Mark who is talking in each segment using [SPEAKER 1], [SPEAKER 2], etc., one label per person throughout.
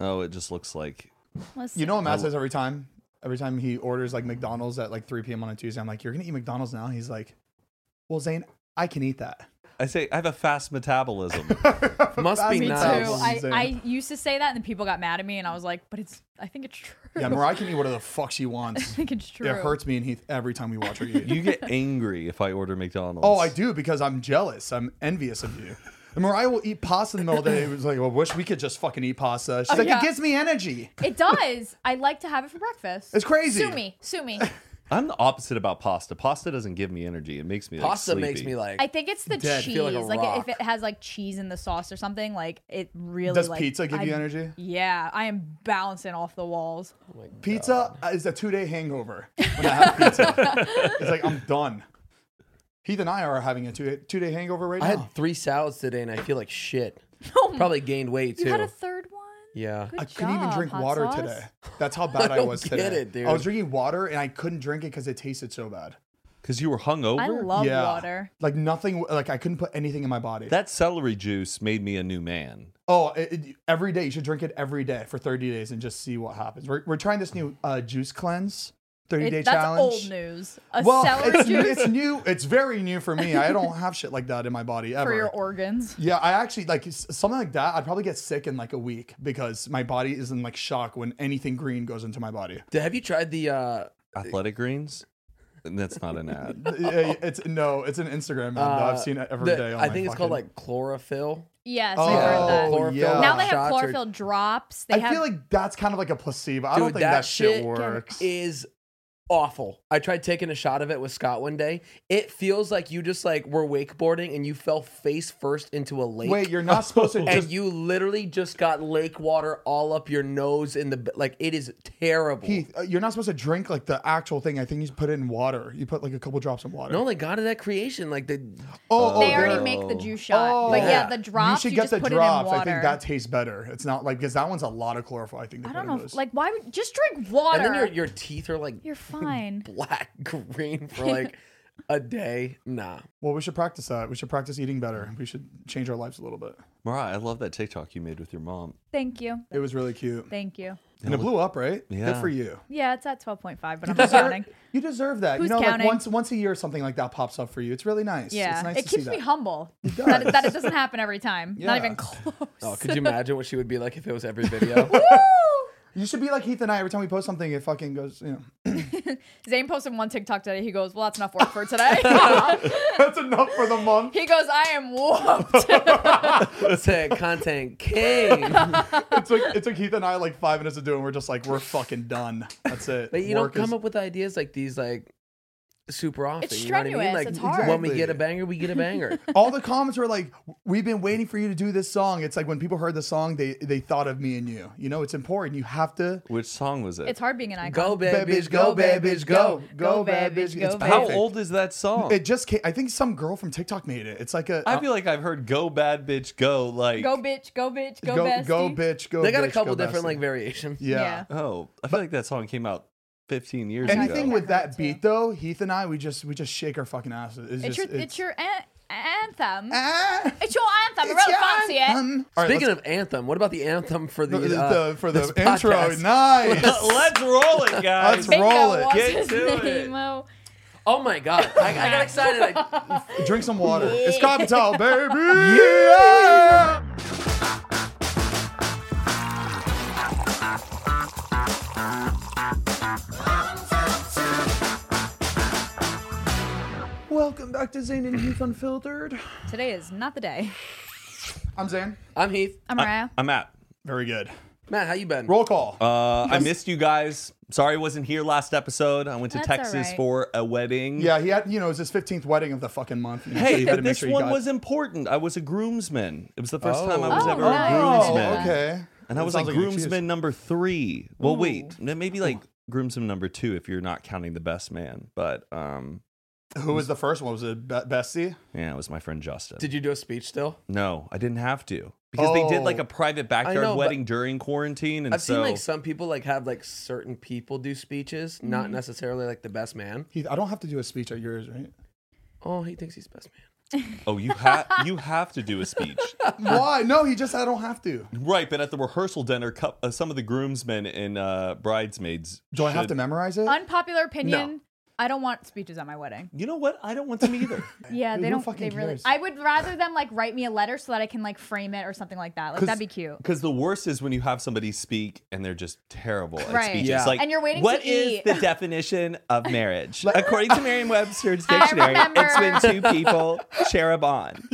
[SPEAKER 1] Oh, it just looks like.
[SPEAKER 2] Let's see.
[SPEAKER 3] You know what Matt says every time? Every time he orders like McDonald's at like 3 p.m. on a Tuesday, I'm like, you're gonna eat McDonald's now? He's like, Well, Zane, I can eat that.
[SPEAKER 1] I say I have a fast metabolism.
[SPEAKER 4] Must be
[SPEAKER 3] Me
[SPEAKER 2] Me too.
[SPEAKER 4] nice.
[SPEAKER 2] I,
[SPEAKER 3] Zane.
[SPEAKER 2] I used to say that, and then people got mad at me, and I was like, "But it's. I think it's true.
[SPEAKER 3] Yeah, Mariah can eat whatever the fuck she
[SPEAKER 2] I
[SPEAKER 3] wants.
[SPEAKER 2] think it's true.
[SPEAKER 3] It hurts me and Heath every time we watch her eat.
[SPEAKER 1] you get angry if I order McDonald's.
[SPEAKER 3] oh, I do because I'm jealous. I'm envious of you. And Mariah will eat pasta in the middle of the day. It was like, well, wish we could just fucking eat pasta. She's like,
[SPEAKER 2] Oh, yeah.
[SPEAKER 3] it gives me energy.
[SPEAKER 2] It does. I like to have it for breakfast.
[SPEAKER 3] It's crazy.
[SPEAKER 2] Sue me. Sue me.
[SPEAKER 1] I'm the opposite about pasta. Pasta doesn't give me energy. It makes me like,
[SPEAKER 4] Pasta makes
[SPEAKER 1] sleepy.
[SPEAKER 4] me like.
[SPEAKER 2] I think it's the
[SPEAKER 4] Dead,
[SPEAKER 2] cheese.
[SPEAKER 4] feel like
[SPEAKER 2] Like,
[SPEAKER 4] a
[SPEAKER 2] if
[SPEAKER 4] rock.
[SPEAKER 2] it has like cheese in the sauce or something, like it really
[SPEAKER 3] Does
[SPEAKER 2] like,
[SPEAKER 3] pizza give
[SPEAKER 2] I-
[SPEAKER 3] you energy?
[SPEAKER 2] Yeah, I am bouncing off the walls.
[SPEAKER 3] Pizza is a two day hangover when I have pizza. it's like, I'm done. Heath and I are having a two two day hangover right
[SPEAKER 4] I
[SPEAKER 3] now.
[SPEAKER 4] had three salads today and I feel like shit. Probably gained weight
[SPEAKER 2] You
[SPEAKER 4] too.
[SPEAKER 2] had a third one.
[SPEAKER 4] yeah.
[SPEAKER 2] Good
[SPEAKER 3] I couldn't even
[SPEAKER 2] job,
[SPEAKER 3] drink
[SPEAKER 2] hot
[SPEAKER 3] water
[SPEAKER 2] sauce.
[SPEAKER 3] today. That's how bad I,
[SPEAKER 4] don't
[SPEAKER 3] was
[SPEAKER 4] get
[SPEAKER 3] today.
[SPEAKER 4] it, dude.
[SPEAKER 3] I was drinking water and I couldn't drink it because it tasted so bad.
[SPEAKER 1] Because you were hungover.
[SPEAKER 2] I love
[SPEAKER 3] yeah,
[SPEAKER 2] water.
[SPEAKER 3] like nothing. Like I couldn't put anything in my body.
[SPEAKER 1] that celery juice made me a new man.
[SPEAKER 3] oh, it, it- every day you should drink it every day for 30 days and just see what happens. We're, we're trying this new uh, juice cleanse 30
[SPEAKER 2] It-
[SPEAKER 3] day
[SPEAKER 2] that's
[SPEAKER 3] challenge.
[SPEAKER 2] old news. A
[SPEAKER 3] Well,
[SPEAKER 2] celery
[SPEAKER 3] it's, new-
[SPEAKER 2] juice
[SPEAKER 3] it's new. It's very new for me. I don't have shit like that in my body ever.
[SPEAKER 2] for your organs.
[SPEAKER 3] Yeah, I actually like s- something like that. I'd probably get sick in like a week because my body is in like shock when anything green goes into my body.
[SPEAKER 4] D- Have you tried the uh,
[SPEAKER 1] Athletic greens. And that's not an ad.
[SPEAKER 3] Yeah, It's no, it's an Instagram. ad, though. I've
[SPEAKER 4] uh,
[SPEAKER 3] seen it every
[SPEAKER 4] the-
[SPEAKER 3] day. on
[SPEAKER 4] I
[SPEAKER 3] my
[SPEAKER 4] think it's called
[SPEAKER 3] fucking-
[SPEAKER 4] like chlorophyll.
[SPEAKER 2] Yes,
[SPEAKER 3] Oh,
[SPEAKER 2] I heard that.
[SPEAKER 4] Chlorophyll
[SPEAKER 3] yeah.
[SPEAKER 2] now they have
[SPEAKER 4] shots are-
[SPEAKER 2] chlorophyll drops. They
[SPEAKER 3] Uh, I
[SPEAKER 2] have
[SPEAKER 3] feel like that's kind of like a placebo. I
[SPEAKER 4] Dude,
[SPEAKER 3] don't think that, shit, works.
[SPEAKER 4] Is awful. I tried taking a shot of it with Scott one day. It feels like you just like were wakeboarding and you fell face first into a lake.
[SPEAKER 3] Wait, you're not supposed to
[SPEAKER 4] and
[SPEAKER 3] just.
[SPEAKER 4] you literally just got lake water all up your nose in the b- like. It is terrible.
[SPEAKER 3] Keith, uh, you're not supposed to drink like the actual thing. I think you just put it in water. You put like a couple drops in water.
[SPEAKER 4] no, they got it at creation. Like the
[SPEAKER 3] oh,
[SPEAKER 2] they
[SPEAKER 3] oh,
[SPEAKER 2] already
[SPEAKER 3] there-
[SPEAKER 2] make the juice shot. but yeah,
[SPEAKER 4] yeah.
[SPEAKER 2] the drops you,
[SPEAKER 3] You should get
[SPEAKER 2] just
[SPEAKER 3] the
[SPEAKER 2] put
[SPEAKER 3] drops.
[SPEAKER 2] it in
[SPEAKER 3] I
[SPEAKER 2] water.
[SPEAKER 3] think that tastes better. It's not like because that one's a lot of chlorophyll. I think. They
[SPEAKER 2] I
[SPEAKER 3] put
[SPEAKER 2] don't
[SPEAKER 3] in
[SPEAKER 2] know.
[SPEAKER 3] those.
[SPEAKER 2] Like, why would just drink water?
[SPEAKER 4] and then your your teeth are like
[SPEAKER 2] You're fine.
[SPEAKER 4] black green for like a day. Nah,
[SPEAKER 3] well, we should practice that. We should practice eating better.
[SPEAKER 4] Mm-hmm.
[SPEAKER 3] We should change our lives a little bit.
[SPEAKER 1] Mariah, I love that TikTok you made with your mom.
[SPEAKER 2] Thank you.
[SPEAKER 3] It was really cute,
[SPEAKER 2] Thank you.
[SPEAKER 3] and it blew up, right? Good
[SPEAKER 1] Yeah.
[SPEAKER 3] for you.
[SPEAKER 2] Yeah, it's at 12.5, but I'm not counting.
[SPEAKER 3] You deserve that.
[SPEAKER 2] Who's
[SPEAKER 3] you know,
[SPEAKER 2] counting?
[SPEAKER 3] like once once a year, something like that pops up for you. It's really nice.
[SPEAKER 2] Yeah,
[SPEAKER 3] it's nice
[SPEAKER 2] it
[SPEAKER 3] to
[SPEAKER 2] keeps
[SPEAKER 3] see
[SPEAKER 2] me
[SPEAKER 3] that.
[SPEAKER 2] humble that, that it doesn't happen every time. Not
[SPEAKER 3] Yeah.
[SPEAKER 2] even close.
[SPEAKER 4] Oh, could you imagine what she would be like if it was every video?
[SPEAKER 3] You should be like Heath and I. Every time we post something, it fucking goes. You know,
[SPEAKER 2] Zane posted one TikTok today. He goes, "Well, that's enough work for today."
[SPEAKER 3] that's enough for the month.
[SPEAKER 2] he goes, "I am whooped."
[SPEAKER 4] Let's say content king.
[SPEAKER 3] It took it took Heath and I like five minutes to do, it, and we're just like, we're fucking done. That's it.
[SPEAKER 4] But you
[SPEAKER 3] Work
[SPEAKER 4] don't come
[SPEAKER 3] is-
[SPEAKER 4] up with ideas like these like super often.
[SPEAKER 2] It's
[SPEAKER 4] you know what I mean?
[SPEAKER 2] strenuous,
[SPEAKER 4] Like
[SPEAKER 2] it's hard.
[SPEAKER 4] when we get a
[SPEAKER 3] Exactly.
[SPEAKER 4] banger, we get a banger.
[SPEAKER 3] All the comments were like, "We've been waiting for you to do this song." It's like when people heard the song, they they thought of me and you. You know, it's important. You have to.
[SPEAKER 1] Which song was it?
[SPEAKER 2] it's hard being an icon.
[SPEAKER 4] go bad
[SPEAKER 3] Bad
[SPEAKER 4] bitch,
[SPEAKER 3] bitch,
[SPEAKER 4] go bad bitch,
[SPEAKER 3] bitch,
[SPEAKER 4] go.
[SPEAKER 2] Go, bad bitch, go,
[SPEAKER 3] It's
[SPEAKER 2] bad
[SPEAKER 1] How
[SPEAKER 2] perfect.
[SPEAKER 1] old is that song?
[SPEAKER 3] It just came. I think some girl from TikTok made it. It's like a
[SPEAKER 1] I feel like I've heard "Go Bad Bitch Go" like
[SPEAKER 2] Go, bitch. Go, bitch. Go,
[SPEAKER 3] go
[SPEAKER 2] bestie.
[SPEAKER 3] go bitch go.
[SPEAKER 4] They got a
[SPEAKER 3] bitch,
[SPEAKER 4] couple
[SPEAKER 3] go
[SPEAKER 4] different
[SPEAKER 3] bestie.
[SPEAKER 4] like variations.
[SPEAKER 3] Yeah.
[SPEAKER 2] Yeah.
[SPEAKER 1] Oh, I feel like that song came out 15 years
[SPEAKER 3] Anything
[SPEAKER 1] ago.
[SPEAKER 3] with
[SPEAKER 2] I heard
[SPEAKER 3] that beat though, Heath and I, we just we just shake our fucking asses. It's,
[SPEAKER 2] It's
[SPEAKER 3] just,
[SPEAKER 2] your it's, your an- anthem.
[SPEAKER 3] Ah,
[SPEAKER 2] it's your anthem. I
[SPEAKER 3] it's
[SPEAKER 2] really fancy
[SPEAKER 3] your-
[SPEAKER 2] it.
[SPEAKER 3] um, all right,
[SPEAKER 4] Speaking of anthem, what about the anthem for the,
[SPEAKER 3] let's-
[SPEAKER 4] uh,
[SPEAKER 3] the- for
[SPEAKER 4] this
[SPEAKER 3] the intro,
[SPEAKER 4] podcast?
[SPEAKER 3] nice.
[SPEAKER 1] Let's roll it, guys.
[SPEAKER 3] Let's roll.
[SPEAKER 2] Bingo,
[SPEAKER 3] it.
[SPEAKER 2] what's
[SPEAKER 1] Get
[SPEAKER 2] his
[SPEAKER 1] to it.
[SPEAKER 2] name? Oh.
[SPEAKER 4] Oh my god, I, I got excited. I,
[SPEAKER 3] Drink some water. It's Capital, baby. Yeah. Welcome back to Zane and Heath Unfiltered.
[SPEAKER 2] Today is not the day.
[SPEAKER 3] I'm Zane.
[SPEAKER 4] I'm Heath.
[SPEAKER 2] I'm Mariah.
[SPEAKER 1] I'm at.
[SPEAKER 3] Very good.
[SPEAKER 4] Matt, how you been?
[SPEAKER 3] Roll call.
[SPEAKER 1] Uh, I missed you guys. Sorry I wasn't here last episode. I went to
[SPEAKER 2] That's
[SPEAKER 1] Texas
[SPEAKER 2] alright.
[SPEAKER 1] for a wedding.
[SPEAKER 3] yeah, he had, you know, it was his 15th wedding of the fucking month. You know, so
[SPEAKER 1] Hey,
[SPEAKER 3] he had to
[SPEAKER 1] but
[SPEAKER 3] make
[SPEAKER 1] this
[SPEAKER 3] sure he
[SPEAKER 1] one
[SPEAKER 3] got-
[SPEAKER 1] was important. I was a groomsman. It was the first
[SPEAKER 4] Oh.
[SPEAKER 1] time I was
[SPEAKER 2] Oh,
[SPEAKER 1] ever
[SPEAKER 2] nice.
[SPEAKER 1] a
[SPEAKER 3] Oh,
[SPEAKER 1] groomsman.
[SPEAKER 3] okay.
[SPEAKER 1] And And I
[SPEAKER 3] That
[SPEAKER 1] was like,
[SPEAKER 3] sounds like an excuse.
[SPEAKER 1] groomsman number three. Well,
[SPEAKER 2] Ooh.
[SPEAKER 1] wait, no, maybe like groomsman number two if you're not counting the best man. But um,
[SPEAKER 3] Who was the first one? Was it Be- Bessie?
[SPEAKER 1] yeah, it was my friend Justin.
[SPEAKER 4] Did you do a speech still?
[SPEAKER 1] no, I didn't have to because they did like
[SPEAKER 3] Oh.
[SPEAKER 1] a private
[SPEAKER 4] I
[SPEAKER 1] backyard
[SPEAKER 4] know, but-
[SPEAKER 1] wedding during quarantine, and
[SPEAKER 4] I've
[SPEAKER 1] so
[SPEAKER 4] seen like some people like have like certain people do speeches, not
[SPEAKER 2] Mm-hmm.
[SPEAKER 4] necessarily like the best man.
[SPEAKER 3] Heath, I don't have to do a speech at yours, right?
[SPEAKER 4] Oh, he thinks he's best man.
[SPEAKER 1] oh, you have you have to do a speech,
[SPEAKER 3] Why? No, he just said I don't have to.
[SPEAKER 1] right? But at the rehearsal dinner, cou- uh, some of the groomsmen and uh, bridesmaids.
[SPEAKER 3] Do I have
[SPEAKER 1] should-
[SPEAKER 3] to memorize it?
[SPEAKER 2] Unpopular opinion. I don't want speeches at my wedding.
[SPEAKER 1] You know what? I don't want them either.
[SPEAKER 2] Yeah,
[SPEAKER 3] Dude,
[SPEAKER 2] they
[SPEAKER 3] who
[SPEAKER 2] don't.
[SPEAKER 3] fucking
[SPEAKER 2] they really.
[SPEAKER 3] cares?
[SPEAKER 2] I would rather them like write me a letter so that I can like frame it or something like that. Like that'd be cute.
[SPEAKER 1] Because the worst is when you have somebody speak and they're just terrible at
[SPEAKER 2] Right.
[SPEAKER 1] speeches.
[SPEAKER 4] Yeah.
[SPEAKER 1] Like,
[SPEAKER 2] And you're waiting
[SPEAKER 1] What
[SPEAKER 2] to
[SPEAKER 1] is
[SPEAKER 2] eat.
[SPEAKER 1] the definition of marriage? According to Merriam-Webster's
[SPEAKER 2] I
[SPEAKER 1] dictionary, it's
[SPEAKER 2] remember.
[SPEAKER 1] when two people share a bond.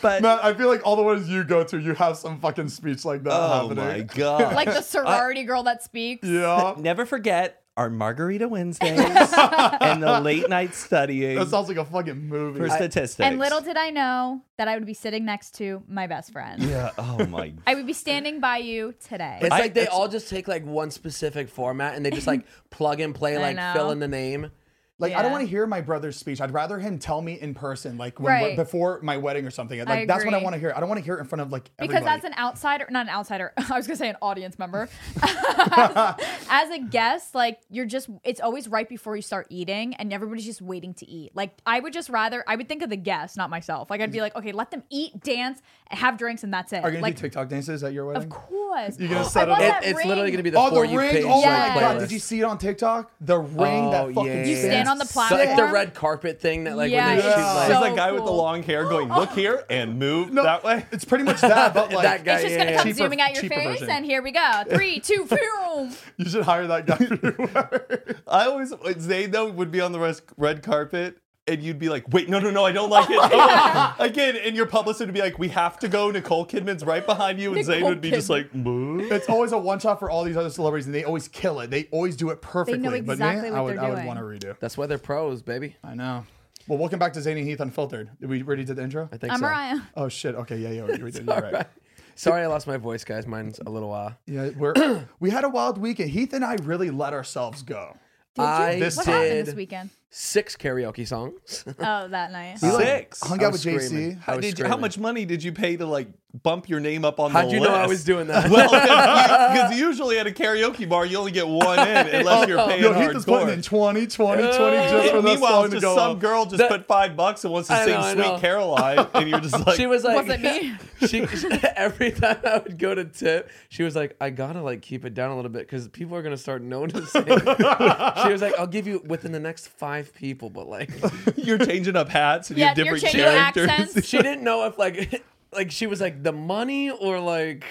[SPEAKER 1] But
[SPEAKER 3] Matt, I feel like all the ones you go to, you have some fucking speech like that
[SPEAKER 1] oh
[SPEAKER 3] happening.
[SPEAKER 1] my god!
[SPEAKER 2] Like the sorority girl that speaks.
[SPEAKER 3] Yeah.
[SPEAKER 1] never forget our margarita Wednesdays and the late night studying
[SPEAKER 3] That sounds like a fucking movie.
[SPEAKER 1] for statistics.
[SPEAKER 2] And little did I know that I would be sitting next to my best friend.
[SPEAKER 1] yeah. Oh my.
[SPEAKER 2] I would be standing by you today.
[SPEAKER 4] It's
[SPEAKER 1] I-
[SPEAKER 4] like they
[SPEAKER 1] it's-
[SPEAKER 4] all just take like one specific format and they just like plug and play,
[SPEAKER 2] I
[SPEAKER 4] like
[SPEAKER 2] know.
[SPEAKER 4] fill in the name.
[SPEAKER 3] like I don't
[SPEAKER 2] Yeah.
[SPEAKER 3] want to hear my brother's speech. I'd rather him tell me in person, like when
[SPEAKER 2] Right.
[SPEAKER 3] before my wedding or something. Like that's what I
[SPEAKER 2] agree.
[SPEAKER 3] want to hear. I don't want to hear it in front of like
[SPEAKER 2] because
[SPEAKER 3] everybody.
[SPEAKER 2] as an outsider, not an outsider, I was gonna say an audience member. as a guest, like you're just, it's always right before you start eating, and everybody's just waiting to eat. Like I would just rather, I would think of the guest, not myself. Like I'd be like, okay, let them eat, dance, have drinks, and that's it.
[SPEAKER 3] Mm. Are you gonna
[SPEAKER 2] like,
[SPEAKER 3] do TikTok dances at your wedding?
[SPEAKER 2] of course,
[SPEAKER 3] You're gonna
[SPEAKER 2] I
[SPEAKER 3] set it
[SPEAKER 2] want
[SPEAKER 3] up?
[SPEAKER 4] It-
[SPEAKER 2] that
[SPEAKER 4] it's literally
[SPEAKER 2] ring.
[SPEAKER 4] going to be the
[SPEAKER 3] Oh,
[SPEAKER 4] for
[SPEAKER 3] the
[SPEAKER 4] you
[SPEAKER 3] ring!
[SPEAKER 4] page.
[SPEAKER 3] Oh
[SPEAKER 2] Yes.
[SPEAKER 3] my
[SPEAKER 4] like,
[SPEAKER 3] god!
[SPEAKER 4] playlist.
[SPEAKER 3] Did you see it on TikTok? The ring that fucking
[SPEAKER 2] Oh, You stand on the
[SPEAKER 3] spins.
[SPEAKER 4] So, like the
[SPEAKER 2] platform.
[SPEAKER 4] red carpet thing that like
[SPEAKER 2] Yeah,
[SPEAKER 4] when they
[SPEAKER 2] it's
[SPEAKER 4] shoot like
[SPEAKER 2] so-
[SPEAKER 1] There's a guy with the
[SPEAKER 2] cool.
[SPEAKER 1] long hair going, look here and move
[SPEAKER 3] No,
[SPEAKER 1] that way.
[SPEAKER 3] It's pretty much that, but like
[SPEAKER 4] That guy.
[SPEAKER 2] It's just
[SPEAKER 4] Yeah,
[SPEAKER 2] gonna
[SPEAKER 4] yeah,
[SPEAKER 2] come
[SPEAKER 3] yeah.
[SPEAKER 2] zooming at your
[SPEAKER 3] Cheaper-
[SPEAKER 2] face,
[SPEAKER 3] cheaper version.
[SPEAKER 2] and here we go. Three, two, boom.
[SPEAKER 3] you should hire that guy. for your wedding.
[SPEAKER 1] I always Zayn though would be on the res- red carpet. And you'd be like, wait, no, no, no, I don't like it. Oh, again, and your publicist would be like, we have to go. Nicole Kidman's right behind you. And Zayn
[SPEAKER 2] Nicole
[SPEAKER 1] would be just like, move.
[SPEAKER 3] it's always a one shot for all these other celebrities, and they always kill it. They always do it perfectly. but man,
[SPEAKER 2] exactly
[SPEAKER 3] I
[SPEAKER 2] what
[SPEAKER 3] would,
[SPEAKER 2] they're
[SPEAKER 3] I would
[SPEAKER 2] doing.
[SPEAKER 3] want to redo.
[SPEAKER 4] That's why they're pros, baby.
[SPEAKER 3] I know. Well, welcome back to Zane and Heath Unfiltered. Did we already did the intro?
[SPEAKER 4] I think
[SPEAKER 2] I'm
[SPEAKER 4] so.
[SPEAKER 2] Mariah.
[SPEAKER 3] Oh shit. Okay. Yeah. Yeah. We did. You're right.
[SPEAKER 4] Sorry, I lost my voice, guys. Mine's a little uh, while.
[SPEAKER 3] Yeah. We're we had a wild weekend. Heath and I really let ourselves go.
[SPEAKER 4] I
[SPEAKER 3] This
[SPEAKER 2] What
[SPEAKER 3] did.
[SPEAKER 2] happened this weekend?
[SPEAKER 4] six karaoke songs.
[SPEAKER 2] Oh, that night.
[SPEAKER 1] Six.
[SPEAKER 3] Hung
[SPEAKER 4] I
[SPEAKER 3] out with
[SPEAKER 4] was
[SPEAKER 3] JC.
[SPEAKER 4] screaming. I
[SPEAKER 1] How,
[SPEAKER 4] was
[SPEAKER 1] did you- how
[SPEAKER 4] screaming.
[SPEAKER 1] much money did you pay to like bump your name up on
[SPEAKER 4] How'd
[SPEAKER 1] the
[SPEAKER 4] you
[SPEAKER 1] list?
[SPEAKER 4] know I was doing that?
[SPEAKER 1] Well, because usually at a karaoke bar, you only get one in unless
[SPEAKER 4] Oh.
[SPEAKER 1] you're paying
[SPEAKER 3] Yo, Heath is putting in
[SPEAKER 1] hardcore.
[SPEAKER 3] 20, 20, 20 just
[SPEAKER 1] And
[SPEAKER 3] for this
[SPEAKER 1] Meanwhile,
[SPEAKER 3] song
[SPEAKER 1] just
[SPEAKER 3] to go.
[SPEAKER 1] some
[SPEAKER 3] up.
[SPEAKER 1] girl just
[SPEAKER 4] That-
[SPEAKER 1] put five bucks and wants to
[SPEAKER 4] I
[SPEAKER 1] sing
[SPEAKER 4] know, I know.
[SPEAKER 1] "Sweet Caroline," and you're just like,
[SPEAKER 4] she was like,
[SPEAKER 2] Was it me?
[SPEAKER 4] she, every time I would go to tip, she was like, I gotta like keep it down a little bit because people are gonna start noticing. she was like, I'll give you within the next five people, but like,
[SPEAKER 1] you're changing up hats and
[SPEAKER 2] Yeah,
[SPEAKER 1] you have
[SPEAKER 2] you're
[SPEAKER 1] different
[SPEAKER 2] changing
[SPEAKER 1] characters.
[SPEAKER 2] accents.
[SPEAKER 4] she didn't know if like, like she was like the money or like,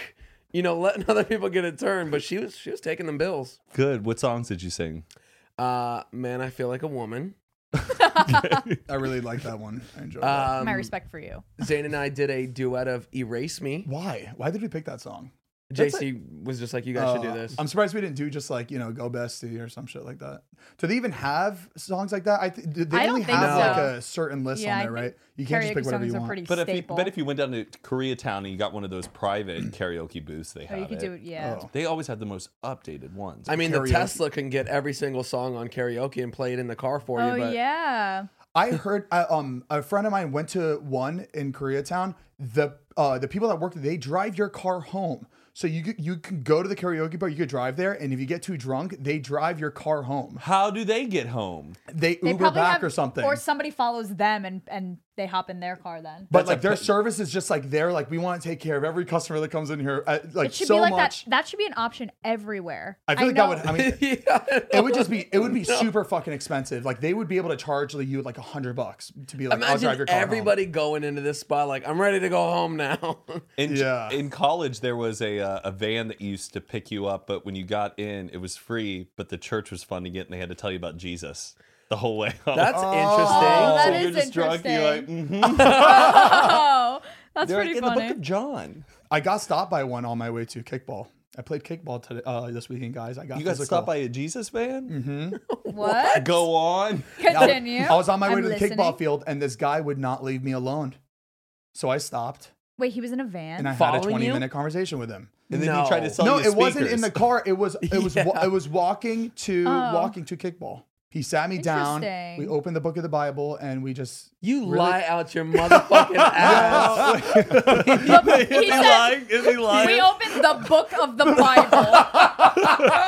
[SPEAKER 4] you know, letting other people get a turn, but she was she was taking them bills.
[SPEAKER 1] Good. What songs did you sing?
[SPEAKER 4] Uh, man, I feel like a woman.
[SPEAKER 3] I really like that one. I enjoyed that.
[SPEAKER 4] Um,
[SPEAKER 2] My respect for you.
[SPEAKER 4] Zayn and I did a duet of "Erase Me."
[SPEAKER 3] Why? Why did we pick that song?
[SPEAKER 4] JC was just like, "You guys should do
[SPEAKER 3] Uh,
[SPEAKER 4] this."
[SPEAKER 3] I'm surprised we didn't do just like you know go bestie or some shit like that. Do they even have songs like that? I th- they
[SPEAKER 2] I don't
[SPEAKER 3] only
[SPEAKER 2] think
[SPEAKER 3] have like
[SPEAKER 2] so.
[SPEAKER 3] a certain list
[SPEAKER 2] Yeah,
[SPEAKER 3] on
[SPEAKER 2] I
[SPEAKER 3] there,
[SPEAKER 2] think
[SPEAKER 3] right? You can't just pick
[SPEAKER 2] karaoke
[SPEAKER 3] whatever
[SPEAKER 2] songs
[SPEAKER 3] you
[SPEAKER 2] are
[SPEAKER 3] want.
[SPEAKER 2] pretty
[SPEAKER 1] But if, you,
[SPEAKER 2] staple.
[SPEAKER 1] but if you went down to Koreatown and you got one of those private karaoke booths, they
[SPEAKER 2] oh,
[SPEAKER 1] have
[SPEAKER 2] you could
[SPEAKER 1] it.
[SPEAKER 2] do it, yeah.
[SPEAKER 3] Oh.
[SPEAKER 1] They always have the most updated ones.
[SPEAKER 4] I mean,
[SPEAKER 3] Karaoke.
[SPEAKER 4] the Tesla can get every single song on karaoke and play it in the car for
[SPEAKER 2] Oh,
[SPEAKER 4] you. But
[SPEAKER 2] yeah.
[SPEAKER 3] I heard I, um a friend of mine went to one in Koreatown. The uh the people that work there, they drive your car home. So you could, you can go to the karaoke bar, you could drive there, and if you get too drunk, they drive your car home.
[SPEAKER 1] how do they get home?
[SPEAKER 3] They,
[SPEAKER 2] They
[SPEAKER 3] Uber back
[SPEAKER 2] have-
[SPEAKER 3] or something.
[SPEAKER 2] Or somebody follows them and, and they hop in their car then.
[SPEAKER 3] but like their service is just like there, like we want to take care of every customer that comes in here, uh, like
[SPEAKER 2] it should
[SPEAKER 3] so
[SPEAKER 2] be like
[SPEAKER 3] much.
[SPEAKER 2] that. That should be an option everywhere.
[SPEAKER 3] I feel like
[SPEAKER 2] know-
[SPEAKER 3] that would. I mean, it would just be. It would be super fucking expensive. Like they would be able to charge like, you like a hundred bucks to be like, I'll drive
[SPEAKER 4] imagine
[SPEAKER 3] your car home.
[SPEAKER 4] everybody going into this spot like, "I'm ready to go home now."
[SPEAKER 1] In,
[SPEAKER 3] Yeah.
[SPEAKER 1] in college, there was a uh, a van that used to pick you up, but when you got in, it was free, but the church was funding it, and they had to tell you about Jesus the whole way home.
[SPEAKER 4] That's
[SPEAKER 2] Oh,
[SPEAKER 4] interesting.
[SPEAKER 2] that
[SPEAKER 1] so you're
[SPEAKER 2] is
[SPEAKER 1] just drunk. You're like, mhm.
[SPEAKER 2] oh, that's
[SPEAKER 1] They're like
[SPEAKER 2] pretty
[SPEAKER 1] in the
[SPEAKER 2] funny.
[SPEAKER 1] book of John.
[SPEAKER 3] I got stopped by one on my way to kickball. I played kickball today uh, this weekend, guys. I got
[SPEAKER 1] You got
[SPEAKER 3] physical.
[SPEAKER 1] stopped by a Jesus van.
[SPEAKER 2] what?
[SPEAKER 1] Go on.
[SPEAKER 2] Continue.
[SPEAKER 3] I was on my way
[SPEAKER 2] I'm
[SPEAKER 3] to the
[SPEAKER 2] listening.
[SPEAKER 3] kickball field, and this guy would not leave me alone. So I stopped,
[SPEAKER 2] Wait, he was in a van.
[SPEAKER 3] and I had a
[SPEAKER 4] Following you?
[SPEAKER 3] twenty-minute conversation with him.
[SPEAKER 1] And then he tried to
[SPEAKER 4] No.
[SPEAKER 1] sell
[SPEAKER 3] no,
[SPEAKER 1] you
[SPEAKER 3] it wasn't in
[SPEAKER 1] speakers.
[SPEAKER 3] the car. It was it was wa-
[SPEAKER 4] Yeah.
[SPEAKER 3] it was walking to walking to kickball. He sat me down. We
[SPEAKER 2] Oh. Interesting.
[SPEAKER 3] opened the book of the Bible and we just
[SPEAKER 4] You lie out your motherfucking ass.
[SPEAKER 2] The- he
[SPEAKER 1] Is he
[SPEAKER 2] said,
[SPEAKER 1] lying? Is he lying?
[SPEAKER 2] We opened the book of the Bible.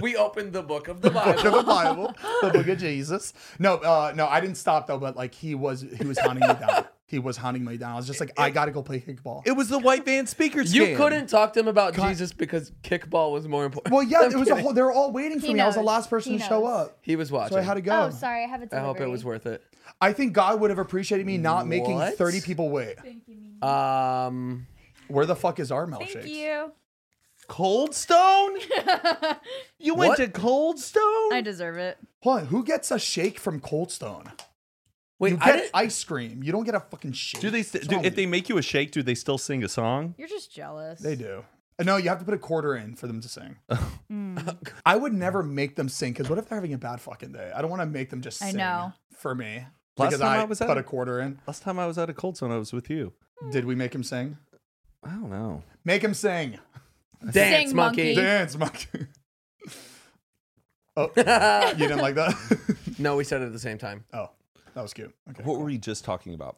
[SPEAKER 4] We opened the book of the Bible.
[SPEAKER 3] of the Bible, the book of Jesus. No, uh, no, I didn't stop though. But like he was, he was hunting me down. He was hunting me down. I was just like, I gotta go play kickball.
[SPEAKER 1] it was the white van speakers.
[SPEAKER 4] You
[SPEAKER 1] scam.
[SPEAKER 4] couldn't talk to him about Jesus because kickball was more important.
[SPEAKER 3] well, yeah,
[SPEAKER 4] I'm
[SPEAKER 3] it was a
[SPEAKER 4] kidding.
[SPEAKER 3] whole. They were all waiting for
[SPEAKER 2] He
[SPEAKER 3] me. I was the
[SPEAKER 2] knows.
[SPEAKER 3] last person
[SPEAKER 2] He
[SPEAKER 3] to show
[SPEAKER 2] knows.
[SPEAKER 3] up,
[SPEAKER 4] He was watching.
[SPEAKER 3] so I had to go.
[SPEAKER 2] oh, sorry, I have it.
[SPEAKER 4] I hope it was worth it.
[SPEAKER 3] I think God would have appreciated me not making
[SPEAKER 4] What?
[SPEAKER 3] thirty people wait.
[SPEAKER 4] Um,
[SPEAKER 3] Where the fuck is our milkshake?
[SPEAKER 2] Thank you.
[SPEAKER 1] Cold Stone? you went
[SPEAKER 4] What?
[SPEAKER 1] to Cold Stone?
[SPEAKER 2] I deserve it.
[SPEAKER 3] Hold on, who gets a shake from Cold Stone?
[SPEAKER 4] wait,
[SPEAKER 3] You
[SPEAKER 4] I
[SPEAKER 3] get
[SPEAKER 4] didn't.
[SPEAKER 3] ice cream. You don't get a fucking shake.
[SPEAKER 1] do they?
[SPEAKER 3] What's
[SPEAKER 1] St- do,
[SPEAKER 3] wrong
[SPEAKER 1] if
[SPEAKER 3] with
[SPEAKER 1] they
[SPEAKER 3] you?
[SPEAKER 1] make you a shake, do they still sing a song?
[SPEAKER 2] You're just jealous.
[SPEAKER 3] they do. Uh, No, you have to put a quarter in for them to sing. I would never make them sing because what if they're having a bad fucking day? I don't want to make them just
[SPEAKER 2] I
[SPEAKER 3] sing
[SPEAKER 2] know.
[SPEAKER 3] for me.
[SPEAKER 1] Last
[SPEAKER 3] because
[SPEAKER 1] time
[SPEAKER 3] I,
[SPEAKER 1] I was at
[SPEAKER 3] put
[SPEAKER 1] it.
[SPEAKER 3] a quarter in.
[SPEAKER 1] Last time I was at a Cold Stone, I was with you.
[SPEAKER 3] Did we make him sing?
[SPEAKER 1] I don't know.
[SPEAKER 3] Make him sing.
[SPEAKER 4] Dance
[SPEAKER 2] Sing,
[SPEAKER 4] monkey.
[SPEAKER 2] monkey.
[SPEAKER 3] Dance, monkey. oh, you didn't like that?
[SPEAKER 4] no, we said it at the same time.
[SPEAKER 3] oh, that was cute. Okay.
[SPEAKER 1] What were we just talking about?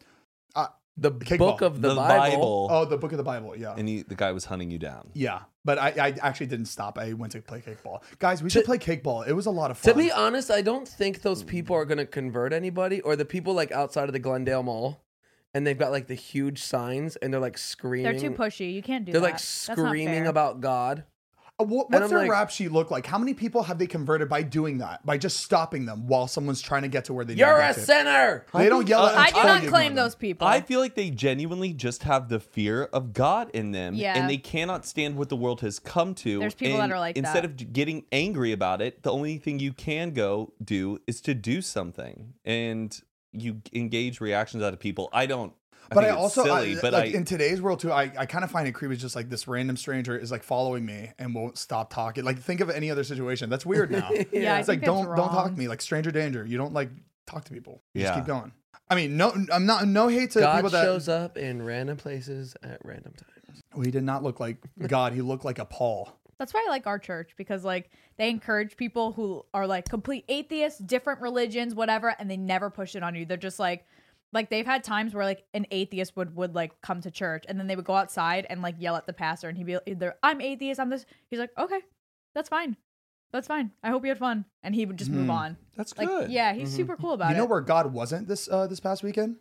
[SPEAKER 3] Uh,
[SPEAKER 4] The
[SPEAKER 3] Kickball.
[SPEAKER 4] book of the, Bible.
[SPEAKER 3] oh, the book of the Bible. Yeah.
[SPEAKER 1] And he, the guy was hunting you down.
[SPEAKER 3] yeah. But I, I actually didn't stop. I went to play kickball. Guys, we should play kickball. It was a lot of fun.
[SPEAKER 4] To be honest, I don't think those people are going to convert anybody or the people like outside of the Glendale Mall and they've got like the huge signs and they're like screaming.
[SPEAKER 2] They're too pushy. You can't do
[SPEAKER 4] They're
[SPEAKER 2] that.
[SPEAKER 4] like
[SPEAKER 2] That's not fair.
[SPEAKER 4] screaming about God.
[SPEAKER 3] Uh, wha-
[SPEAKER 4] And
[SPEAKER 3] what's
[SPEAKER 4] I'm
[SPEAKER 3] their
[SPEAKER 4] like-
[SPEAKER 3] rap sheet look like? How many people have they converted by doing that? By just stopping them while someone's trying to get to where they need to
[SPEAKER 4] You're a
[SPEAKER 3] get to?
[SPEAKER 4] sinner.
[SPEAKER 3] They don't yell
[SPEAKER 1] I
[SPEAKER 3] at them,
[SPEAKER 2] I do
[SPEAKER 3] tell
[SPEAKER 2] not
[SPEAKER 3] you
[SPEAKER 2] claim
[SPEAKER 3] ignore
[SPEAKER 2] those people.
[SPEAKER 1] I feel like they genuinely just have the fear of God in them,
[SPEAKER 2] Yeah.
[SPEAKER 1] and they cannot stand what the world has come to.
[SPEAKER 2] There's people that
[SPEAKER 1] and
[SPEAKER 2] are like
[SPEAKER 1] instead
[SPEAKER 2] that.
[SPEAKER 1] of j- getting angry about it, the only thing you can go do is to do something, and you engage reactions out of people. I don't. I
[SPEAKER 3] But I,
[SPEAKER 1] think it's
[SPEAKER 3] also,
[SPEAKER 1] silly,
[SPEAKER 3] I,
[SPEAKER 1] but
[SPEAKER 3] like
[SPEAKER 1] I,
[SPEAKER 3] in today's world too, I, I kind of find it creepy. It's just like this random stranger is like following me and won't stop talking. Like think of any other situation. That's weird now.
[SPEAKER 2] yeah, I
[SPEAKER 3] it's like
[SPEAKER 2] think that's
[SPEAKER 3] don't don't talk
[SPEAKER 2] wrong.
[SPEAKER 3] to me. Like stranger danger. You don't like talk to people. You
[SPEAKER 1] Yeah.
[SPEAKER 3] Just keep going. I mean, no, I'm not. No hate to
[SPEAKER 4] God
[SPEAKER 3] people that.
[SPEAKER 4] shows up in random places at random times.
[SPEAKER 3] Well, he did not look like God. He looked like a Paul.
[SPEAKER 2] That's why I like our church because like they encourage people who are like complete atheists, different religions, whatever, and they never push it on you. They're just like like they've had times where like an atheist would would like come to church and then they would go outside and like yell at the pastor and he'd be either I'm atheist, I'm this. He's like, "Okay, that's fine. That's fine. I hope you had fun." And he would just move on.
[SPEAKER 1] that's
[SPEAKER 2] Like
[SPEAKER 1] good.
[SPEAKER 2] yeah, he's super cool about
[SPEAKER 3] You know
[SPEAKER 2] it.
[SPEAKER 3] where God wasn't this uh, this past weekend?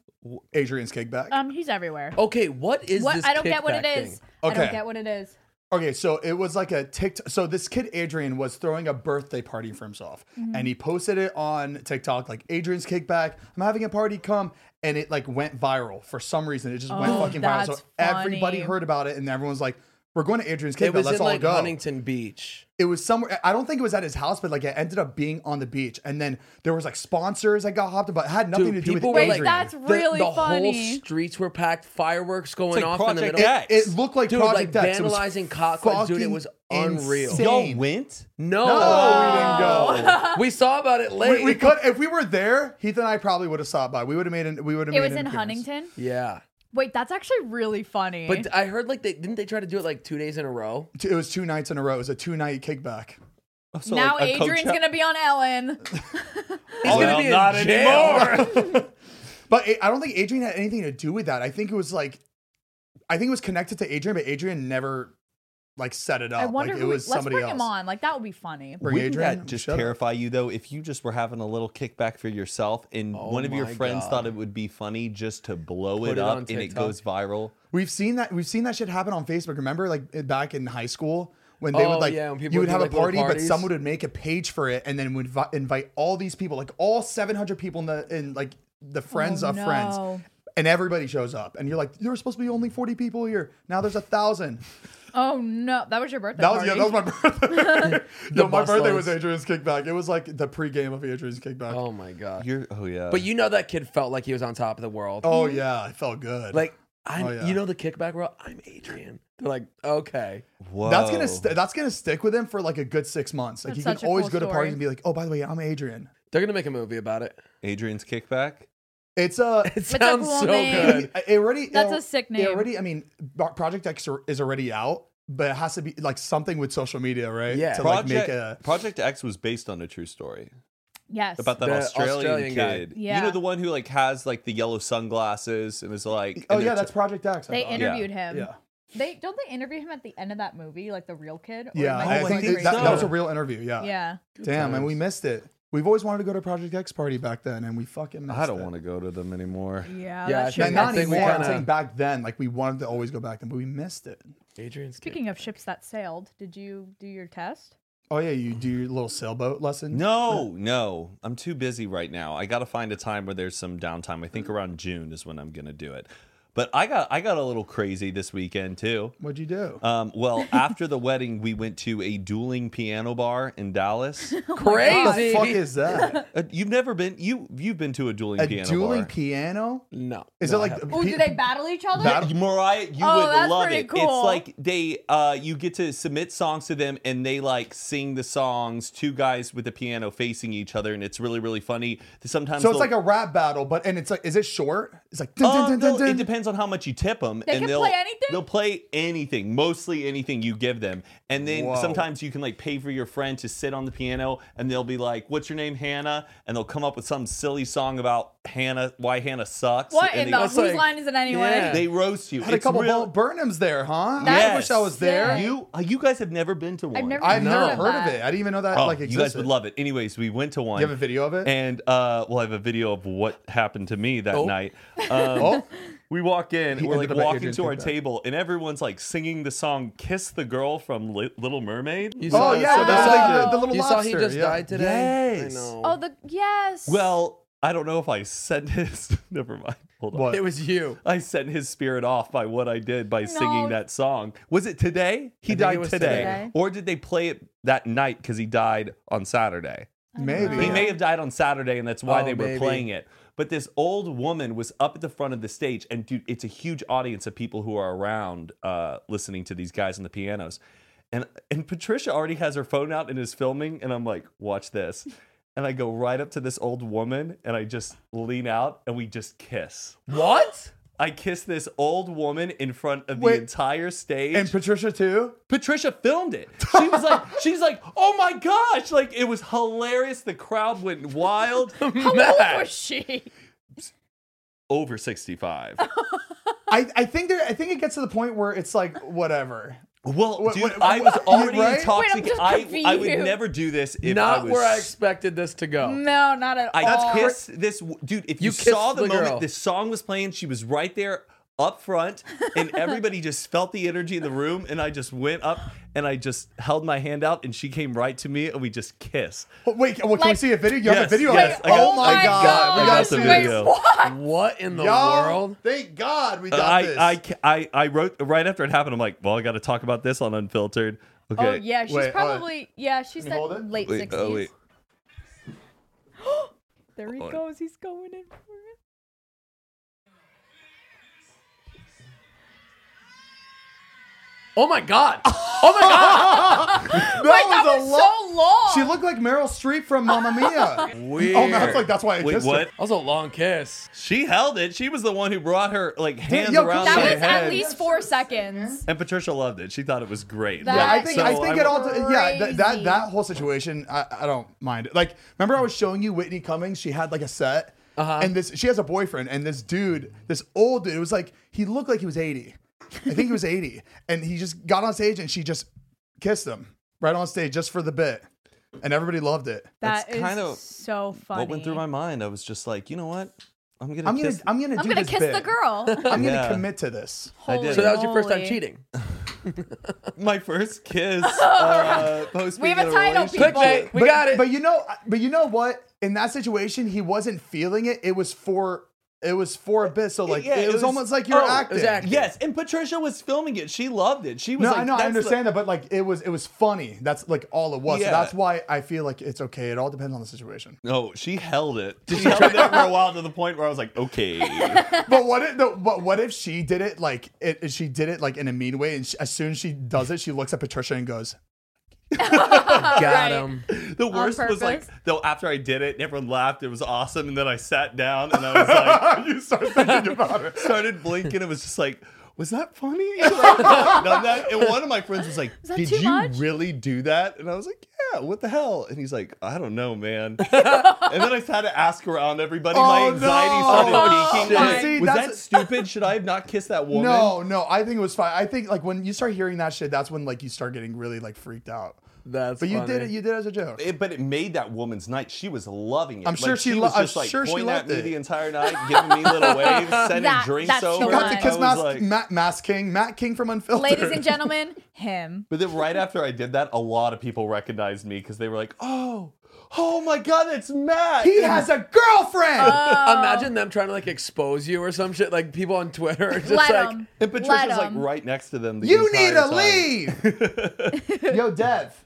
[SPEAKER 3] Adrian's kickback.
[SPEAKER 2] um he's everywhere.
[SPEAKER 4] Okay, what is
[SPEAKER 2] what
[SPEAKER 4] this?
[SPEAKER 2] I don't get what it
[SPEAKER 4] kickback
[SPEAKER 2] is.
[SPEAKER 4] thing?
[SPEAKER 2] I
[SPEAKER 3] Okay.
[SPEAKER 2] don't get what it is.
[SPEAKER 3] Okay, so it was like a TikTok. So this kid Adrian was throwing a birthday party for himself,
[SPEAKER 4] Mm-hmm.
[SPEAKER 3] and he posted it on TikTok like Adrian's kickback. I'm having a party, come, and it like went viral for some reason. It just went
[SPEAKER 2] Oh,
[SPEAKER 3] fucking viral. So
[SPEAKER 2] that's
[SPEAKER 3] everybody
[SPEAKER 2] funny.
[SPEAKER 3] heard about it, and everyone's like, "We're going to Adrian's
[SPEAKER 4] It
[SPEAKER 3] kickback.
[SPEAKER 4] was
[SPEAKER 3] Let's
[SPEAKER 4] in
[SPEAKER 3] all
[SPEAKER 4] like
[SPEAKER 3] go."
[SPEAKER 4] Huntington Beach.
[SPEAKER 3] It was somewhere. I don't think it was at his house, but like it ended up being on the beach, and then there was like sponsors that got hopped about. It had nothing
[SPEAKER 4] Dude,
[SPEAKER 3] to do with
[SPEAKER 4] people were like,
[SPEAKER 2] Wait,
[SPEAKER 3] Adrian.
[SPEAKER 2] that's
[SPEAKER 4] The-
[SPEAKER 2] really
[SPEAKER 4] the, whole
[SPEAKER 2] funny.
[SPEAKER 4] streets were packed, fireworks going
[SPEAKER 1] like
[SPEAKER 4] off in
[SPEAKER 1] Project
[SPEAKER 4] the middle.
[SPEAKER 1] X.
[SPEAKER 3] it looked like
[SPEAKER 4] Dude,
[SPEAKER 3] Project
[SPEAKER 4] like
[SPEAKER 3] X. It was
[SPEAKER 4] vandalizing cockfights. Dude, it was
[SPEAKER 3] fucking
[SPEAKER 4] unreal. Oh.
[SPEAKER 3] insane.
[SPEAKER 1] y'all went.
[SPEAKER 4] No,
[SPEAKER 3] No, we didn't go.
[SPEAKER 4] we saw about it
[SPEAKER 3] we,
[SPEAKER 4] later.
[SPEAKER 3] we could if we were there. Heath and I probably would have stopped by. We would have made an. We would have.
[SPEAKER 2] It
[SPEAKER 3] made
[SPEAKER 2] was
[SPEAKER 3] an
[SPEAKER 2] in
[SPEAKER 3] appearance.
[SPEAKER 2] Huntington.
[SPEAKER 4] yeah,
[SPEAKER 2] Wait, that's actually really funny.
[SPEAKER 4] but I heard like they didn't they try to do it like two days in a row.
[SPEAKER 3] T- It was two nights in a row. It was a two night kickback.
[SPEAKER 1] So
[SPEAKER 2] now
[SPEAKER 1] like, a
[SPEAKER 2] Adrian's
[SPEAKER 1] Coachella-
[SPEAKER 2] gonna be on Ellen.
[SPEAKER 4] He's
[SPEAKER 1] Well,
[SPEAKER 4] gonna be
[SPEAKER 1] not
[SPEAKER 4] in jail.
[SPEAKER 1] anymore.
[SPEAKER 3] But it, I don't think Adrian had anything to do with that. I think it was like, I think it was connected to Adrian, but Adrian never like set it up.
[SPEAKER 2] I wonder
[SPEAKER 3] Oh, like,
[SPEAKER 2] who.
[SPEAKER 3] it was
[SPEAKER 2] let's
[SPEAKER 3] somebody
[SPEAKER 2] bring
[SPEAKER 3] else.
[SPEAKER 2] him on. Like that would be funny.
[SPEAKER 3] Bring
[SPEAKER 1] Wouldn't
[SPEAKER 3] Adrian.
[SPEAKER 1] that just
[SPEAKER 3] Shut up.
[SPEAKER 1] terrify you though? If you just were having a little kickback for yourself, and
[SPEAKER 4] Oh
[SPEAKER 1] one of your
[SPEAKER 4] my
[SPEAKER 1] friends
[SPEAKER 4] God.
[SPEAKER 1] thought it would be funny just to blow
[SPEAKER 4] Put
[SPEAKER 1] it,
[SPEAKER 4] it
[SPEAKER 1] up,
[SPEAKER 4] on
[SPEAKER 1] and it
[SPEAKER 4] TikTok.
[SPEAKER 1] goes viral.
[SPEAKER 3] We've seen that. We've seen that shit happen on Facebook. Remember, like i- back in high school. When they
[SPEAKER 4] Oh,
[SPEAKER 3] would like,
[SPEAKER 4] yeah, when people
[SPEAKER 3] you
[SPEAKER 4] would
[SPEAKER 3] would
[SPEAKER 4] do,
[SPEAKER 3] have
[SPEAKER 4] like,
[SPEAKER 3] a
[SPEAKER 4] little
[SPEAKER 3] party, but
[SPEAKER 4] parties.
[SPEAKER 3] someone would make a page for it, and then would vi- invite all these people, like all 700 people in the in like the friends
[SPEAKER 2] Oh,
[SPEAKER 3] of friends,
[SPEAKER 2] no.
[SPEAKER 3] and everybody shows up, and you're like, there were supposed to be only 40 people here. Now there's a thousand.
[SPEAKER 2] Oh no, that was your birthday.
[SPEAKER 3] That was
[SPEAKER 2] party.
[SPEAKER 3] yeah, that was my birthday. no, my
[SPEAKER 4] bus
[SPEAKER 3] birthday
[SPEAKER 4] lines.
[SPEAKER 3] was Adrian's kickback. It was like the pregame of Adrian's kickback. Oh,
[SPEAKER 4] Oh my god!
[SPEAKER 1] You're oh yeah.
[SPEAKER 4] But you know that kid felt like he was on top of the world.
[SPEAKER 3] Oh, yeah, it felt good.
[SPEAKER 4] Like I'm,
[SPEAKER 3] Oh, yeah.
[SPEAKER 4] you know, the kickback world. I'm Adrian. They're like, okay,
[SPEAKER 1] Whoa.
[SPEAKER 3] that's gonna st- that's gonna stick with him for like a good six months. Like
[SPEAKER 2] That's
[SPEAKER 3] you can
[SPEAKER 2] such a
[SPEAKER 3] always
[SPEAKER 2] cool
[SPEAKER 3] go to
[SPEAKER 2] story.
[SPEAKER 3] parties and be like, oh, by the way, I'm Adrian.
[SPEAKER 4] they're gonna make a movie about it.
[SPEAKER 1] Adrian's kickback.
[SPEAKER 3] It's a.
[SPEAKER 4] It
[SPEAKER 2] a
[SPEAKER 4] sounds
[SPEAKER 2] cool
[SPEAKER 4] so
[SPEAKER 2] name.
[SPEAKER 4] good.
[SPEAKER 3] it already.
[SPEAKER 2] That's
[SPEAKER 3] it-
[SPEAKER 2] a sick
[SPEAKER 3] It
[SPEAKER 2] name.
[SPEAKER 3] already. I mean, Bar- Project X are- is already out, but it has to be like something with social media, right?
[SPEAKER 4] Yeah.
[SPEAKER 3] To
[SPEAKER 1] Project,
[SPEAKER 3] like make a.
[SPEAKER 1] Project X was based on a true story
[SPEAKER 2] Yes.
[SPEAKER 1] about that
[SPEAKER 4] The
[SPEAKER 1] Australian,
[SPEAKER 4] Australian guy.
[SPEAKER 1] kid.
[SPEAKER 2] Yeah.
[SPEAKER 1] You know the one who like has like the yellow sunglasses and is like.
[SPEAKER 3] Oh
[SPEAKER 1] and
[SPEAKER 3] yeah,
[SPEAKER 1] it's-
[SPEAKER 3] that's Project X. I
[SPEAKER 2] they
[SPEAKER 3] thought.
[SPEAKER 2] interviewed him.
[SPEAKER 3] Yeah.
[SPEAKER 2] They don't they interview him at the end of that movie, like the real kid. Or
[SPEAKER 3] Yeah,
[SPEAKER 2] am
[SPEAKER 3] I
[SPEAKER 2] going
[SPEAKER 3] think
[SPEAKER 2] crazy?
[SPEAKER 3] it- that, that was
[SPEAKER 4] so.
[SPEAKER 3] a real interview. Yeah.
[SPEAKER 2] yeah.
[SPEAKER 3] Damn, and we missed it. We've always wanted to go to Project X party back then, and we fucking. Missed
[SPEAKER 1] I don't
[SPEAKER 3] it.
[SPEAKER 1] want to go to them anymore.
[SPEAKER 2] Yeah.
[SPEAKER 4] Yeah,
[SPEAKER 2] that's
[SPEAKER 4] I think-
[SPEAKER 2] true.
[SPEAKER 3] And not
[SPEAKER 4] I think we
[SPEAKER 3] anymore. I'm
[SPEAKER 4] kinda-
[SPEAKER 3] saying back then, like we wanted to always go back then, but we missed it.
[SPEAKER 4] Adrian's
[SPEAKER 2] Speaking of ships that sailed, did you do your test?
[SPEAKER 3] Oh yeah, you do your little sailboat lesson.
[SPEAKER 1] No, no. I'm too busy right now. I got to find a time where there's some downtime. I think around June is when I'm going to do it. But I got I got a little crazy this weekend too.
[SPEAKER 3] What'd you do?
[SPEAKER 4] Uh,
[SPEAKER 1] Um, well, after the wedding, we went to a dueling piano bar in Dallas.
[SPEAKER 3] what
[SPEAKER 4] crazy.
[SPEAKER 3] the fuck is that?
[SPEAKER 1] Uh, you've never been you you've been to a dueling
[SPEAKER 3] a
[SPEAKER 1] piano
[SPEAKER 3] dueling
[SPEAKER 1] bar.
[SPEAKER 3] piano?
[SPEAKER 4] no.
[SPEAKER 3] Is
[SPEAKER 4] no,
[SPEAKER 3] it
[SPEAKER 4] I
[SPEAKER 3] like?
[SPEAKER 4] haven't.
[SPEAKER 2] Oh,
[SPEAKER 3] pi-
[SPEAKER 2] do they battle each other?
[SPEAKER 1] That- Mariah, you
[SPEAKER 2] Oh,
[SPEAKER 1] would
[SPEAKER 2] that's
[SPEAKER 1] love
[SPEAKER 2] pretty
[SPEAKER 1] it.
[SPEAKER 2] cool.
[SPEAKER 1] It's like they uh you get to submit songs to them and they like sing the songs, two guys with the piano facing each other, and it's really, really funny. Sometimes
[SPEAKER 3] So it's
[SPEAKER 1] they'll-
[SPEAKER 3] like a rap battle, but and it's like, is it short? It's like. Dun,
[SPEAKER 1] Uh,
[SPEAKER 3] dun, dun,
[SPEAKER 1] they'll-
[SPEAKER 3] dun,
[SPEAKER 1] It
[SPEAKER 3] dun.
[SPEAKER 1] depends on how much you tip them.
[SPEAKER 2] They
[SPEAKER 1] and
[SPEAKER 2] can
[SPEAKER 1] they'll,
[SPEAKER 2] play anything?
[SPEAKER 1] They'll play anything, mostly anything you give them. And then
[SPEAKER 3] Whoa.
[SPEAKER 1] sometimes you can like pay for your friend to sit on the piano and they'll be like, What's your name, Hannah? And they'll come up with some silly song about Hannah, why Hannah sucks.
[SPEAKER 2] What
[SPEAKER 1] and
[SPEAKER 2] in
[SPEAKER 1] they,
[SPEAKER 2] the
[SPEAKER 4] That's
[SPEAKER 2] whose
[SPEAKER 4] like-
[SPEAKER 2] line is it anyway?
[SPEAKER 4] Yeah.
[SPEAKER 1] they roast you.
[SPEAKER 3] Had a
[SPEAKER 1] It's
[SPEAKER 3] couple
[SPEAKER 1] real-
[SPEAKER 3] Bo Burnhams there, huh? I
[SPEAKER 1] Yes.
[SPEAKER 3] wish I was there.
[SPEAKER 2] Yeah.
[SPEAKER 1] You uh, you guys have never been to one.
[SPEAKER 2] I've never
[SPEAKER 3] I've
[SPEAKER 2] No.
[SPEAKER 3] never
[SPEAKER 2] Heard of
[SPEAKER 3] heard of
[SPEAKER 2] that.
[SPEAKER 3] it. I didn't even know that
[SPEAKER 1] Oh,
[SPEAKER 3] like
[SPEAKER 1] you
[SPEAKER 3] existed.
[SPEAKER 1] guys would love it. Anyways, we went to one.
[SPEAKER 3] You have a video of it?
[SPEAKER 1] And uh, well, I have a video of what happened to me that
[SPEAKER 4] Oh.
[SPEAKER 1] night. Um,
[SPEAKER 3] oh,
[SPEAKER 1] We walk in,
[SPEAKER 3] He
[SPEAKER 1] we're
[SPEAKER 3] ended
[SPEAKER 1] like
[SPEAKER 3] up at
[SPEAKER 1] walking
[SPEAKER 3] Adrian's
[SPEAKER 1] to our
[SPEAKER 3] Takeback.
[SPEAKER 1] table, and everyone's like singing the song "Kiss the Girl" from Li- Little Mermaid.
[SPEAKER 4] You
[SPEAKER 3] oh
[SPEAKER 4] saw-
[SPEAKER 3] yeah,
[SPEAKER 4] so
[SPEAKER 3] that's
[SPEAKER 4] that's
[SPEAKER 3] like
[SPEAKER 2] like-
[SPEAKER 3] the, the little
[SPEAKER 4] you saw
[SPEAKER 3] lobster.
[SPEAKER 4] he just
[SPEAKER 3] yeah.
[SPEAKER 4] died today.
[SPEAKER 1] Yes.
[SPEAKER 4] I know.
[SPEAKER 2] Oh, the yes.
[SPEAKER 1] Well, I don't know if I sent his. Never mind. Hold on.
[SPEAKER 3] What?
[SPEAKER 4] it was you.
[SPEAKER 1] I sent his spirit off by what I did by singing
[SPEAKER 2] No.
[SPEAKER 1] that song. Was it today? He
[SPEAKER 4] think it
[SPEAKER 1] died
[SPEAKER 4] was
[SPEAKER 1] today.
[SPEAKER 2] today.
[SPEAKER 1] Or did they play it that night because he died on Saturday?
[SPEAKER 3] Maybe.
[SPEAKER 1] He
[SPEAKER 3] Yeah.
[SPEAKER 1] may have died on Saturday, and that's why
[SPEAKER 4] Oh,
[SPEAKER 1] they were
[SPEAKER 4] maybe.
[SPEAKER 1] playing it. But this old woman was up at the front of the stage, and dude, it's a huge audience of people who are around uh, listening to these guys on the pianos. And and Patricia already has her phone out and is filming, and I'm like, watch this. And I go right up to this old woman, and I just lean out, and we just kiss.
[SPEAKER 4] What?
[SPEAKER 1] I kiss this old woman in front of
[SPEAKER 3] Wait.
[SPEAKER 1] the entire stage.
[SPEAKER 3] And Patricia too.
[SPEAKER 1] Patricia filmed it. She was like, she's like, oh my gosh! Like it was hilarious. The crowd went wild.
[SPEAKER 2] How old was she?
[SPEAKER 1] Over sixty-five.
[SPEAKER 3] I, I think there I think it gets to the point where it's like whatever.
[SPEAKER 1] Well,
[SPEAKER 3] Wait,
[SPEAKER 1] dude,
[SPEAKER 3] wait,
[SPEAKER 1] I was
[SPEAKER 3] what?
[SPEAKER 1] already
[SPEAKER 3] Right?
[SPEAKER 1] intoxicated.
[SPEAKER 2] Wait, I'm just
[SPEAKER 1] I, I would
[SPEAKER 2] confused.
[SPEAKER 1] never do this if I
[SPEAKER 4] Not
[SPEAKER 1] was.
[SPEAKER 4] where I expected this to go.
[SPEAKER 2] No, not at
[SPEAKER 1] I
[SPEAKER 2] all.
[SPEAKER 1] kissed this w- dude. If you,
[SPEAKER 4] You
[SPEAKER 1] saw
[SPEAKER 4] kissed
[SPEAKER 1] the,
[SPEAKER 4] the
[SPEAKER 1] moment
[SPEAKER 4] girl.
[SPEAKER 1] this song was playing, she was right there up front, and everybody just felt the energy in the room. And I just went up and I just held my hand out, and she came right to me, and we just kissed.
[SPEAKER 3] Oh, wait, well, can we
[SPEAKER 2] Like-
[SPEAKER 3] see a video? You have a
[SPEAKER 1] Yes,
[SPEAKER 3] video
[SPEAKER 1] yes,
[SPEAKER 3] of it.
[SPEAKER 1] I got-
[SPEAKER 3] oh my
[SPEAKER 1] I
[SPEAKER 3] god,
[SPEAKER 1] got-
[SPEAKER 3] we
[SPEAKER 1] I
[SPEAKER 3] gotta
[SPEAKER 1] got
[SPEAKER 3] see
[SPEAKER 1] the
[SPEAKER 3] this.
[SPEAKER 1] video.
[SPEAKER 4] What in the
[SPEAKER 3] Y'all,
[SPEAKER 4] world?
[SPEAKER 3] Thank God we got this.
[SPEAKER 1] Uh, I, I ca- I I wrote right after it happened. I'm like, well, I got to talk about this on Unfiltered. Okay.
[SPEAKER 2] Oh yeah, she's
[SPEAKER 3] Wait, uh,
[SPEAKER 2] probably yeah, she's
[SPEAKER 3] you hold it?
[SPEAKER 2] that late
[SPEAKER 1] Wait,
[SPEAKER 2] sixties.
[SPEAKER 1] oh, wait.
[SPEAKER 2] There he
[SPEAKER 1] Hold on.
[SPEAKER 2] goes. He's going in for it.
[SPEAKER 4] Oh my god. Oh my god.
[SPEAKER 3] that
[SPEAKER 2] that
[SPEAKER 3] was a
[SPEAKER 2] was
[SPEAKER 3] lo-
[SPEAKER 2] so long.
[SPEAKER 3] She looked like Meryl Streep from Mamma Mia.
[SPEAKER 4] Weird.
[SPEAKER 3] Oh, that's like that's why I
[SPEAKER 1] Wait,
[SPEAKER 3] kissed
[SPEAKER 1] what?
[SPEAKER 3] her.
[SPEAKER 4] That was a long kiss.
[SPEAKER 1] She held it. She was the one who brought her like hands
[SPEAKER 3] yo,
[SPEAKER 1] around
[SPEAKER 3] come
[SPEAKER 2] that
[SPEAKER 3] on.
[SPEAKER 1] her
[SPEAKER 3] She
[SPEAKER 2] was
[SPEAKER 1] head.
[SPEAKER 2] at least four seconds.
[SPEAKER 1] And Patricia loved it. She thought it was great.
[SPEAKER 2] That-
[SPEAKER 3] Yeah, I
[SPEAKER 2] That's
[SPEAKER 3] think I think
[SPEAKER 1] I'm-
[SPEAKER 3] it all. Yeah, that, that
[SPEAKER 2] crazy.
[SPEAKER 3] that whole situation, I, I don't mind. it. Like, remember I was showing you Whitney Cummings. She had like a set,
[SPEAKER 4] Uh-huh.
[SPEAKER 3] and this she has a boyfriend, and this dude, this old dude, it was like he looked like he was eighty. I think he was eighty, and he just got on stage and she just kissed him right on stage just for the bit, and everybody loved it.
[SPEAKER 2] That
[SPEAKER 1] That's
[SPEAKER 2] is
[SPEAKER 1] kind of
[SPEAKER 2] so funny.
[SPEAKER 1] What went through my mind? I was just like, you know what? I'm gonna
[SPEAKER 3] I'm gonna
[SPEAKER 1] kiss.
[SPEAKER 3] I'm gonna
[SPEAKER 2] I'm
[SPEAKER 3] do
[SPEAKER 2] gonna
[SPEAKER 3] this
[SPEAKER 2] kiss
[SPEAKER 3] bit.
[SPEAKER 2] the girl.
[SPEAKER 3] I'm gonna
[SPEAKER 1] Yeah.
[SPEAKER 3] commit to this.
[SPEAKER 1] I did.
[SPEAKER 4] So that was your first time
[SPEAKER 2] moly.
[SPEAKER 4] cheating.
[SPEAKER 1] my first kiss. uh, post
[SPEAKER 2] We have
[SPEAKER 1] being
[SPEAKER 2] a
[SPEAKER 1] in
[SPEAKER 2] title,
[SPEAKER 1] relationship.
[SPEAKER 2] people.
[SPEAKER 4] Clickbait. We
[SPEAKER 3] but,
[SPEAKER 4] got it.
[SPEAKER 3] But you know, but you know what? In that situation, he wasn't feeling it. It was for it was for a bit. So like
[SPEAKER 1] Yeah,
[SPEAKER 3] it,
[SPEAKER 1] it
[SPEAKER 3] was,
[SPEAKER 1] was-
[SPEAKER 3] almost like
[SPEAKER 1] oh,
[SPEAKER 3] you're
[SPEAKER 1] it was
[SPEAKER 3] acting.
[SPEAKER 4] acting.
[SPEAKER 1] Yes, and Patricia was filming it. She loved it. She was
[SPEAKER 3] No,
[SPEAKER 1] like,
[SPEAKER 3] I know, I
[SPEAKER 1] that's
[SPEAKER 3] understand
[SPEAKER 1] the-
[SPEAKER 3] that, but like it was it was funny. That's like all it was. So
[SPEAKER 1] Yeah.
[SPEAKER 3] that's why I feel like it's okay. It all depends on the situation.
[SPEAKER 1] No, she held it. She held it there for a while to the point where I was like, okay.
[SPEAKER 3] but what if no, but what if she did it like it, she did it like in a mean way and she, as soon as she does it, she looks at Patricia and goes,
[SPEAKER 4] Got
[SPEAKER 2] Right.
[SPEAKER 4] him.
[SPEAKER 1] The worst was like,
[SPEAKER 2] purpose.
[SPEAKER 1] though, after I did it, and everyone laughed. It was awesome. And then I sat down and I was
[SPEAKER 3] "Ah,
[SPEAKER 1] like, you start thinking about it. Started blinking. It was just like, was that funny? Like, done that? And one of my friends was like,
[SPEAKER 2] that
[SPEAKER 1] did
[SPEAKER 2] too
[SPEAKER 1] you
[SPEAKER 2] much?"
[SPEAKER 1] really do that? And I was like, yeah, what the hell? And he's like, I don't know, man. and then I had to ask around everybody. my
[SPEAKER 3] Oh,
[SPEAKER 1] anxiety
[SPEAKER 3] no.
[SPEAKER 1] started peaking.
[SPEAKER 2] Oh,
[SPEAKER 1] Like,
[SPEAKER 3] See,
[SPEAKER 1] was
[SPEAKER 3] that's-
[SPEAKER 1] that stupid? Should I have not kissed that woman?
[SPEAKER 3] No, no, I think it was fine. I think like when you start hearing that shit, that's when like you start getting really like freaked out.
[SPEAKER 4] That's
[SPEAKER 3] But you did
[SPEAKER 4] funny.
[SPEAKER 3] it. You did it as a joke.
[SPEAKER 1] It, but it made that woman's night. She was loving it.
[SPEAKER 3] I'm sure
[SPEAKER 1] Like,
[SPEAKER 3] she
[SPEAKER 1] she
[SPEAKER 3] lo-
[SPEAKER 1] was
[SPEAKER 3] I'm
[SPEAKER 1] just like
[SPEAKER 3] sure she
[SPEAKER 1] pointing at
[SPEAKER 3] loved
[SPEAKER 1] me
[SPEAKER 3] it.
[SPEAKER 1] the entire night, giving me little waves, sending
[SPEAKER 2] That-
[SPEAKER 1] drinks
[SPEAKER 2] that's the
[SPEAKER 1] over.
[SPEAKER 3] You
[SPEAKER 2] one.
[SPEAKER 3] got to
[SPEAKER 2] Right.
[SPEAKER 3] kiss
[SPEAKER 1] I was
[SPEAKER 3] Mask,
[SPEAKER 1] like-
[SPEAKER 3] Ma- Mask King, Matt King from Unfiltered.
[SPEAKER 2] Ladies and gentlemen, him.
[SPEAKER 1] but then right after I did that, a lot of people recognized me because they were like, "Oh, oh my God, it's Matt."
[SPEAKER 3] he has a girlfriend.
[SPEAKER 2] Uh,
[SPEAKER 4] Imagine them trying to like expose you or some shit. Like people on Twitter are just
[SPEAKER 2] Let
[SPEAKER 4] like,
[SPEAKER 2] him.
[SPEAKER 1] and
[SPEAKER 2] Let
[SPEAKER 1] Patricia's like
[SPEAKER 2] him.
[SPEAKER 1] right next to them. the
[SPEAKER 3] you need to
[SPEAKER 1] entire time.
[SPEAKER 3] leave. Yo, Dev,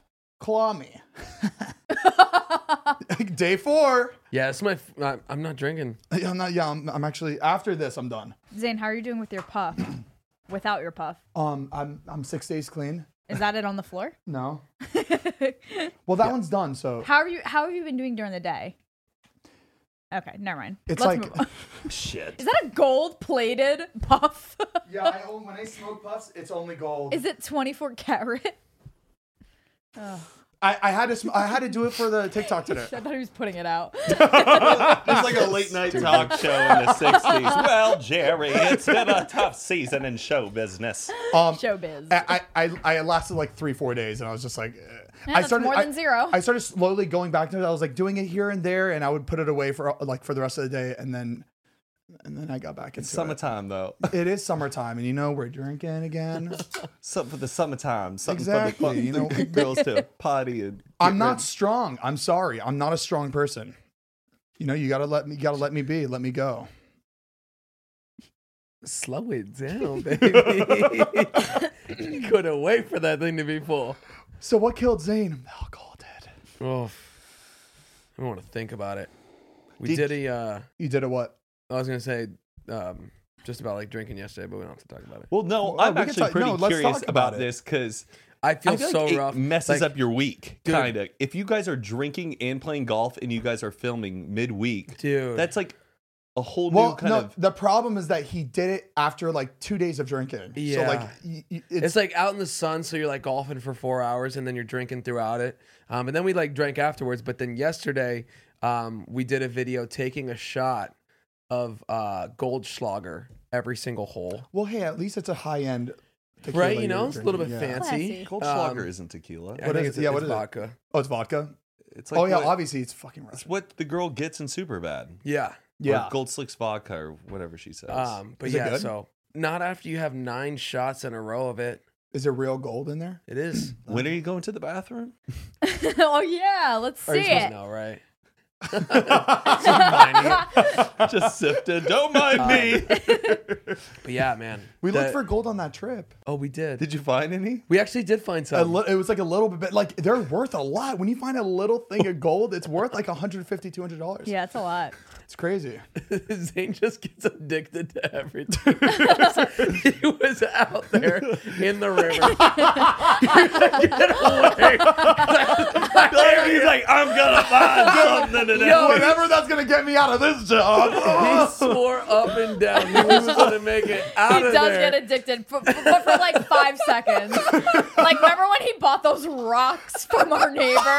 [SPEAKER 3] claw me. Day four.
[SPEAKER 4] yeah, it's my. F- I- I'm not drinking.
[SPEAKER 3] I'm not. Yeah, I'm, I'm actually after this. I'm done.
[SPEAKER 2] Zane, how are you doing with your puff? Without your puff.
[SPEAKER 3] Um, I'm I'm six days clean.
[SPEAKER 2] Is that it on the floor?
[SPEAKER 3] No. well, that one's done. So
[SPEAKER 2] How are you how have you been doing during the day? Okay, never mind.
[SPEAKER 3] it's
[SPEAKER 2] Let's move on.
[SPEAKER 3] like shit.
[SPEAKER 2] Is that a gold plated puff?
[SPEAKER 3] Yeah, I, own- when I smoke puffs, it's only gold.
[SPEAKER 2] Is it 24 carat?
[SPEAKER 3] I, I had to sm- I had to do it for the TikTok today.
[SPEAKER 2] I thought he was putting it out.
[SPEAKER 1] It's like a late night talk show in the '60s. Well, Jerry, it's been a tough season in show business.
[SPEAKER 3] Um,
[SPEAKER 2] Showbiz.
[SPEAKER 3] I, I I I lasted like three four days, and I was just like, eh. I
[SPEAKER 2] that's
[SPEAKER 3] started
[SPEAKER 2] more
[SPEAKER 3] I-
[SPEAKER 2] than zero.
[SPEAKER 3] I started slowly going back to it. I was like doing it here and there, and I would put it away for like for the rest of the day, and then and then I got back into it.
[SPEAKER 1] Summertime though,
[SPEAKER 3] It is summertime, and you know we're drinking again.
[SPEAKER 1] something for the summertime, something for the,
[SPEAKER 3] Exactly, you know.
[SPEAKER 1] the girls to party and.
[SPEAKER 3] I'm not strong. I'm sorry. I'm not a strong person. You know, you gotta let me. You gotta let me be. Let me go.
[SPEAKER 4] Slow it down, baby. you couldn't wait for that thing to be full.
[SPEAKER 3] So what killed Zane? Alcohol did.
[SPEAKER 4] Oh, I don't want to think about it. We
[SPEAKER 1] Did-
[SPEAKER 4] did, a. Uh,
[SPEAKER 3] You did a what?
[SPEAKER 4] I was gonna say um, just about like drinking yesterday, but we don't have to talk about it.
[SPEAKER 1] Well, no,
[SPEAKER 3] Well,
[SPEAKER 1] I'm
[SPEAKER 3] we can
[SPEAKER 1] actually
[SPEAKER 3] talk-
[SPEAKER 1] pretty
[SPEAKER 3] no, let's
[SPEAKER 1] curious about,
[SPEAKER 3] talk about it.
[SPEAKER 1] this because
[SPEAKER 4] I feel,
[SPEAKER 1] I feel
[SPEAKER 4] so
[SPEAKER 1] like
[SPEAKER 4] rough.
[SPEAKER 1] it messes
[SPEAKER 4] Like,
[SPEAKER 1] up your week,
[SPEAKER 4] Dude.
[SPEAKER 1] kind of. If you guys are drinking and playing golf and you guys are filming midweek,
[SPEAKER 4] Dude.
[SPEAKER 1] that's like a whole new
[SPEAKER 3] Well,
[SPEAKER 1] kind
[SPEAKER 3] no.
[SPEAKER 1] of.
[SPEAKER 3] The problem is that he did it after like two days of drinking. So
[SPEAKER 4] Yeah.
[SPEAKER 3] like, y- y- it's,
[SPEAKER 4] It's like out in the sun, so you're like golfing for four hours, and then you're drinking throughout it. Um, and then we like drank afterwards. But then yesterday, um, we did a video taking a shot of uh, Goldschlager every single hole.
[SPEAKER 3] well, hey, at least it's a high end.
[SPEAKER 4] Right, you know, it's a little bit fancy.
[SPEAKER 2] Classy.
[SPEAKER 1] Goldschlager
[SPEAKER 4] um,
[SPEAKER 1] isn't tequila.
[SPEAKER 4] I
[SPEAKER 3] What
[SPEAKER 4] think
[SPEAKER 3] is it?
[SPEAKER 4] it's,
[SPEAKER 3] Yeah,
[SPEAKER 4] yeah,
[SPEAKER 3] what
[SPEAKER 4] it's
[SPEAKER 3] is it?
[SPEAKER 4] vodka.
[SPEAKER 3] Oh, it's vodka.
[SPEAKER 1] It's like
[SPEAKER 3] oh yeah,
[SPEAKER 1] what,
[SPEAKER 3] obviously it's fucking
[SPEAKER 1] it's
[SPEAKER 3] Russian.
[SPEAKER 1] what the girl gets in Superbad.
[SPEAKER 4] Yeah.
[SPEAKER 3] Yeah.
[SPEAKER 1] Or Gold Slicks vodka or whatever she says.
[SPEAKER 4] Um, but
[SPEAKER 3] Is it
[SPEAKER 4] yeah,
[SPEAKER 3] good?
[SPEAKER 4] so not after you have nine shots in a row of it.
[SPEAKER 3] Is there real gold in there?
[SPEAKER 4] It is.
[SPEAKER 1] when are you going to the bathroom?
[SPEAKER 2] oh yeah, let's
[SPEAKER 4] Or
[SPEAKER 2] see
[SPEAKER 4] you're supposed to
[SPEAKER 2] it.
[SPEAKER 4] know, right?
[SPEAKER 1] Just sifted. Don't mind me.
[SPEAKER 4] But yeah, man.
[SPEAKER 3] We
[SPEAKER 4] that-
[SPEAKER 3] looked for gold on that trip.
[SPEAKER 4] Oh, we did.
[SPEAKER 1] Did you find any?
[SPEAKER 4] we actually did find
[SPEAKER 3] A
[SPEAKER 4] some.
[SPEAKER 3] li- it was like a little bit, like they're worth a lot. When you find a little thing of gold, it's worth like 150 dollars.
[SPEAKER 2] Yeah, it's a lot.
[SPEAKER 3] it's crazy.
[SPEAKER 4] Zane just gets addicted to everything. he was out there in the river.
[SPEAKER 1] He's like, I'm gonna find something today.
[SPEAKER 4] Yo,
[SPEAKER 3] Whatever that's gonna get me out of this job.
[SPEAKER 4] he swore up and down he was gonna make it out
[SPEAKER 2] He
[SPEAKER 4] of
[SPEAKER 2] does
[SPEAKER 4] there.
[SPEAKER 2] get addicted, but, but but for like five seconds. Like, remember when he bought those rocks from our neighbor?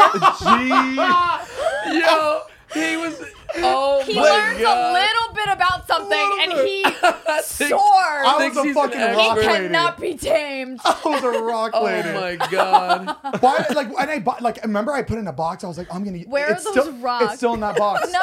[SPEAKER 4] Yo, he was. Oh
[SPEAKER 2] He
[SPEAKER 4] my
[SPEAKER 2] learns
[SPEAKER 4] god.
[SPEAKER 2] a little bit about something, and he
[SPEAKER 4] think-
[SPEAKER 3] I
[SPEAKER 2] soars.
[SPEAKER 3] was
[SPEAKER 4] Thinks
[SPEAKER 3] a
[SPEAKER 4] he's an
[SPEAKER 3] fucking rock
[SPEAKER 4] expert.
[SPEAKER 2] He
[SPEAKER 3] lady.
[SPEAKER 2] cannot be tamed.
[SPEAKER 3] I was a rock lady.
[SPEAKER 4] Oh my god.
[SPEAKER 3] Why? Like, and I bought. Like, remember I put it in a box. I was like, I'm gonna.
[SPEAKER 2] Where are
[SPEAKER 3] it's
[SPEAKER 2] those
[SPEAKER 3] still,
[SPEAKER 2] rocks?
[SPEAKER 3] It's still in that box.
[SPEAKER 2] No,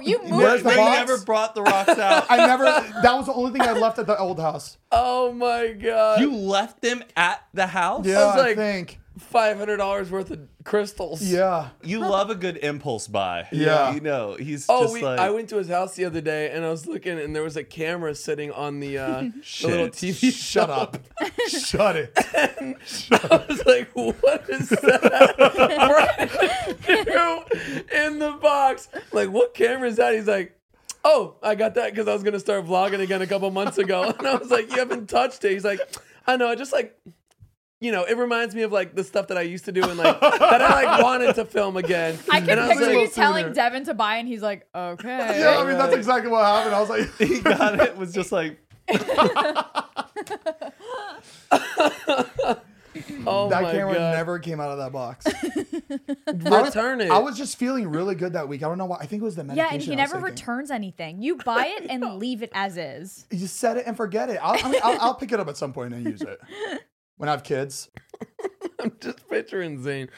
[SPEAKER 2] you moved.
[SPEAKER 3] Where's the
[SPEAKER 1] They
[SPEAKER 3] box?
[SPEAKER 1] never brought the rocks out.
[SPEAKER 3] I never. That was the only thing I left at the old house.
[SPEAKER 4] Oh my god.
[SPEAKER 1] You left them at the house?
[SPEAKER 3] Yeah, I,
[SPEAKER 4] was like-
[SPEAKER 3] think.
[SPEAKER 4] Five hundred dollars worth of crystals.
[SPEAKER 3] Yeah.
[SPEAKER 1] You love a good impulse buy.
[SPEAKER 3] Yeah.
[SPEAKER 1] You know, he's
[SPEAKER 4] Oh,
[SPEAKER 1] just
[SPEAKER 4] we,
[SPEAKER 1] like,
[SPEAKER 4] I went to his house the other day and I was looking, and there was a camera sitting on the, uh, the little
[SPEAKER 1] Shit.
[SPEAKER 4] TV.
[SPEAKER 3] Shut up. Shut it.
[SPEAKER 4] I was like, what is that? Brand new in the box. Like, what camera is that? He's like, oh, I got that because I was going to start vlogging again a couple months ago. And I was like, you haven't touched it. He's like, I know. I just like you know, it reminds me of like the stuff that I used to do and like that I like wanted to film again.
[SPEAKER 2] I can
[SPEAKER 4] and was
[SPEAKER 2] picture you
[SPEAKER 4] like,
[SPEAKER 2] telling Devin to buy, and he's like, okay.
[SPEAKER 3] Yeah, I mean that's exactly what happened. I was like,
[SPEAKER 1] he got it. Was just like
[SPEAKER 4] oh
[SPEAKER 3] that
[SPEAKER 4] my
[SPEAKER 3] camera
[SPEAKER 4] God.
[SPEAKER 3] never came out of that box.
[SPEAKER 4] return it.
[SPEAKER 3] I was just feeling really good that week. I don't know why. I think it was the medication.
[SPEAKER 2] Yeah, and he
[SPEAKER 3] I was
[SPEAKER 2] never
[SPEAKER 3] taking.
[SPEAKER 2] returns anything. You buy it and leave it as is.
[SPEAKER 3] You set it and forget it. I'll, I mean, I'll, I'll pick it up at some point and use it when I have kids.
[SPEAKER 4] I'm just picturing Zane.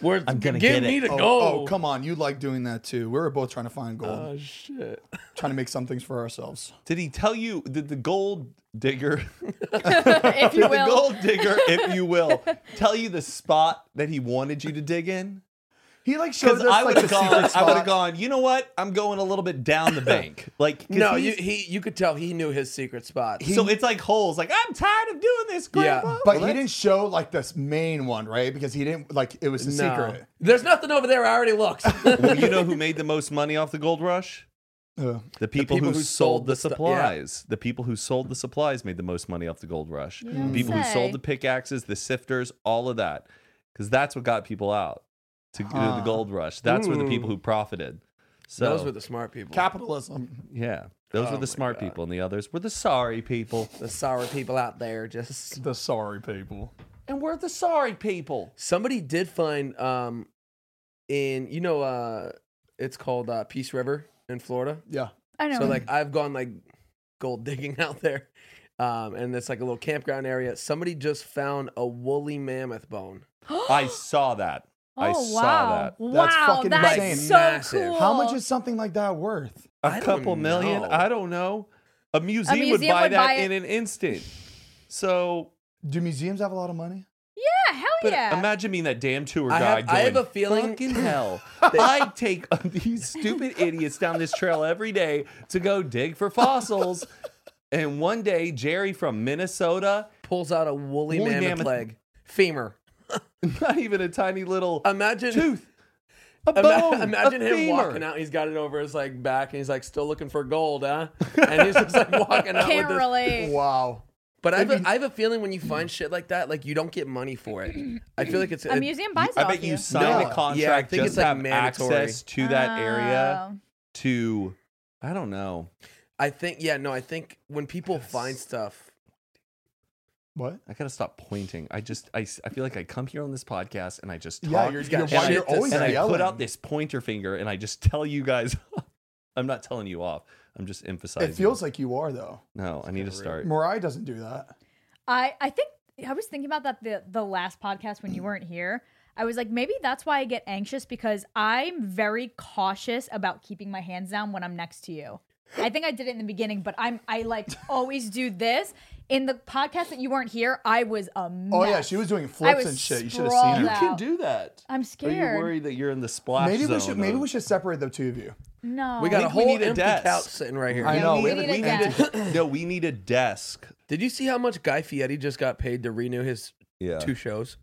[SPEAKER 4] Where I'm
[SPEAKER 1] gonna
[SPEAKER 4] give
[SPEAKER 1] get
[SPEAKER 4] me
[SPEAKER 1] it.
[SPEAKER 4] the
[SPEAKER 3] Oh,
[SPEAKER 4] goal.
[SPEAKER 3] oh, come on! You like doing that too. We were both trying to find gold,
[SPEAKER 4] Oh, shit.
[SPEAKER 3] trying to make some things for ourselves.
[SPEAKER 1] Did he tell you did the gold digger
[SPEAKER 2] if
[SPEAKER 1] did
[SPEAKER 2] you
[SPEAKER 1] the
[SPEAKER 2] will.
[SPEAKER 1] gold digger, if you will, tell you the spot that he wanted you to dig in?
[SPEAKER 3] He like shows
[SPEAKER 1] Because
[SPEAKER 3] us
[SPEAKER 1] I
[SPEAKER 3] like
[SPEAKER 1] would have
[SPEAKER 3] the
[SPEAKER 1] gone,
[SPEAKER 3] secret
[SPEAKER 1] I would have
[SPEAKER 3] spot.
[SPEAKER 1] gone, you know what? I'm going a little bit down the bank. Like 'cause
[SPEAKER 4] No, you,
[SPEAKER 1] he's-
[SPEAKER 4] he you could tell he knew his secret spot.
[SPEAKER 1] so it's like holes. Like, I'm tired of doing this,
[SPEAKER 4] Yeah,
[SPEAKER 1] grandpa.
[SPEAKER 3] But
[SPEAKER 1] Well,
[SPEAKER 3] he
[SPEAKER 1] that's-
[SPEAKER 3] didn't show like this main one, right? Because he didn't like it was a
[SPEAKER 4] No.
[SPEAKER 3] secret.
[SPEAKER 4] There's nothing over there. I already looked.
[SPEAKER 1] Well, you know who made the most money off the gold rush?
[SPEAKER 3] Uh,
[SPEAKER 1] The people,
[SPEAKER 4] people
[SPEAKER 1] who,
[SPEAKER 4] who
[SPEAKER 1] sold
[SPEAKER 4] sold
[SPEAKER 1] the
[SPEAKER 4] the stu- yeah.
[SPEAKER 1] supplies. The people who sold the supplies made the most money off the gold rush.
[SPEAKER 2] You
[SPEAKER 3] don't
[SPEAKER 1] The people who
[SPEAKER 2] say.
[SPEAKER 1] sold the pickaxes, the sifters, all of that. Because that's what got people out to do the
[SPEAKER 3] Huh.
[SPEAKER 1] gold rush. That's where the people who profited. So
[SPEAKER 4] Those were the smart people.
[SPEAKER 3] capitalism.
[SPEAKER 1] yeah, those
[SPEAKER 4] Oh
[SPEAKER 1] were
[SPEAKER 4] my
[SPEAKER 1] the smart
[SPEAKER 4] God.
[SPEAKER 1] people, and the others were the sorry people.
[SPEAKER 4] the sour people out there. Just
[SPEAKER 3] The sorry people.
[SPEAKER 1] And we're the sorry people.
[SPEAKER 4] somebody did find um, in you know uh, it's called uh, Peace River in Florida.
[SPEAKER 3] Yeah.
[SPEAKER 2] I know.
[SPEAKER 4] So like I've gone like gold digging out there, um, and it's like a little campground area. Somebody just found a woolly mammoth bone.
[SPEAKER 1] I saw that. I
[SPEAKER 2] oh
[SPEAKER 1] saw
[SPEAKER 2] wow!
[SPEAKER 1] that.
[SPEAKER 3] That's
[SPEAKER 2] wow,
[SPEAKER 3] fucking
[SPEAKER 2] that's
[SPEAKER 3] insane.
[SPEAKER 2] so
[SPEAKER 4] Massive.
[SPEAKER 2] cool.
[SPEAKER 3] How much is something like that worth?
[SPEAKER 1] A
[SPEAKER 4] I don't
[SPEAKER 1] couple million?
[SPEAKER 4] know.
[SPEAKER 1] I don't know. A museum, would
[SPEAKER 2] museum
[SPEAKER 1] buy
[SPEAKER 2] would
[SPEAKER 1] that
[SPEAKER 2] buy it-
[SPEAKER 1] in an instant. So
[SPEAKER 3] Do museums have a lot of money?
[SPEAKER 2] Yeah, hell
[SPEAKER 1] But
[SPEAKER 2] yeah!
[SPEAKER 1] imagine being that damn tour
[SPEAKER 4] I
[SPEAKER 1] guide
[SPEAKER 4] have-
[SPEAKER 1] going,
[SPEAKER 4] I have a feeling-
[SPEAKER 1] fucking hell. I take these stupid idiots down this trail every day to go dig for fossils. and one day, Jerry from Minnesota,
[SPEAKER 4] Pulls out a woolly,
[SPEAKER 1] Woolly
[SPEAKER 4] mammoth,
[SPEAKER 1] mammoth.
[SPEAKER 4] leg, femur.
[SPEAKER 1] not even a tiny little
[SPEAKER 4] Imagine
[SPEAKER 1] tooth, a
[SPEAKER 4] Ima-
[SPEAKER 1] bone,
[SPEAKER 4] imagine
[SPEAKER 1] a
[SPEAKER 4] him
[SPEAKER 1] femur.
[SPEAKER 4] walking out. He's got it over his like back, and he's like still looking for gold, huh? And he's just like walking out. with
[SPEAKER 2] Can't
[SPEAKER 4] this.
[SPEAKER 2] relate.
[SPEAKER 3] Wow.
[SPEAKER 4] But I have, a, I have a feeling when you find shit like that, like you don't get money for it. I feel like it's
[SPEAKER 2] A museum buys it
[SPEAKER 1] I
[SPEAKER 2] off
[SPEAKER 1] bet you
[SPEAKER 2] you.
[SPEAKER 1] signed
[SPEAKER 3] Yeah,
[SPEAKER 1] a
[SPEAKER 3] I
[SPEAKER 1] contract
[SPEAKER 4] think
[SPEAKER 1] just
[SPEAKER 4] it's,
[SPEAKER 1] to
[SPEAKER 4] like,
[SPEAKER 1] have
[SPEAKER 4] mandatory.
[SPEAKER 1] access to that area
[SPEAKER 2] Oh.
[SPEAKER 1] to, I don't know.
[SPEAKER 4] I think yeah, no, I think when people find stuff,
[SPEAKER 3] What?
[SPEAKER 1] I gotta stop pointing. I just, I, s- I feel like I come here on this podcast and I just talk.
[SPEAKER 3] Yeah, you're,
[SPEAKER 4] got
[SPEAKER 3] you're,
[SPEAKER 4] shit
[SPEAKER 3] why you're
[SPEAKER 4] to
[SPEAKER 3] always
[SPEAKER 1] and I
[SPEAKER 4] say.
[SPEAKER 3] yelling.
[SPEAKER 1] put out this pointer finger and I just tell you guys I'm not telling you off. I'm just emphasizing.
[SPEAKER 3] It feels like you are though.
[SPEAKER 1] no, I need to start.
[SPEAKER 3] Mariah doesn't do that.
[SPEAKER 2] I I think I was thinking about that the the last podcast when you weren't here. I was like, maybe that's why I get anxious because I'm very cautious about keeping my hands down when I'm next to you. I think I did it in the beginning, but I'm I like always do this. In the podcast that you weren't here, I was a mess.
[SPEAKER 3] Oh yeah, she was doing flips
[SPEAKER 2] was
[SPEAKER 3] and shit. You should have seen
[SPEAKER 2] sprawled
[SPEAKER 3] her.
[SPEAKER 2] out. can
[SPEAKER 1] do that.
[SPEAKER 2] I'm
[SPEAKER 1] Are
[SPEAKER 2] scared.
[SPEAKER 1] you worried that you're in the splash
[SPEAKER 3] Maybe
[SPEAKER 1] zone?
[SPEAKER 3] we should maybe
[SPEAKER 1] of-
[SPEAKER 3] we should separate the two of you.
[SPEAKER 2] No.
[SPEAKER 4] we got a
[SPEAKER 1] think we
[SPEAKER 4] whole
[SPEAKER 1] need a
[SPEAKER 4] empty
[SPEAKER 1] desk.
[SPEAKER 4] couch sitting right here.
[SPEAKER 3] I know.
[SPEAKER 1] We,
[SPEAKER 3] we
[SPEAKER 1] need,
[SPEAKER 3] haven't-
[SPEAKER 1] we
[SPEAKER 2] a
[SPEAKER 1] need a no. We need a desk.
[SPEAKER 4] Did you see how much Guy Fieri just got paid to renew his
[SPEAKER 1] Yeah,
[SPEAKER 4] two shows?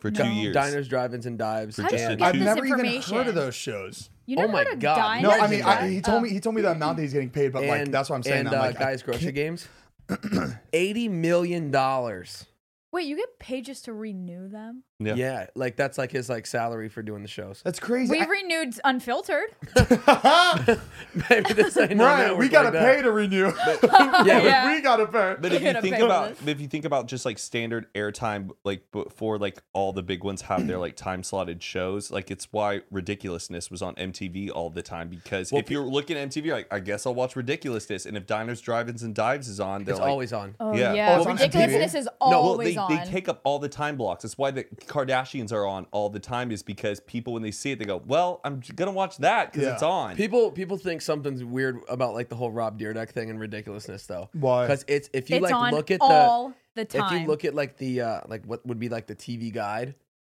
[SPEAKER 1] for two
[SPEAKER 2] No.
[SPEAKER 1] years.
[SPEAKER 4] Diners, drive-ins, and dives.
[SPEAKER 1] For How did you
[SPEAKER 4] and-
[SPEAKER 2] get
[SPEAKER 3] I've
[SPEAKER 2] this
[SPEAKER 3] never even heard
[SPEAKER 2] information.
[SPEAKER 3] of those shows.
[SPEAKER 2] you
[SPEAKER 4] Oh
[SPEAKER 2] never
[SPEAKER 4] my
[SPEAKER 2] heard of
[SPEAKER 4] God.
[SPEAKER 2] dying
[SPEAKER 3] No, I
[SPEAKER 2] as a
[SPEAKER 3] mean,
[SPEAKER 2] guy?
[SPEAKER 3] I, he told
[SPEAKER 2] Oh.
[SPEAKER 3] me he told me the amount that he's getting paid, but like that's what I'm
[SPEAKER 4] And
[SPEAKER 3] saying. I'm
[SPEAKER 4] uh,
[SPEAKER 3] like, I
[SPEAKER 4] guys, grocery
[SPEAKER 3] can't-
[SPEAKER 4] games, eighty million dollars.
[SPEAKER 2] Wait, you get paid just to renew them?
[SPEAKER 1] Yeah.
[SPEAKER 4] Yeah. like that's like his like salary for doing the shows.
[SPEAKER 3] That's crazy.
[SPEAKER 2] We
[SPEAKER 3] I-
[SPEAKER 2] renewed unfiltered.
[SPEAKER 4] Maybe this ain't no
[SPEAKER 3] Right, we
[SPEAKER 4] network
[SPEAKER 3] gotta
[SPEAKER 4] like that.
[SPEAKER 3] pay to renew.
[SPEAKER 4] Yeah,
[SPEAKER 2] Yeah.
[SPEAKER 3] we gotta pay.
[SPEAKER 1] But if you
[SPEAKER 2] You're gonna
[SPEAKER 1] think
[SPEAKER 2] pay for
[SPEAKER 1] about
[SPEAKER 2] this.
[SPEAKER 1] if you think about just like standard airtime, like before like all the big ones have their like time slotted shows, like it's why ridiculousness was on MTV all the time because
[SPEAKER 4] Well,
[SPEAKER 1] if you're looking at MTV, you're like I guess I'll watch ridiculousness, and if Diners, Drive-ins, and Dives is on, they're
[SPEAKER 4] It's
[SPEAKER 1] like,
[SPEAKER 4] always on.
[SPEAKER 2] Oh
[SPEAKER 1] Yeah.
[SPEAKER 2] yeah.
[SPEAKER 1] Oh,
[SPEAKER 3] it's on MTV?
[SPEAKER 2] Ridiculousness is
[SPEAKER 1] well,
[SPEAKER 2] always
[SPEAKER 1] they,
[SPEAKER 2] on.
[SPEAKER 1] they take up all the time blocks. That's why the Kardashians are on all the time, is because people, when they see it, they go, Well, I'm j- gonna watch that because
[SPEAKER 3] Yeah.
[SPEAKER 1] it's on.
[SPEAKER 4] People people think something's weird about like the whole Rob Deerdeck thing and ridiculousness though.
[SPEAKER 3] Why?
[SPEAKER 4] Because it's if you
[SPEAKER 2] it's
[SPEAKER 4] like
[SPEAKER 2] on
[SPEAKER 4] look at the
[SPEAKER 2] all the,
[SPEAKER 4] if
[SPEAKER 2] time.
[SPEAKER 4] you look at like the uh like what would be like the TV guide,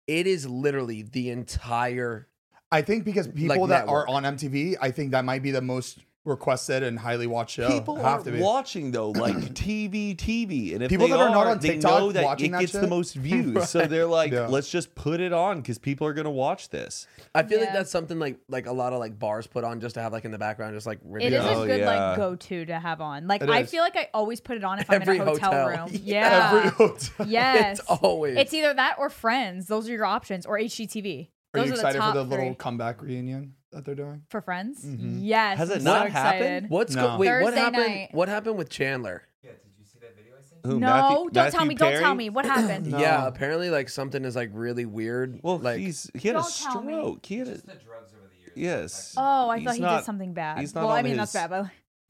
[SPEAKER 4] it is literally the entire
[SPEAKER 3] I think because people that
[SPEAKER 4] network.
[SPEAKER 3] are on MTV, I think that might be the most requested and highly watched show.
[SPEAKER 1] People
[SPEAKER 3] have
[SPEAKER 1] are
[SPEAKER 3] to be.
[SPEAKER 1] watching though, like TV, TV, and if
[SPEAKER 3] People
[SPEAKER 1] they
[SPEAKER 3] that are not on
[SPEAKER 1] they
[SPEAKER 3] TikTok
[SPEAKER 1] know that
[SPEAKER 3] watching
[SPEAKER 1] it
[SPEAKER 3] that
[SPEAKER 1] gets the
[SPEAKER 3] shit?
[SPEAKER 1] most views, so they're like,
[SPEAKER 3] Yeah.
[SPEAKER 1] let's just put it on because people are gonna watch this.
[SPEAKER 4] I feel like
[SPEAKER 2] Yeah.
[SPEAKER 4] that's something like like a lot of like bars put on just to have like in the background, just like
[SPEAKER 2] It
[SPEAKER 4] ridiculous.
[SPEAKER 2] is
[SPEAKER 1] Oh,
[SPEAKER 2] a good
[SPEAKER 1] yeah.
[SPEAKER 2] like go to to have on. Like
[SPEAKER 3] It
[SPEAKER 2] I
[SPEAKER 3] is.
[SPEAKER 2] feel like I always put it on if
[SPEAKER 4] Every
[SPEAKER 2] I'm in a hotel,
[SPEAKER 4] hotel.
[SPEAKER 2] room.
[SPEAKER 4] Yeah.
[SPEAKER 2] Yeah.
[SPEAKER 3] Every hotel.
[SPEAKER 2] yes.
[SPEAKER 4] It's always-
[SPEAKER 2] It's either that or Friends. Those are your options or HGTV.
[SPEAKER 3] Are
[SPEAKER 2] Those
[SPEAKER 3] you
[SPEAKER 2] are
[SPEAKER 3] excited
[SPEAKER 2] the top
[SPEAKER 3] for the little
[SPEAKER 2] three.
[SPEAKER 3] comeback reunion that they're doing?
[SPEAKER 2] for Friends? Yes.
[SPEAKER 1] Has it
[SPEAKER 2] I'm
[SPEAKER 1] not
[SPEAKER 2] so excited.
[SPEAKER 1] happened?
[SPEAKER 4] What's
[SPEAKER 3] No.
[SPEAKER 4] go- wait? what
[SPEAKER 2] Thursday
[SPEAKER 4] happened?
[SPEAKER 2] night.
[SPEAKER 4] What happened with Chandler?
[SPEAKER 1] Who,
[SPEAKER 2] No,
[SPEAKER 1] Matthew-
[SPEAKER 2] don't tell
[SPEAKER 1] Matthew
[SPEAKER 2] me. Don't tell
[SPEAKER 1] Perry?
[SPEAKER 2] me what happened.
[SPEAKER 4] Yeah, apparently like something is like really weird.
[SPEAKER 1] Well,
[SPEAKER 4] like
[SPEAKER 1] he's he had a
[SPEAKER 2] Don't tell me.
[SPEAKER 1] stroke. He had a, Yes.
[SPEAKER 2] Oh, I
[SPEAKER 1] He's
[SPEAKER 2] thought he
[SPEAKER 1] not-
[SPEAKER 2] did something bad.
[SPEAKER 1] he's not
[SPEAKER 2] well, I
[SPEAKER 1] on
[SPEAKER 2] mean that's
[SPEAKER 1] his-
[SPEAKER 2] bad. But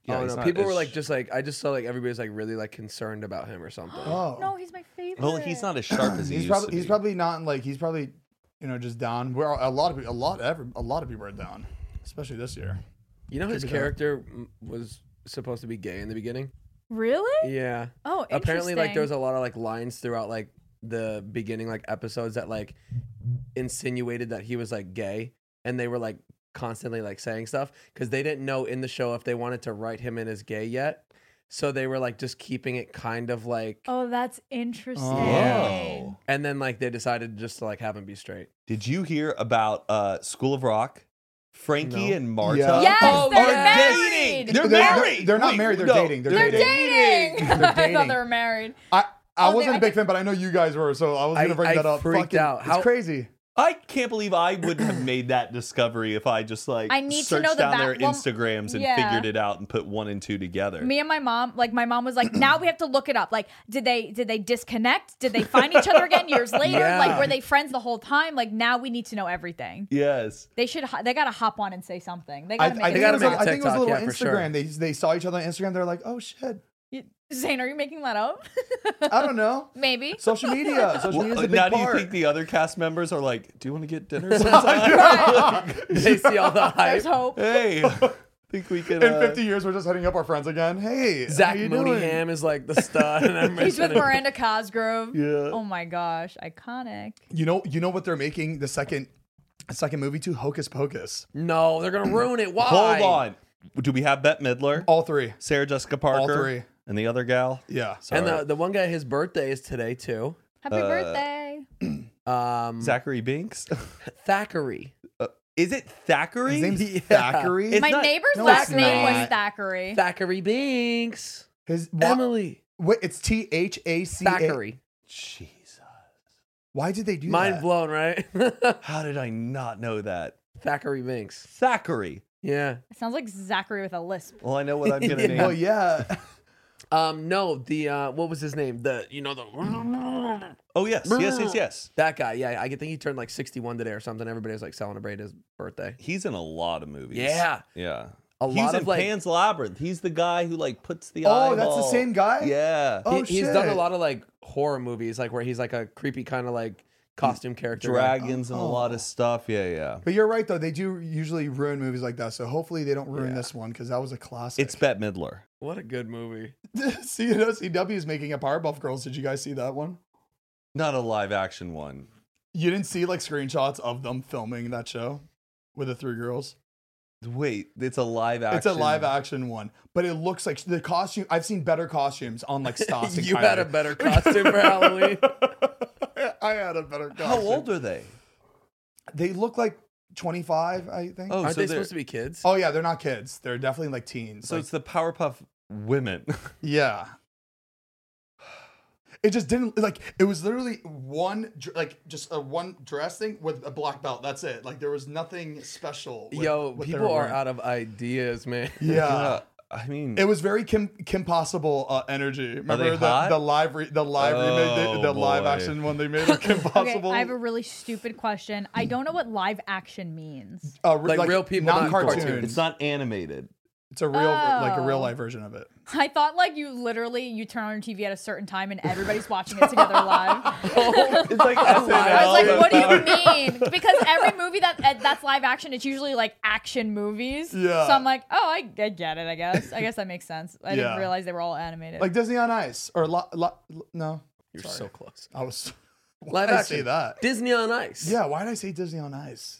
[SPEAKER 1] Yeah,
[SPEAKER 4] oh
[SPEAKER 1] he's
[SPEAKER 4] no,
[SPEAKER 1] not-
[SPEAKER 4] people were
[SPEAKER 1] it's-
[SPEAKER 4] like just like I just saw like everybody's like really like concerned about him or something.
[SPEAKER 3] Oh,
[SPEAKER 2] no, he's my favorite.
[SPEAKER 1] Well, he's not as sharp as he used
[SPEAKER 3] he's
[SPEAKER 1] to
[SPEAKER 3] probably he's
[SPEAKER 1] be.
[SPEAKER 3] probably not like he's probably you know just down. Where a lot of people, a lot every, a lot of people are down, especially this year.
[SPEAKER 4] You know his
[SPEAKER 3] be that.
[SPEAKER 4] character m- was supposed to be gay in the beginning.
[SPEAKER 2] really.
[SPEAKER 4] Yeah.
[SPEAKER 2] Oh,
[SPEAKER 4] Apparently, like there was
[SPEAKER 2] interesting.
[SPEAKER 4] a lot of like lines throughout like the beginning like episodes that like insinuated that he was like gay, and they were like constantly like saying stuff because they didn't know in the show if they wanted to write him in as gay yet. So they were like just keeping it kind of like,
[SPEAKER 2] Oh, that's interesting.
[SPEAKER 3] Oh.
[SPEAKER 1] Whoa.
[SPEAKER 4] and then like they decided just to like have him be straight.
[SPEAKER 1] Did you hear about uh, School of Rock? Frankie
[SPEAKER 4] No.
[SPEAKER 1] and Marta
[SPEAKER 3] Yeah.
[SPEAKER 2] Yes,
[SPEAKER 3] Oh,
[SPEAKER 2] they're
[SPEAKER 3] yeah.
[SPEAKER 2] married.
[SPEAKER 1] They're
[SPEAKER 3] They're-
[SPEAKER 1] married.
[SPEAKER 3] they're not
[SPEAKER 1] Wait,
[SPEAKER 3] married, they're
[SPEAKER 1] no,
[SPEAKER 3] dating, they're
[SPEAKER 2] They're
[SPEAKER 3] dating.
[SPEAKER 2] dating.
[SPEAKER 3] They're
[SPEAKER 2] I thought
[SPEAKER 3] dating.
[SPEAKER 2] they were married.
[SPEAKER 3] I I
[SPEAKER 2] Oh, they-
[SPEAKER 3] wasn't
[SPEAKER 2] I
[SPEAKER 3] a big
[SPEAKER 2] think-
[SPEAKER 3] fan, but I know you guys were, so I was
[SPEAKER 4] I-
[SPEAKER 3] gonna bring
[SPEAKER 4] I
[SPEAKER 3] that up.
[SPEAKER 4] freaked
[SPEAKER 3] Fucking-
[SPEAKER 4] out. How-
[SPEAKER 3] it's crazy.
[SPEAKER 1] I can't believe I would have made that discovery if I just like
[SPEAKER 2] I need to
[SPEAKER 1] searched
[SPEAKER 2] know the
[SPEAKER 1] down
[SPEAKER 2] back-
[SPEAKER 1] their
[SPEAKER 2] well,
[SPEAKER 1] Instagrams and
[SPEAKER 2] yeah.
[SPEAKER 1] figured it out and put one and two together.
[SPEAKER 2] Me and my mom, like my mom was like, now we have to look it up. Like, did they did they disconnect? Did they find each other again years later?
[SPEAKER 4] Yeah.
[SPEAKER 2] Like, were they friends the whole time? Like, now we need to know everything.
[SPEAKER 1] yes.
[SPEAKER 2] They should. ho- They gotta hop on and say something. They
[SPEAKER 3] I, I,
[SPEAKER 2] gotta
[SPEAKER 3] think
[SPEAKER 2] make.
[SPEAKER 3] it
[SPEAKER 2] a
[SPEAKER 3] was
[SPEAKER 4] gotta
[SPEAKER 3] a,
[SPEAKER 4] make
[SPEAKER 3] I think it was a
[SPEAKER 4] TikTok,
[SPEAKER 3] little
[SPEAKER 4] yeah, for sure.
[SPEAKER 3] Instagram. They they saw each other on Instagram. They're like, oh shit,
[SPEAKER 2] Zane, are you making that up?
[SPEAKER 3] I don't know.
[SPEAKER 2] Maybe.
[SPEAKER 3] Social media, social media is
[SPEAKER 1] Well, uh,
[SPEAKER 3] a big
[SPEAKER 1] now do you
[SPEAKER 3] part.
[SPEAKER 1] think the other cast members are like, "Do you want to get dinner sometime?"
[SPEAKER 4] They see all the hype.
[SPEAKER 2] There's hope.
[SPEAKER 1] hey, think we can.
[SPEAKER 3] in
[SPEAKER 1] uh,
[SPEAKER 3] 50 years, we're just hitting up our friends again. Hey,
[SPEAKER 4] Zach
[SPEAKER 3] how you
[SPEAKER 4] Mooneyham is like the stud. and I'm
[SPEAKER 2] He's with
[SPEAKER 4] gonna-
[SPEAKER 2] Miranda Cosgrove.
[SPEAKER 1] Yeah.
[SPEAKER 2] Oh my gosh, iconic.
[SPEAKER 3] doing? You know, you know what they're making the second, second movie to Hocus Pocus.
[SPEAKER 4] No, they're gonna ruin it. Why?
[SPEAKER 1] Hold on. Do we have Bette Midler,
[SPEAKER 3] All three.
[SPEAKER 1] Sarah Jessica Parker,
[SPEAKER 3] three.
[SPEAKER 1] and the other gal?
[SPEAKER 3] Yeah.
[SPEAKER 1] Sorry.
[SPEAKER 4] And the, the one guy, his birthday is today too.
[SPEAKER 2] Happy
[SPEAKER 3] Uh,
[SPEAKER 2] birthday.
[SPEAKER 4] Um,
[SPEAKER 3] Mm.
[SPEAKER 1] Zachary Binks.
[SPEAKER 4] Thackeray.
[SPEAKER 1] Is it Thackeray?
[SPEAKER 3] His name's
[SPEAKER 4] Yeah.
[SPEAKER 3] Thackeray.
[SPEAKER 1] It's-
[SPEAKER 2] My
[SPEAKER 1] not-
[SPEAKER 2] neighbor's
[SPEAKER 3] No,
[SPEAKER 2] last
[SPEAKER 3] it's
[SPEAKER 2] name was
[SPEAKER 3] not.
[SPEAKER 2] Thackeray.
[SPEAKER 4] Thackeray Binks.
[SPEAKER 3] His wha-
[SPEAKER 4] Emily.
[SPEAKER 3] Wait, it's T H A C.
[SPEAKER 4] Thackeray.
[SPEAKER 1] Jesus.
[SPEAKER 3] Why did they eh, do
[SPEAKER 4] Mind
[SPEAKER 3] that?
[SPEAKER 4] blown, right?
[SPEAKER 1] How did I not know that?
[SPEAKER 4] Thackeray Binks.
[SPEAKER 1] Thackeray.
[SPEAKER 4] Yeah.
[SPEAKER 2] It sounds like Zachary with a lisp.
[SPEAKER 1] Well, I know what I'm gonna
[SPEAKER 4] Yeah.
[SPEAKER 1] name.
[SPEAKER 3] Well, yeah.
[SPEAKER 4] Um, no, the uh, what was his name? The you know the
[SPEAKER 1] Oh yes, yes, yes, yes.
[SPEAKER 4] that guy. Yeah, I think he turned like sixty one today or something. Everybody was like celebrating his birthday.
[SPEAKER 1] He's in a lot of movies.
[SPEAKER 4] Yeah.
[SPEAKER 1] Yeah.
[SPEAKER 4] A
[SPEAKER 1] He's
[SPEAKER 4] lot
[SPEAKER 1] in
[SPEAKER 4] of like
[SPEAKER 1] Pan's Labyrinth. He's the guy who like puts the
[SPEAKER 3] Oh, that's the
[SPEAKER 1] eyeball-
[SPEAKER 3] same guy?
[SPEAKER 1] Yeah.
[SPEAKER 3] Oh,
[SPEAKER 4] he- he's done a
[SPEAKER 3] shit.
[SPEAKER 4] lot of like horror movies, like where he's like a creepy kind of like costume character. guy.
[SPEAKER 1] Dragons
[SPEAKER 3] Oh.
[SPEAKER 1] and a lot of stuff. Yeah, yeah.
[SPEAKER 3] But you're right though; they do usually ruin movies like that. So hopefully they don't ruin this one because that was a classic.
[SPEAKER 1] It's Bette Midler.
[SPEAKER 4] What a good movie.
[SPEAKER 3] See, you know, CW is making a Powerpuff Girls. Did you guys see that one?
[SPEAKER 1] Not a live action one.
[SPEAKER 3] You didn't see like screenshots of them filming that show with the three girls.
[SPEAKER 1] Wait, it's a live action.
[SPEAKER 3] It's a live action one, but it looks like the costume. I've seen better costumes on like Stoss. and
[SPEAKER 4] you had a
[SPEAKER 3] Kylie.
[SPEAKER 4] better costume for Halloween.
[SPEAKER 3] I had a better costume.
[SPEAKER 1] How old are they?
[SPEAKER 3] they? Look like 25, I think. Oh,
[SPEAKER 4] Aren't
[SPEAKER 1] so
[SPEAKER 4] they
[SPEAKER 1] they're-
[SPEAKER 4] supposed to be kids?
[SPEAKER 3] yeah, they're not kids. They're definitely like teens.
[SPEAKER 1] So
[SPEAKER 3] like-
[SPEAKER 1] it's the Powerpuff women.
[SPEAKER 3] Yeah. It just didn't like it was literally one dr- like just a one dress thing with a black belt. That's it. Like there was nothing special. with
[SPEAKER 4] Yo,
[SPEAKER 3] what they
[SPEAKER 4] people
[SPEAKER 3] were
[SPEAKER 4] are
[SPEAKER 3] wearing.
[SPEAKER 4] out of ideas, man.
[SPEAKER 3] Yeah.
[SPEAKER 1] Uh, I mean,
[SPEAKER 3] It was very Kim Kim Possible uh, energy. Remember the,
[SPEAKER 1] hot?
[SPEAKER 3] the live re- the live remake
[SPEAKER 1] Oh,
[SPEAKER 3] the, the live
[SPEAKER 1] boy.
[SPEAKER 3] action one they made of Kim
[SPEAKER 2] Okay,
[SPEAKER 3] Possible.
[SPEAKER 2] I have a really stupid question. I don't know what live action means.
[SPEAKER 3] Uh, re-
[SPEAKER 4] Like real people,
[SPEAKER 3] not,
[SPEAKER 4] not
[SPEAKER 3] cartoons.
[SPEAKER 4] cartoons.
[SPEAKER 1] it's not animated.
[SPEAKER 3] It's a real ver- like a real
[SPEAKER 2] Oh.
[SPEAKER 3] life version of it.
[SPEAKER 2] I thought like you literally you turn on your TV at a certain time and everybody's watching it together
[SPEAKER 3] Oh,
[SPEAKER 2] live.
[SPEAKER 1] It's like
[SPEAKER 2] I was like,
[SPEAKER 1] SNL.
[SPEAKER 2] what do you mean? Because every movie that uh, that's live action, it's usually like action movies.
[SPEAKER 3] Yeah.
[SPEAKER 2] So I'm like, oh, I, I get it. I guess. I guess that makes sense. I
[SPEAKER 3] Yeah.
[SPEAKER 2] didn't realize they were all animated.
[SPEAKER 3] Like Disney on Ice or lo- lo- no,
[SPEAKER 4] You're so close.
[SPEAKER 3] I was. Why
[SPEAKER 4] Live
[SPEAKER 3] did I
[SPEAKER 4] action.
[SPEAKER 3] say that?
[SPEAKER 4] Disney on Ice.
[SPEAKER 3] Yeah, why did I say Disney on Ice?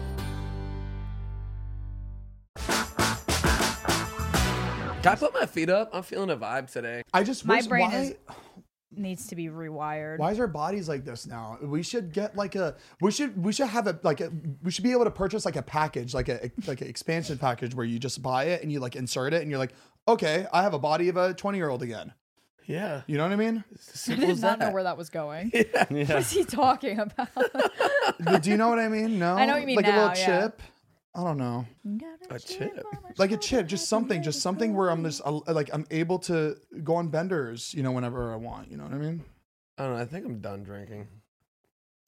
[SPEAKER 4] Can I put my feet up? I'm feeling a vibe today.
[SPEAKER 3] I just
[SPEAKER 2] My
[SPEAKER 3] wish,
[SPEAKER 2] brain
[SPEAKER 3] why,
[SPEAKER 2] is- Needs to be rewired.
[SPEAKER 3] why is our bodies like this now? We should get like a we should we should have a like a we should be able to purchase like a package like a like an expansion package where you just buy it and you like insert it and you're like okay I have a body of a 20 year old again.
[SPEAKER 4] Yeah.
[SPEAKER 3] You know what I mean?
[SPEAKER 2] I
[SPEAKER 4] Simple
[SPEAKER 2] did
[SPEAKER 4] as
[SPEAKER 2] not know
[SPEAKER 4] that.
[SPEAKER 2] where that was going. What is he talking about?
[SPEAKER 3] Do you know what I mean? No.
[SPEAKER 2] I know what you mean
[SPEAKER 3] Like a
[SPEAKER 2] now,
[SPEAKER 3] little
[SPEAKER 2] yeah.
[SPEAKER 3] chip. I don't know.
[SPEAKER 4] A chip.
[SPEAKER 3] Like a chip, just something, just something where I'm just uh, like I'm able to go on benders, you know, whenever I want. You know what I mean?
[SPEAKER 4] I don't know. I think I'm done drinking.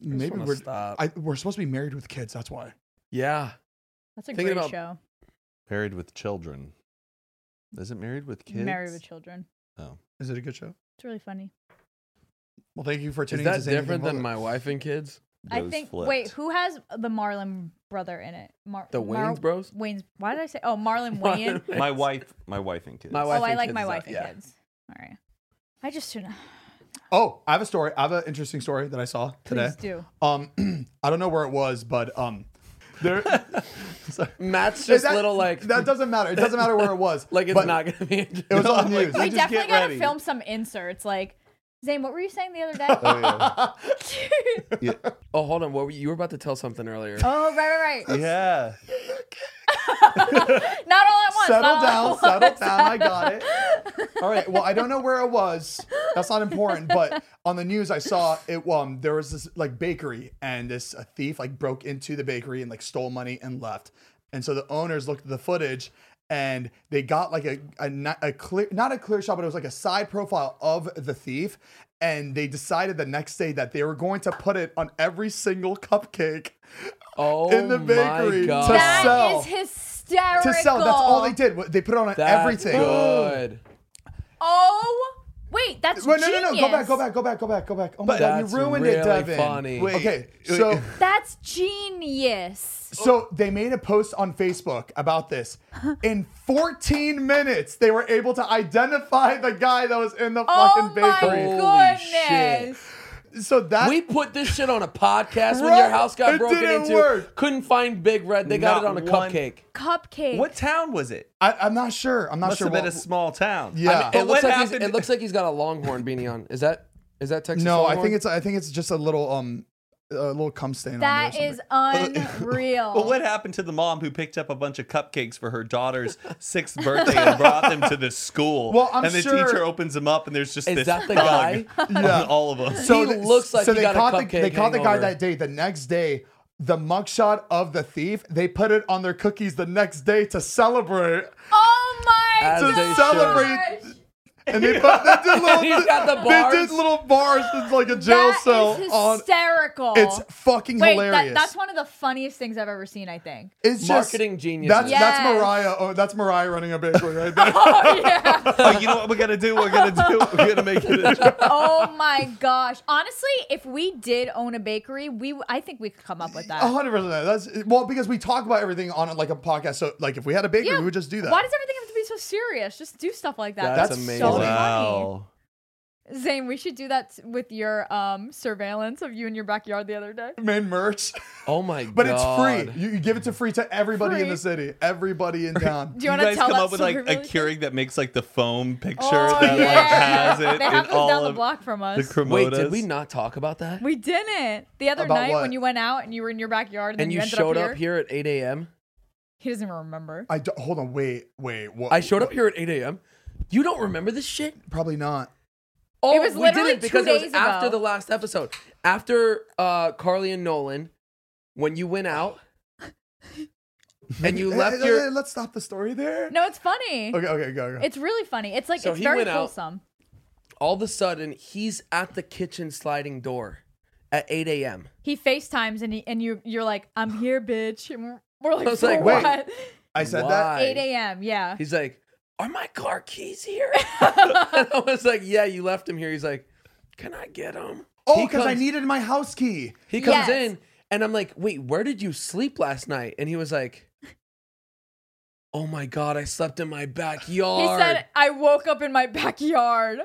[SPEAKER 4] just
[SPEAKER 3] Maybe
[SPEAKER 4] wanna
[SPEAKER 3] we're
[SPEAKER 4] stop.
[SPEAKER 3] I, we're supposed to be married with kids. That's why.
[SPEAKER 4] Yeah.
[SPEAKER 2] That's a great
[SPEAKER 4] Thinking about
[SPEAKER 2] show.
[SPEAKER 1] Married with children. Is it married with kids?
[SPEAKER 2] Married with children.
[SPEAKER 1] Oh.
[SPEAKER 3] Is it a good show?
[SPEAKER 2] It's really funny.
[SPEAKER 3] Well, thank you for
[SPEAKER 4] Is
[SPEAKER 3] tuning in.
[SPEAKER 4] that
[SPEAKER 3] to Zany
[SPEAKER 4] different
[SPEAKER 3] Thing
[SPEAKER 4] than my
[SPEAKER 3] Public.
[SPEAKER 4] wife and kids?
[SPEAKER 2] I
[SPEAKER 1] Those
[SPEAKER 2] think.
[SPEAKER 1] flipped.
[SPEAKER 2] Wait, who has the Marlon brother in it? Mar-
[SPEAKER 4] The
[SPEAKER 2] Mar-
[SPEAKER 4] Wayans Bros?
[SPEAKER 2] Wayne's. Why did I say? Oh, Marlon Wayne.
[SPEAKER 4] Marlon Wayans.
[SPEAKER 1] My wife, my wife and kids.
[SPEAKER 4] My
[SPEAKER 2] oh,
[SPEAKER 4] wife
[SPEAKER 2] I
[SPEAKER 4] and
[SPEAKER 2] like
[SPEAKER 4] kids
[SPEAKER 2] my
[SPEAKER 4] is
[SPEAKER 2] wife
[SPEAKER 4] out,
[SPEAKER 2] and
[SPEAKER 4] yeah.
[SPEAKER 2] kids. All right. I just shouldn't.
[SPEAKER 3] Oh, I have a story. I have an interesting story that I saw today.
[SPEAKER 2] Please do.
[SPEAKER 3] Um, I don't know where it was, but um, there.
[SPEAKER 4] Matt's just
[SPEAKER 3] that-
[SPEAKER 4] little like
[SPEAKER 3] that doesn't matter. It doesn't matter where it was.
[SPEAKER 4] like it's
[SPEAKER 3] but
[SPEAKER 4] not gonna be. It
[SPEAKER 3] was on the news.
[SPEAKER 2] We
[SPEAKER 3] Like,
[SPEAKER 4] just
[SPEAKER 2] definitely
[SPEAKER 4] get
[SPEAKER 2] gotta
[SPEAKER 4] ready.
[SPEAKER 2] film some inserts. Like, Zane, what were you saying the other day?
[SPEAKER 4] Oh, hold on. What were you, you were about to tell something earlier?
[SPEAKER 2] oh, right, right, right.
[SPEAKER 1] Yeah.
[SPEAKER 2] Not all at once.
[SPEAKER 3] Settle
[SPEAKER 2] not all
[SPEAKER 3] down,
[SPEAKER 2] at
[SPEAKER 3] settle
[SPEAKER 2] once.
[SPEAKER 3] down. I got it. All right. Well, I don't know where it was. That's not important. But on the news, I saw it. Um, there was this like bakery, and this a thief like broke into the bakery and like stole money and left. And so the owners looked at the footage, and they got like a a, ni- a clear not a clear shot, but it was like a side profile of the thief. And they decided the next day that they were going to put it on every single cupcake
[SPEAKER 4] Oh
[SPEAKER 3] in the
[SPEAKER 4] my
[SPEAKER 3] bakery
[SPEAKER 4] god.
[SPEAKER 3] to
[SPEAKER 2] That
[SPEAKER 3] sell.
[SPEAKER 2] is hysterical.
[SPEAKER 3] to sell. That's all they did. They put it on
[SPEAKER 4] That's
[SPEAKER 3] everything.
[SPEAKER 4] Good.
[SPEAKER 2] Oh, wait, that's
[SPEAKER 3] Wait, no,
[SPEAKER 2] genius.
[SPEAKER 3] no, no. Go back, go back, go back, go back, go back. Oh my
[SPEAKER 4] That's
[SPEAKER 3] god, you ruined it,
[SPEAKER 4] really
[SPEAKER 3] Devin.
[SPEAKER 4] funny. Wait,
[SPEAKER 3] okay, so
[SPEAKER 2] That's genius.
[SPEAKER 3] so they made a post on Facebook about this. In 14 minutes, they were able to identify the guy that was in the
[SPEAKER 2] Oh
[SPEAKER 3] fucking
[SPEAKER 2] my
[SPEAKER 3] bakery.
[SPEAKER 4] Holy shit.
[SPEAKER 2] goodness.
[SPEAKER 3] So that
[SPEAKER 4] We put this shit on a podcast when your
[SPEAKER 3] Right?
[SPEAKER 4] house got
[SPEAKER 3] It
[SPEAKER 4] broken
[SPEAKER 3] didn't
[SPEAKER 4] into.
[SPEAKER 3] work.
[SPEAKER 4] Couldn't find Big Red. They got
[SPEAKER 1] Not
[SPEAKER 4] it on a
[SPEAKER 1] one-
[SPEAKER 4] cupcake.
[SPEAKER 2] Cupcake.
[SPEAKER 1] What town was it?
[SPEAKER 3] I, I'm not sure. I'm not
[SPEAKER 1] Must
[SPEAKER 3] sure.
[SPEAKER 1] have been
[SPEAKER 3] what-
[SPEAKER 1] a small town.
[SPEAKER 3] Yeah.
[SPEAKER 1] I mean,
[SPEAKER 3] But
[SPEAKER 4] It
[SPEAKER 1] and
[SPEAKER 4] looks,
[SPEAKER 1] what
[SPEAKER 4] like he's,
[SPEAKER 1] happened?
[SPEAKER 4] it looks like he's got a Longhorn beanie on. Is that is that Texas?
[SPEAKER 3] no, I
[SPEAKER 4] Longhorn?
[SPEAKER 3] think it's I think it's just a little um a little cum stain. on
[SPEAKER 2] That
[SPEAKER 3] there or
[SPEAKER 2] is
[SPEAKER 3] something.
[SPEAKER 2] unreal.
[SPEAKER 1] But what happened to the mom who picked up a bunch of cupcakes for her daughter's sixth birthday and brought them to the school?
[SPEAKER 3] Well, I'm
[SPEAKER 1] and the
[SPEAKER 3] sure-
[SPEAKER 1] teacher opens them up, and there's just
[SPEAKER 4] Is
[SPEAKER 1] this
[SPEAKER 4] that the
[SPEAKER 1] hug
[SPEAKER 4] guy?
[SPEAKER 1] on all of us.
[SPEAKER 3] So
[SPEAKER 4] He looks like
[SPEAKER 3] so
[SPEAKER 4] he
[SPEAKER 3] they
[SPEAKER 4] got a
[SPEAKER 3] caught the,
[SPEAKER 4] cupcake
[SPEAKER 3] they caught the guy
[SPEAKER 4] hangover.
[SPEAKER 3] that day. The next day, the mugshot of the thief. They put it on their cookies the next day to celebrate.
[SPEAKER 2] Oh my
[SPEAKER 4] As
[SPEAKER 3] To
[SPEAKER 4] they
[SPEAKER 2] gosh.
[SPEAKER 3] celebrate and they, put, they did little,
[SPEAKER 4] He's got the
[SPEAKER 3] they
[SPEAKER 4] bars.
[SPEAKER 3] did little bars. It's like a jail
[SPEAKER 2] That is
[SPEAKER 3] cell on.
[SPEAKER 2] hysterical.
[SPEAKER 3] It's fucking
[SPEAKER 2] Wait, that-
[SPEAKER 3] hilarious.
[SPEAKER 2] that's one of the funniest things I've ever seen. I think.
[SPEAKER 3] It's
[SPEAKER 4] Marketing
[SPEAKER 3] just,
[SPEAKER 4] genius.
[SPEAKER 3] That's that's
[SPEAKER 2] Yes.
[SPEAKER 3] Mariah. Oh, that's Mariah running a bakery right there.
[SPEAKER 2] Oh yeah.
[SPEAKER 1] oh, you know what we're gonna do? We're gonna do. We're gonna make it. A joke.
[SPEAKER 2] oh my gosh. Honestly, if we did own a bakery, we w- I think we could come up with that.
[SPEAKER 3] A hundred percent. That's well because we talk about everything on like a podcast. So like if we had a bakery,
[SPEAKER 2] Yeah.
[SPEAKER 3] we would just do that.
[SPEAKER 2] Why does everything have to be so serious? Just do stuff like that.
[SPEAKER 4] That's
[SPEAKER 2] That's,
[SPEAKER 4] amazing.
[SPEAKER 2] so funny.
[SPEAKER 1] Wow.
[SPEAKER 2] Zane, we should do that s- with your um, surveillance of you in your backyard the other day.
[SPEAKER 3] made merch?
[SPEAKER 4] Oh my god!
[SPEAKER 3] But it's free. You, you give it to free to everybody in the
[SPEAKER 2] Free.
[SPEAKER 3] city, everybody in town.
[SPEAKER 2] Do you, want
[SPEAKER 1] you
[SPEAKER 2] to
[SPEAKER 1] guys
[SPEAKER 2] tell
[SPEAKER 1] come
[SPEAKER 2] that
[SPEAKER 1] up with like
[SPEAKER 2] story
[SPEAKER 1] a
[SPEAKER 2] really
[SPEAKER 1] Keurig that makes like the foam picture
[SPEAKER 2] Oh,
[SPEAKER 1] that
[SPEAKER 2] yeah.
[SPEAKER 1] like has it
[SPEAKER 2] they
[SPEAKER 1] in
[SPEAKER 2] have this
[SPEAKER 1] all
[SPEAKER 2] down
[SPEAKER 1] of
[SPEAKER 2] the block from us.
[SPEAKER 1] the cremotas.
[SPEAKER 4] Wait, did we not talk about that?
[SPEAKER 2] we didn't the other
[SPEAKER 3] About
[SPEAKER 2] night
[SPEAKER 3] what?
[SPEAKER 2] when you went out and you were in your backyard and, then
[SPEAKER 4] and
[SPEAKER 2] you,
[SPEAKER 4] you
[SPEAKER 2] ended
[SPEAKER 4] showed
[SPEAKER 2] up here.
[SPEAKER 4] at 8 a.m.
[SPEAKER 2] He doesn't even remember.
[SPEAKER 3] I do, hold on, wait, wait. What?
[SPEAKER 4] I showed up here at 8 a.m. You don't remember this shit?
[SPEAKER 3] Probably not.
[SPEAKER 4] Oh,
[SPEAKER 2] was
[SPEAKER 4] we
[SPEAKER 2] literally
[SPEAKER 4] didn't
[SPEAKER 2] two
[SPEAKER 4] because it was
[SPEAKER 2] days
[SPEAKER 4] after
[SPEAKER 2] ago.
[SPEAKER 4] the last episode. After uh, Carly and Nolan, when you went out and you
[SPEAKER 3] Hey,
[SPEAKER 4] left
[SPEAKER 3] hey, hey,
[SPEAKER 4] your
[SPEAKER 3] Let's stop the story there.
[SPEAKER 2] No, it's funny.
[SPEAKER 3] Okay, okay, go, go.
[SPEAKER 2] It's really funny. It's like
[SPEAKER 4] So
[SPEAKER 2] it's
[SPEAKER 4] he
[SPEAKER 2] very
[SPEAKER 4] went out-
[SPEAKER 2] wholesome.
[SPEAKER 4] all of a sudden he's at the kitchen sliding door at 8 a.m.
[SPEAKER 2] He FaceTimes and he, and you you're like, I'm here, bitch. And we're like,
[SPEAKER 4] I was
[SPEAKER 2] "For
[SPEAKER 4] like,
[SPEAKER 3] wait.
[SPEAKER 2] what?
[SPEAKER 3] I said
[SPEAKER 4] Why?
[SPEAKER 3] that.
[SPEAKER 2] 8 a.m. Yeah.
[SPEAKER 4] He's like, "Are my car keys here?" and I was like, "Yeah, you left him here." He's like, "Can I get them?"
[SPEAKER 3] Oh, because I
[SPEAKER 4] comes-
[SPEAKER 3] needed my house key.
[SPEAKER 4] He comes
[SPEAKER 2] Yes.
[SPEAKER 4] in and I'm like, wait, where did you sleep last night? And he was like, oh my God, I slept in my
[SPEAKER 2] He
[SPEAKER 4] backyard. He,
[SPEAKER 2] said, I woke up in my backyard.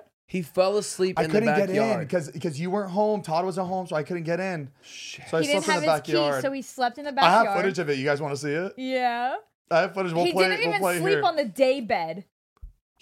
[SPEAKER 4] fell asleep
[SPEAKER 3] I
[SPEAKER 4] in the
[SPEAKER 3] couldn't get in
[SPEAKER 4] backyard.
[SPEAKER 3] because because you weren't home. Todd wasn't home, so I couldn't get in. Shit. So I
[SPEAKER 2] he didn't
[SPEAKER 3] slept in
[SPEAKER 2] have
[SPEAKER 3] the
[SPEAKER 2] his
[SPEAKER 3] backyard.
[SPEAKER 2] keys, so he slept in the
[SPEAKER 3] I
[SPEAKER 2] backyard.
[SPEAKER 3] have footage of it. You guys want to see it?
[SPEAKER 2] Yeah.
[SPEAKER 3] I have footage. We'll
[SPEAKER 2] he
[SPEAKER 3] play.
[SPEAKER 2] didn't
[SPEAKER 3] we'll
[SPEAKER 2] even
[SPEAKER 3] play
[SPEAKER 2] sleep
[SPEAKER 3] here.
[SPEAKER 2] on the day bed.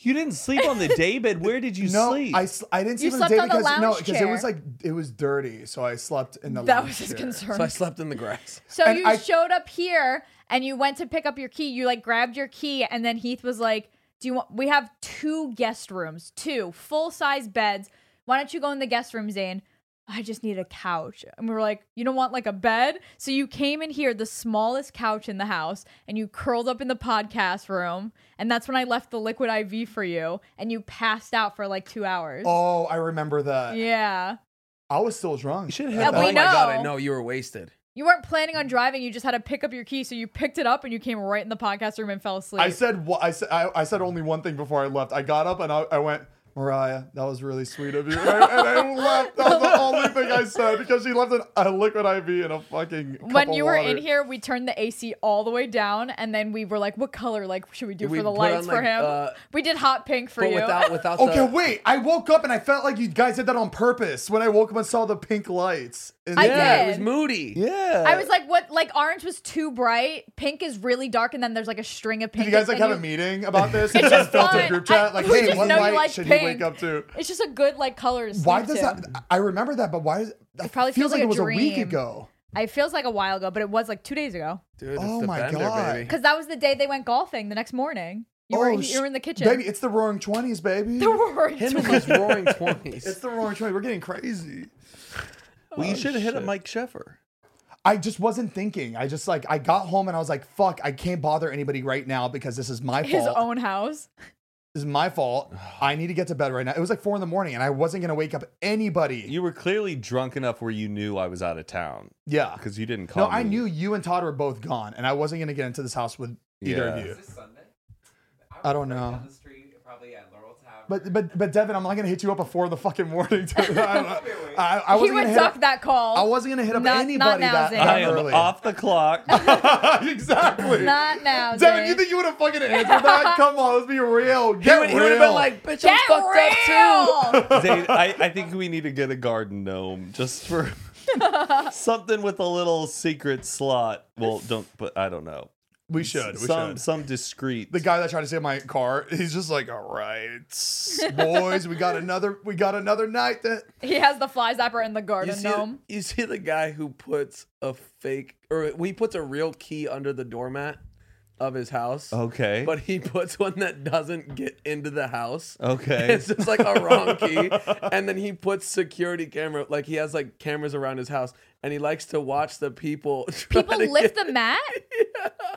[SPEAKER 1] You didn't sleep on the day bed. Where did you
[SPEAKER 3] no,
[SPEAKER 1] sleep?
[SPEAKER 3] I, sl- I didn't
[SPEAKER 2] You
[SPEAKER 3] sleep on the
[SPEAKER 2] slept
[SPEAKER 3] day
[SPEAKER 2] on the
[SPEAKER 3] because no,
[SPEAKER 2] lounge
[SPEAKER 3] because it
[SPEAKER 2] chair.
[SPEAKER 3] was like it was dirty, so I slept in the.
[SPEAKER 2] That
[SPEAKER 3] lounge
[SPEAKER 2] was his
[SPEAKER 3] chair.
[SPEAKER 2] concern.
[SPEAKER 4] So I slept in the grass.
[SPEAKER 2] So
[SPEAKER 3] And
[SPEAKER 2] you
[SPEAKER 3] I-
[SPEAKER 2] showed up here and you went to pick up your key. You like grabbed your key and then Heath was like, "Do you want we have two guest rooms, two full-size beds. Why don't you go in the guest room, Zane?" I just need a couch. And we were like, "You don't want like a bed?" So you came in here the smallest couch in the house and you curled up in the podcast room and that's when I left the liquid IV for you and you passed out for like 2 hours.
[SPEAKER 3] Oh, I remember that.
[SPEAKER 2] Yeah.
[SPEAKER 3] I was still drunk.
[SPEAKER 1] should
[SPEAKER 2] Yeah,
[SPEAKER 1] have.
[SPEAKER 2] we
[SPEAKER 4] oh my God,
[SPEAKER 2] know.
[SPEAKER 4] I know you were wasted.
[SPEAKER 2] You weren't planning on driving. You just had to pick up your key, so you picked it up and you came right in the podcast room and fell asleep.
[SPEAKER 3] I said wha- I said I, I said only one thing before I left. I got up and I, I went, Mariah, that was really sweet of you, and I, and I left. That was the only thing I said because she left an, a liquid IV and a fucking. Cup
[SPEAKER 2] when
[SPEAKER 3] of
[SPEAKER 2] you were
[SPEAKER 3] water.
[SPEAKER 2] in here, we turned the AC all the way down, and then we were like, "What color? Like, should we do
[SPEAKER 4] We
[SPEAKER 2] for the
[SPEAKER 4] put
[SPEAKER 2] lights
[SPEAKER 4] on,
[SPEAKER 2] for
[SPEAKER 4] like,
[SPEAKER 2] him?"
[SPEAKER 4] uh,
[SPEAKER 2] we did hot pink for
[SPEAKER 4] But
[SPEAKER 2] you.
[SPEAKER 4] without without
[SPEAKER 3] Okay,
[SPEAKER 4] the
[SPEAKER 3] wait. I woke up and I felt like you guys did that on purpose when I woke up and saw the pink lights. And
[SPEAKER 2] I
[SPEAKER 4] yeah, it
[SPEAKER 2] did.
[SPEAKER 4] was moody.
[SPEAKER 1] Yeah.
[SPEAKER 2] I was like, "What? Like, orange was too bright. Pink is really dark, and then there's like a string of
[SPEAKER 3] Did
[SPEAKER 2] pink."
[SPEAKER 3] you guys
[SPEAKER 2] and
[SPEAKER 3] like have
[SPEAKER 2] you-
[SPEAKER 3] a meeting about this?
[SPEAKER 2] It's
[SPEAKER 3] and
[SPEAKER 2] just
[SPEAKER 3] send to
[SPEAKER 2] fun.
[SPEAKER 3] group chat
[SPEAKER 2] I-
[SPEAKER 3] like,
[SPEAKER 2] we
[SPEAKER 3] hey,
[SPEAKER 2] just
[SPEAKER 3] one
[SPEAKER 2] know you
[SPEAKER 3] light
[SPEAKER 2] like
[SPEAKER 3] should you
[SPEAKER 2] pink.
[SPEAKER 3] wake up to?
[SPEAKER 2] It's just a good like color. To
[SPEAKER 3] Why
[SPEAKER 2] sleep
[SPEAKER 3] does
[SPEAKER 2] to.
[SPEAKER 3] that? I remember that, but why? That
[SPEAKER 2] It probably feels like
[SPEAKER 3] it
[SPEAKER 2] a
[SPEAKER 3] was a week
[SPEAKER 2] dream.
[SPEAKER 3] ago.
[SPEAKER 2] It feels like a while ago, but it was like two days ago
[SPEAKER 4] Dude, it's
[SPEAKER 3] Oh
[SPEAKER 4] the
[SPEAKER 3] my
[SPEAKER 4] bender,
[SPEAKER 3] God.
[SPEAKER 4] baby.
[SPEAKER 2] because that was the day they went golfing. The next morning, you were
[SPEAKER 3] Oh, sh-
[SPEAKER 2] you were in the kitchen.
[SPEAKER 3] Baby, it's the roaring 20s, baby.
[SPEAKER 2] There were
[SPEAKER 4] Him and his roaring 20s.
[SPEAKER 3] it's the roaring 20s. We're getting crazy.
[SPEAKER 1] well, you should have hit up Mike Sheffer.
[SPEAKER 3] I just wasn't thinking. I just like, I got home and I was like, fuck, I can't bother anybody right now because this is my fault.
[SPEAKER 2] his own house.
[SPEAKER 3] this is my fault. I need to get to bed right now. It was like four in the morning and I wasn't going to wake up anybody.
[SPEAKER 1] You were clearly drunk enough where you knew I was out of town
[SPEAKER 3] yeah.
[SPEAKER 1] because you didn't call
[SPEAKER 3] No, I
[SPEAKER 1] me.
[SPEAKER 3] knew you and Todd were both gone and I wasn't going to get into this house with either
[SPEAKER 1] Yeah.
[SPEAKER 3] of you.
[SPEAKER 5] This Sunday?
[SPEAKER 3] I don't
[SPEAKER 5] was right
[SPEAKER 3] know.
[SPEAKER 5] Down the street, probably at Laurel Tower.
[SPEAKER 3] But, but but Devin, I'm not gonna hit you up at four in the fucking morning. dude. I, I, I
[SPEAKER 2] He
[SPEAKER 3] wasn't
[SPEAKER 2] would
[SPEAKER 3] gonna hit
[SPEAKER 2] duck
[SPEAKER 3] up,
[SPEAKER 2] that call.
[SPEAKER 3] I wasn't gonna hit up
[SPEAKER 2] Not- not
[SPEAKER 3] anybody
[SPEAKER 2] now,
[SPEAKER 3] that,
[SPEAKER 2] Zane.
[SPEAKER 3] that
[SPEAKER 1] I am
[SPEAKER 3] early.
[SPEAKER 1] off the clock.
[SPEAKER 3] exactly.
[SPEAKER 2] Not now,
[SPEAKER 3] Devin, you
[SPEAKER 2] Zane.
[SPEAKER 3] think you would have fucking answered that? Come on, let's be real.
[SPEAKER 4] He
[SPEAKER 3] Get
[SPEAKER 4] would, he
[SPEAKER 3] real.
[SPEAKER 4] would have been like, bitch, I'm
[SPEAKER 2] Get
[SPEAKER 4] fucked up too.
[SPEAKER 2] real.
[SPEAKER 1] Zane, I, I think we need to get a garden gnome just for something with a little secret slot. Well, don't, but I don't know.
[SPEAKER 3] we should. We
[SPEAKER 1] some
[SPEAKER 3] should.
[SPEAKER 1] some discreet.
[SPEAKER 3] the guy that tried to steal my car, he's just like, all right, boys, we got another, we got another night. That
[SPEAKER 2] he has the fly zapper in the
[SPEAKER 4] You
[SPEAKER 2] garden
[SPEAKER 4] see,
[SPEAKER 2] gnome.
[SPEAKER 4] you see the guy who puts a fake, or he puts a real key under the doormat of his house.
[SPEAKER 1] okay.
[SPEAKER 4] But he puts one that doesn't get into the house.
[SPEAKER 1] Okay.
[SPEAKER 4] It's just like a wrong key. And then he puts security camera, like he has like Um, cameras around his house and he likes to watch the people. try
[SPEAKER 2] People
[SPEAKER 4] to
[SPEAKER 2] lift
[SPEAKER 4] get-
[SPEAKER 2] the mat.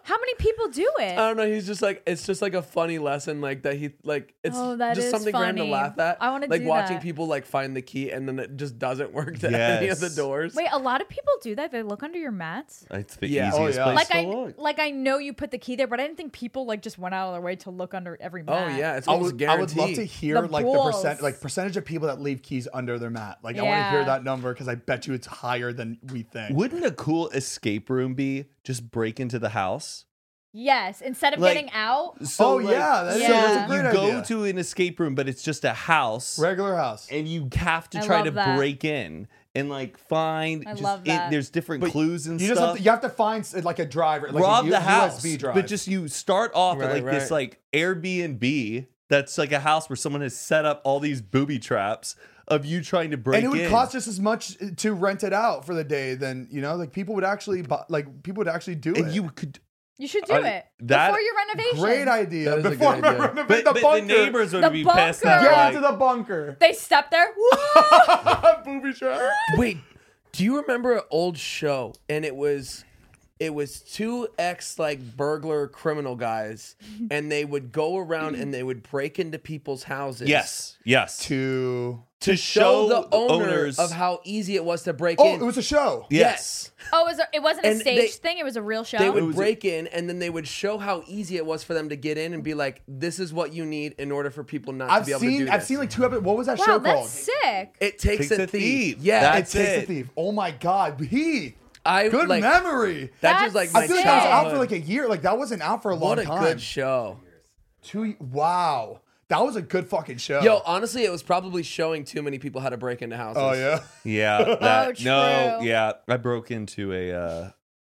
[SPEAKER 2] How many people do it?
[SPEAKER 4] I don't know. He's just like it's just like a funny lesson, like that he like it's
[SPEAKER 2] Oh, that
[SPEAKER 4] just
[SPEAKER 2] is
[SPEAKER 4] something for him
[SPEAKER 2] funny.
[SPEAKER 4] to laugh at.
[SPEAKER 2] I wanna
[SPEAKER 4] like
[SPEAKER 2] do
[SPEAKER 4] watching
[SPEAKER 2] that.
[SPEAKER 4] people like find the key and then it just doesn't work to any of the
[SPEAKER 1] Yes.
[SPEAKER 4] doors.
[SPEAKER 2] Wait, a lot of people do that. They look under your mats.
[SPEAKER 1] It's the
[SPEAKER 4] Yeah.
[SPEAKER 1] easiest
[SPEAKER 3] Oh, yeah.
[SPEAKER 1] place
[SPEAKER 2] Like
[SPEAKER 1] to
[SPEAKER 2] I
[SPEAKER 1] look.
[SPEAKER 2] like I know you put the key there, but I didn't think people like just went out of their way to look under every
[SPEAKER 4] oh
[SPEAKER 2] mat.
[SPEAKER 4] yeah, it's
[SPEAKER 3] I
[SPEAKER 4] almost
[SPEAKER 3] would, I would
[SPEAKER 4] guaranteed.
[SPEAKER 3] love to hear
[SPEAKER 2] The
[SPEAKER 3] like the percent,
[SPEAKER 2] balls.
[SPEAKER 3] like percentage of people that leave keys under their mat. Like I want to hear
[SPEAKER 2] Yeah.
[SPEAKER 3] that number because I bet you it's higher than we think.
[SPEAKER 1] Wouldn't a cool escape room be just break into the house?
[SPEAKER 2] Yes. Instead of
[SPEAKER 1] Like-
[SPEAKER 2] getting out,
[SPEAKER 3] Oh, yeah, that-
[SPEAKER 1] so
[SPEAKER 2] Yeah. that's a
[SPEAKER 1] you
[SPEAKER 3] great
[SPEAKER 1] go
[SPEAKER 3] idea.
[SPEAKER 1] to an escape room, but it's just a house,
[SPEAKER 3] Regular house.
[SPEAKER 1] and you have to
[SPEAKER 2] I
[SPEAKER 1] try
[SPEAKER 2] love
[SPEAKER 1] to
[SPEAKER 2] that.
[SPEAKER 1] break in and like find.
[SPEAKER 2] I
[SPEAKER 1] just
[SPEAKER 2] love that.
[SPEAKER 1] there's different clues and
[SPEAKER 3] you
[SPEAKER 1] stuff.
[SPEAKER 3] just have to, you have to find s- like a driver, like
[SPEAKER 1] rob
[SPEAKER 3] a U-
[SPEAKER 1] the house,
[SPEAKER 3] USB drive.
[SPEAKER 1] but just you start off at
[SPEAKER 4] Right,
[SPEAKER 1] like this
[SPEAKER 4] right.
[SPEAKER 1] like Airbnb that's like a house where someone has set up all these booby traps of you trying to break
[SPEAKER 3] and it would
[SPEAKER 1] in.
[SPEAKER 3] cost just as much eh, to rent it out for the day than you know, like people would actually bu- like people would actually do
[SPEAKER 1] and
[SPEAKER 3] it.
[SPEAKER 1] you could,
[SPEAKER 2] you should do
[SPEAKER 1] I-
[SPEAKER 3] I-
[SPEAKER 2] it
[SPEAKER 1] that-
[SPEAKER 2] before your renovation.
[SPEAKER 3] Great idea.
[SPEAKER 4] That is a
[SPEAKER 3] Before
[SPEAKER 4] good idea.
[SPEAKER 3] renovate
[SPEAKER 1] but
[SPEAKER 3] the
[SPEAKER 1] but the,
[SPEAKER 3] bunker,
[SPEAKER 1] neighbors would
[SPEAKER 2] The
[SPEAKER 1] be pissed at
[SPEAKER 2] bunker.
[SPEAKER 3] get
[SPEAKER 2] Yeah,
[SPEAKER 1] like,
[SPEAKER 3] into the bunker.
[SPEAKER 2] They step there. Woo!
[SPEAKER 3] Booby trap.
[SPEAKER 4] Wait, do you remember an old show? And it was, it was two ex like burglar criminal guys, and they would go around and they would break into people's hououses.
[SPEAKER 1] yes, yes, to,
[SPEAKER 3] To
[SPEAKER 1] show
[SPEAKER 4] the owner
[SPEAKER 1] owners
[SPEAKER 4] of how easy it was to break
[SPEAKER 3] oh,
[SPEAKER 4] in.
[SPEAKER 3] it was a show.
[SPEAKER 1] yes.
[SPEAKER 2] oh, it, was a- it wasn't a
[SPEAKER 4] And
[SPEAKER 2] stage
[SPEAKER 4] they-
[SPEAKER 2] thing. It was a real show.
[SPEAKER 4] They would break in and then they would show how easy it was for them to get in and be like, "This is what you need in order for people not
[SPEAKER 3] I've
[SPEAKER 4] to be able to
[SPEAKER 3] seen.
[SPEAKER 4] do
[SPEAKER 3] I've
[SPEAKER 4] this."
[SPEAKER 3] seen like two episodes. What was that
[SPEAKER 2] wow,
[SPEAKER 3] show
[SPEAKER 2] that's
[SPEAKER 3] called?
[SPEAKER 2] sick.
[SPEAKER 4] it takes,
[SPEAKER 1] Takes
[SPEAKER 4] a,
[SPEAKER 1] a
[SPEAKER 4] thief.
[SPEAKER 1] thief.
[SPEAKER 4] Yeah,
[SPEAKER 3] It
[SPEAKER 1] That's-
[SPEAKER 3] takes a
[SPEAKER 1] it.
[SPEAKER 3] thief. Oh my god, he.
[SPEAKER 4] I
[SPEAKER 3] Good
[SPEAKER 4] like,
[SPEAKER 3] memory.
[SPEAKER 4] That just like
[SPEAKER 2] That's
[SPEAKER 4] my
[SPEAKER 3] I feel like that was out
[SPEAKER 4] childhood.
[SPEAKER 3] for like a year. Like that wasn't out for a long
[SPEAKER 4] what a
[SPEAKER 3] time.
[SPEAKER 4] good show.
[SPEAKER 3] Two. Wow, that was a good fucking show.
[SPEAKER 4] Yo, honestly, it was probably showing too many people how to break into houses.
[SPEAKER 3] Oh yeah.
[SPEAKER 1] Yeah. That, No.
[SPEAKER 2] true.
[SPEAKER 1] Yeah. I broke into a uh,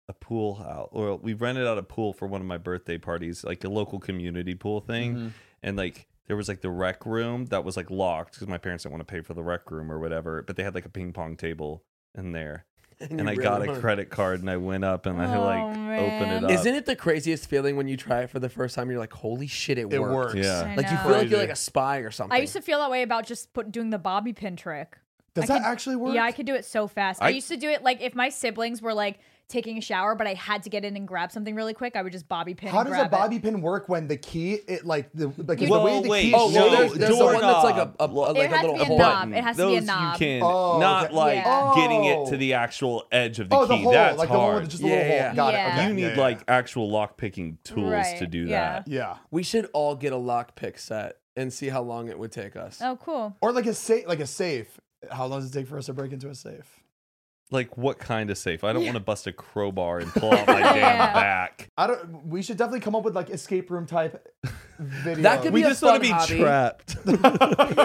[SPEAKER 1] a pool house, or we rented out a pool for one of my birthday parties, like a local community pool thing,
[SPEAKER 3] Mm-hmm.
[SPEAKER 1] and like there was like the rec room that was like locked because my parents didn't want to pay for the rec room or whatever, but they had like a ping pong table in there, and,
[SPEAKER 4] you
[SPEAKER 1] I
[SPEAKER 4] really
[SPEAKER 1] got a
[SPEAKER 4] wanna-
[SPEAKER 1] credit card and I went up and I
[SPEAKER 2] Oh,
[SPEAKER 1] like opened it
[SPEAKER 2] man.
[SPEAKER 1] up.
[SPEAKER 4] Isn't it the craziest feeling when you try it for the first time? You're like, holy shit, it,
[SPEAKER 3] It
[SPEAKER 4] worked.
[SPEAKER 3] works.
[SPEAKER 1] Yeah.
[SPEAKER 2] I
[SPEAKER 4] Like you
[SPEAKER 2] know.
[SPEAKER 4] feel like you're like a spy or something.
[SPEAKER 2] I used to feel that way about just put, doing the bobby pin trick.
[SPEAKER 3] Does
[SPEAKER 2] I
[SPEAKER 3] that
[SPEAKER 2] could-
[SPEAKER 3] actually work?
[SPEAKER 2] Yeah, I could do it so fast. I,
[SPEAKER 1] I-
[SPEAKER 2] used to do it like if my siblings were like taking a shower, but I had to get in and grab something really quick, I would just bobby pin.
[SPEAKER 3] How
[SPEAKER 2] and
[SPEAKER 3] does
[SPEAKER 2] grab
[SPEAKER 3] a
[SPEAKER 2] it.
[SPEAKER 3] bobby pin work when the key? It like the like
[SPEAKER 1] Well,
[SPEAKER 3] the way the
[SPEAKER 1] wait,
[SPEAKER 3] key.
[SPEAKER 4] Oh, well,
[SPEAKER 1] No,
[SPEAKER 4] there's, there's the one that's like a, a,
[SPEAKER 1] doorknob.
[SPEAKER 4] like
[SPEAKER 2] It
[SPEAKER 4] a
[SPEAKER 2] has to
[SPEAKER 4] little
[SPEAKER 2] be a
[SPEAKER 4] button.
[SPEAKER 2] knob. It has to be
[SPEAKER 1] Those
[SPEAKER 2] a knob.
[SPEAKER 1] you can
[SPEAKER 3] Oh,
[SPEAKER 1] not
[SPEAKER 3] okay.
[SPEAKER 1] like
[SPEAKER 2] Yeah.
[SPEAKER 1] getting it
[SPEAKER 3] Oh.
[SPEAKER 1] to the actual edge of the
[SPEAKER 3] Oh, the
[SPEAKER 1] key.
[SPEAKER 3] hole,
[SPEAKER 1] That's
[SPEAKER 3] like the one
[SPEAKER 1] hard.
[SPEAKER 3] with just a little
[SPEAKER 4] Yeah,
[SPEAKER 3] hole. Got
[SPEAKER 2] yeah.
[SPEAKER 3] it. Okay.
[SPEAKER 1] you need
[SPEAKER 3] Yeah, yeah,
[SPEAKER 1] like actual lock picking tools to
[SPEAKER 2] Right,
[SPEAKER 1] do
[SPEAKER 2] yeah.
[SPEAKER 1] that.
[SPEAKER 3] yeah. yeah.
[SPEAKER 4] We should all get a lockpick set and see how long it would take us.
[SPEAKER 2] Oh, cool.
[SPEAKER 3] Or like a safe, like a safe. How long does it take for us to break into a safe?
[SPEAKER 1] Like what kind of safe? I don't want to bust a crowbar and pull out my damn
[SPEAKER 2] Yeah.
[SPEAKER 1] back.
[SPEAKER 3] I don't. We should definitely come up with like escape room type video.
[SPEAKER 4] That could
[SPEAKER 1] We
[SPEAKER 4] be a
[SPEAKER 1] just want to
[SPEAKER 4] fun
[SPEAKER 1] be
[SPEAKER 4] hobby.
[SPEAKER 1] trapped.
[SPEAKER 2] Do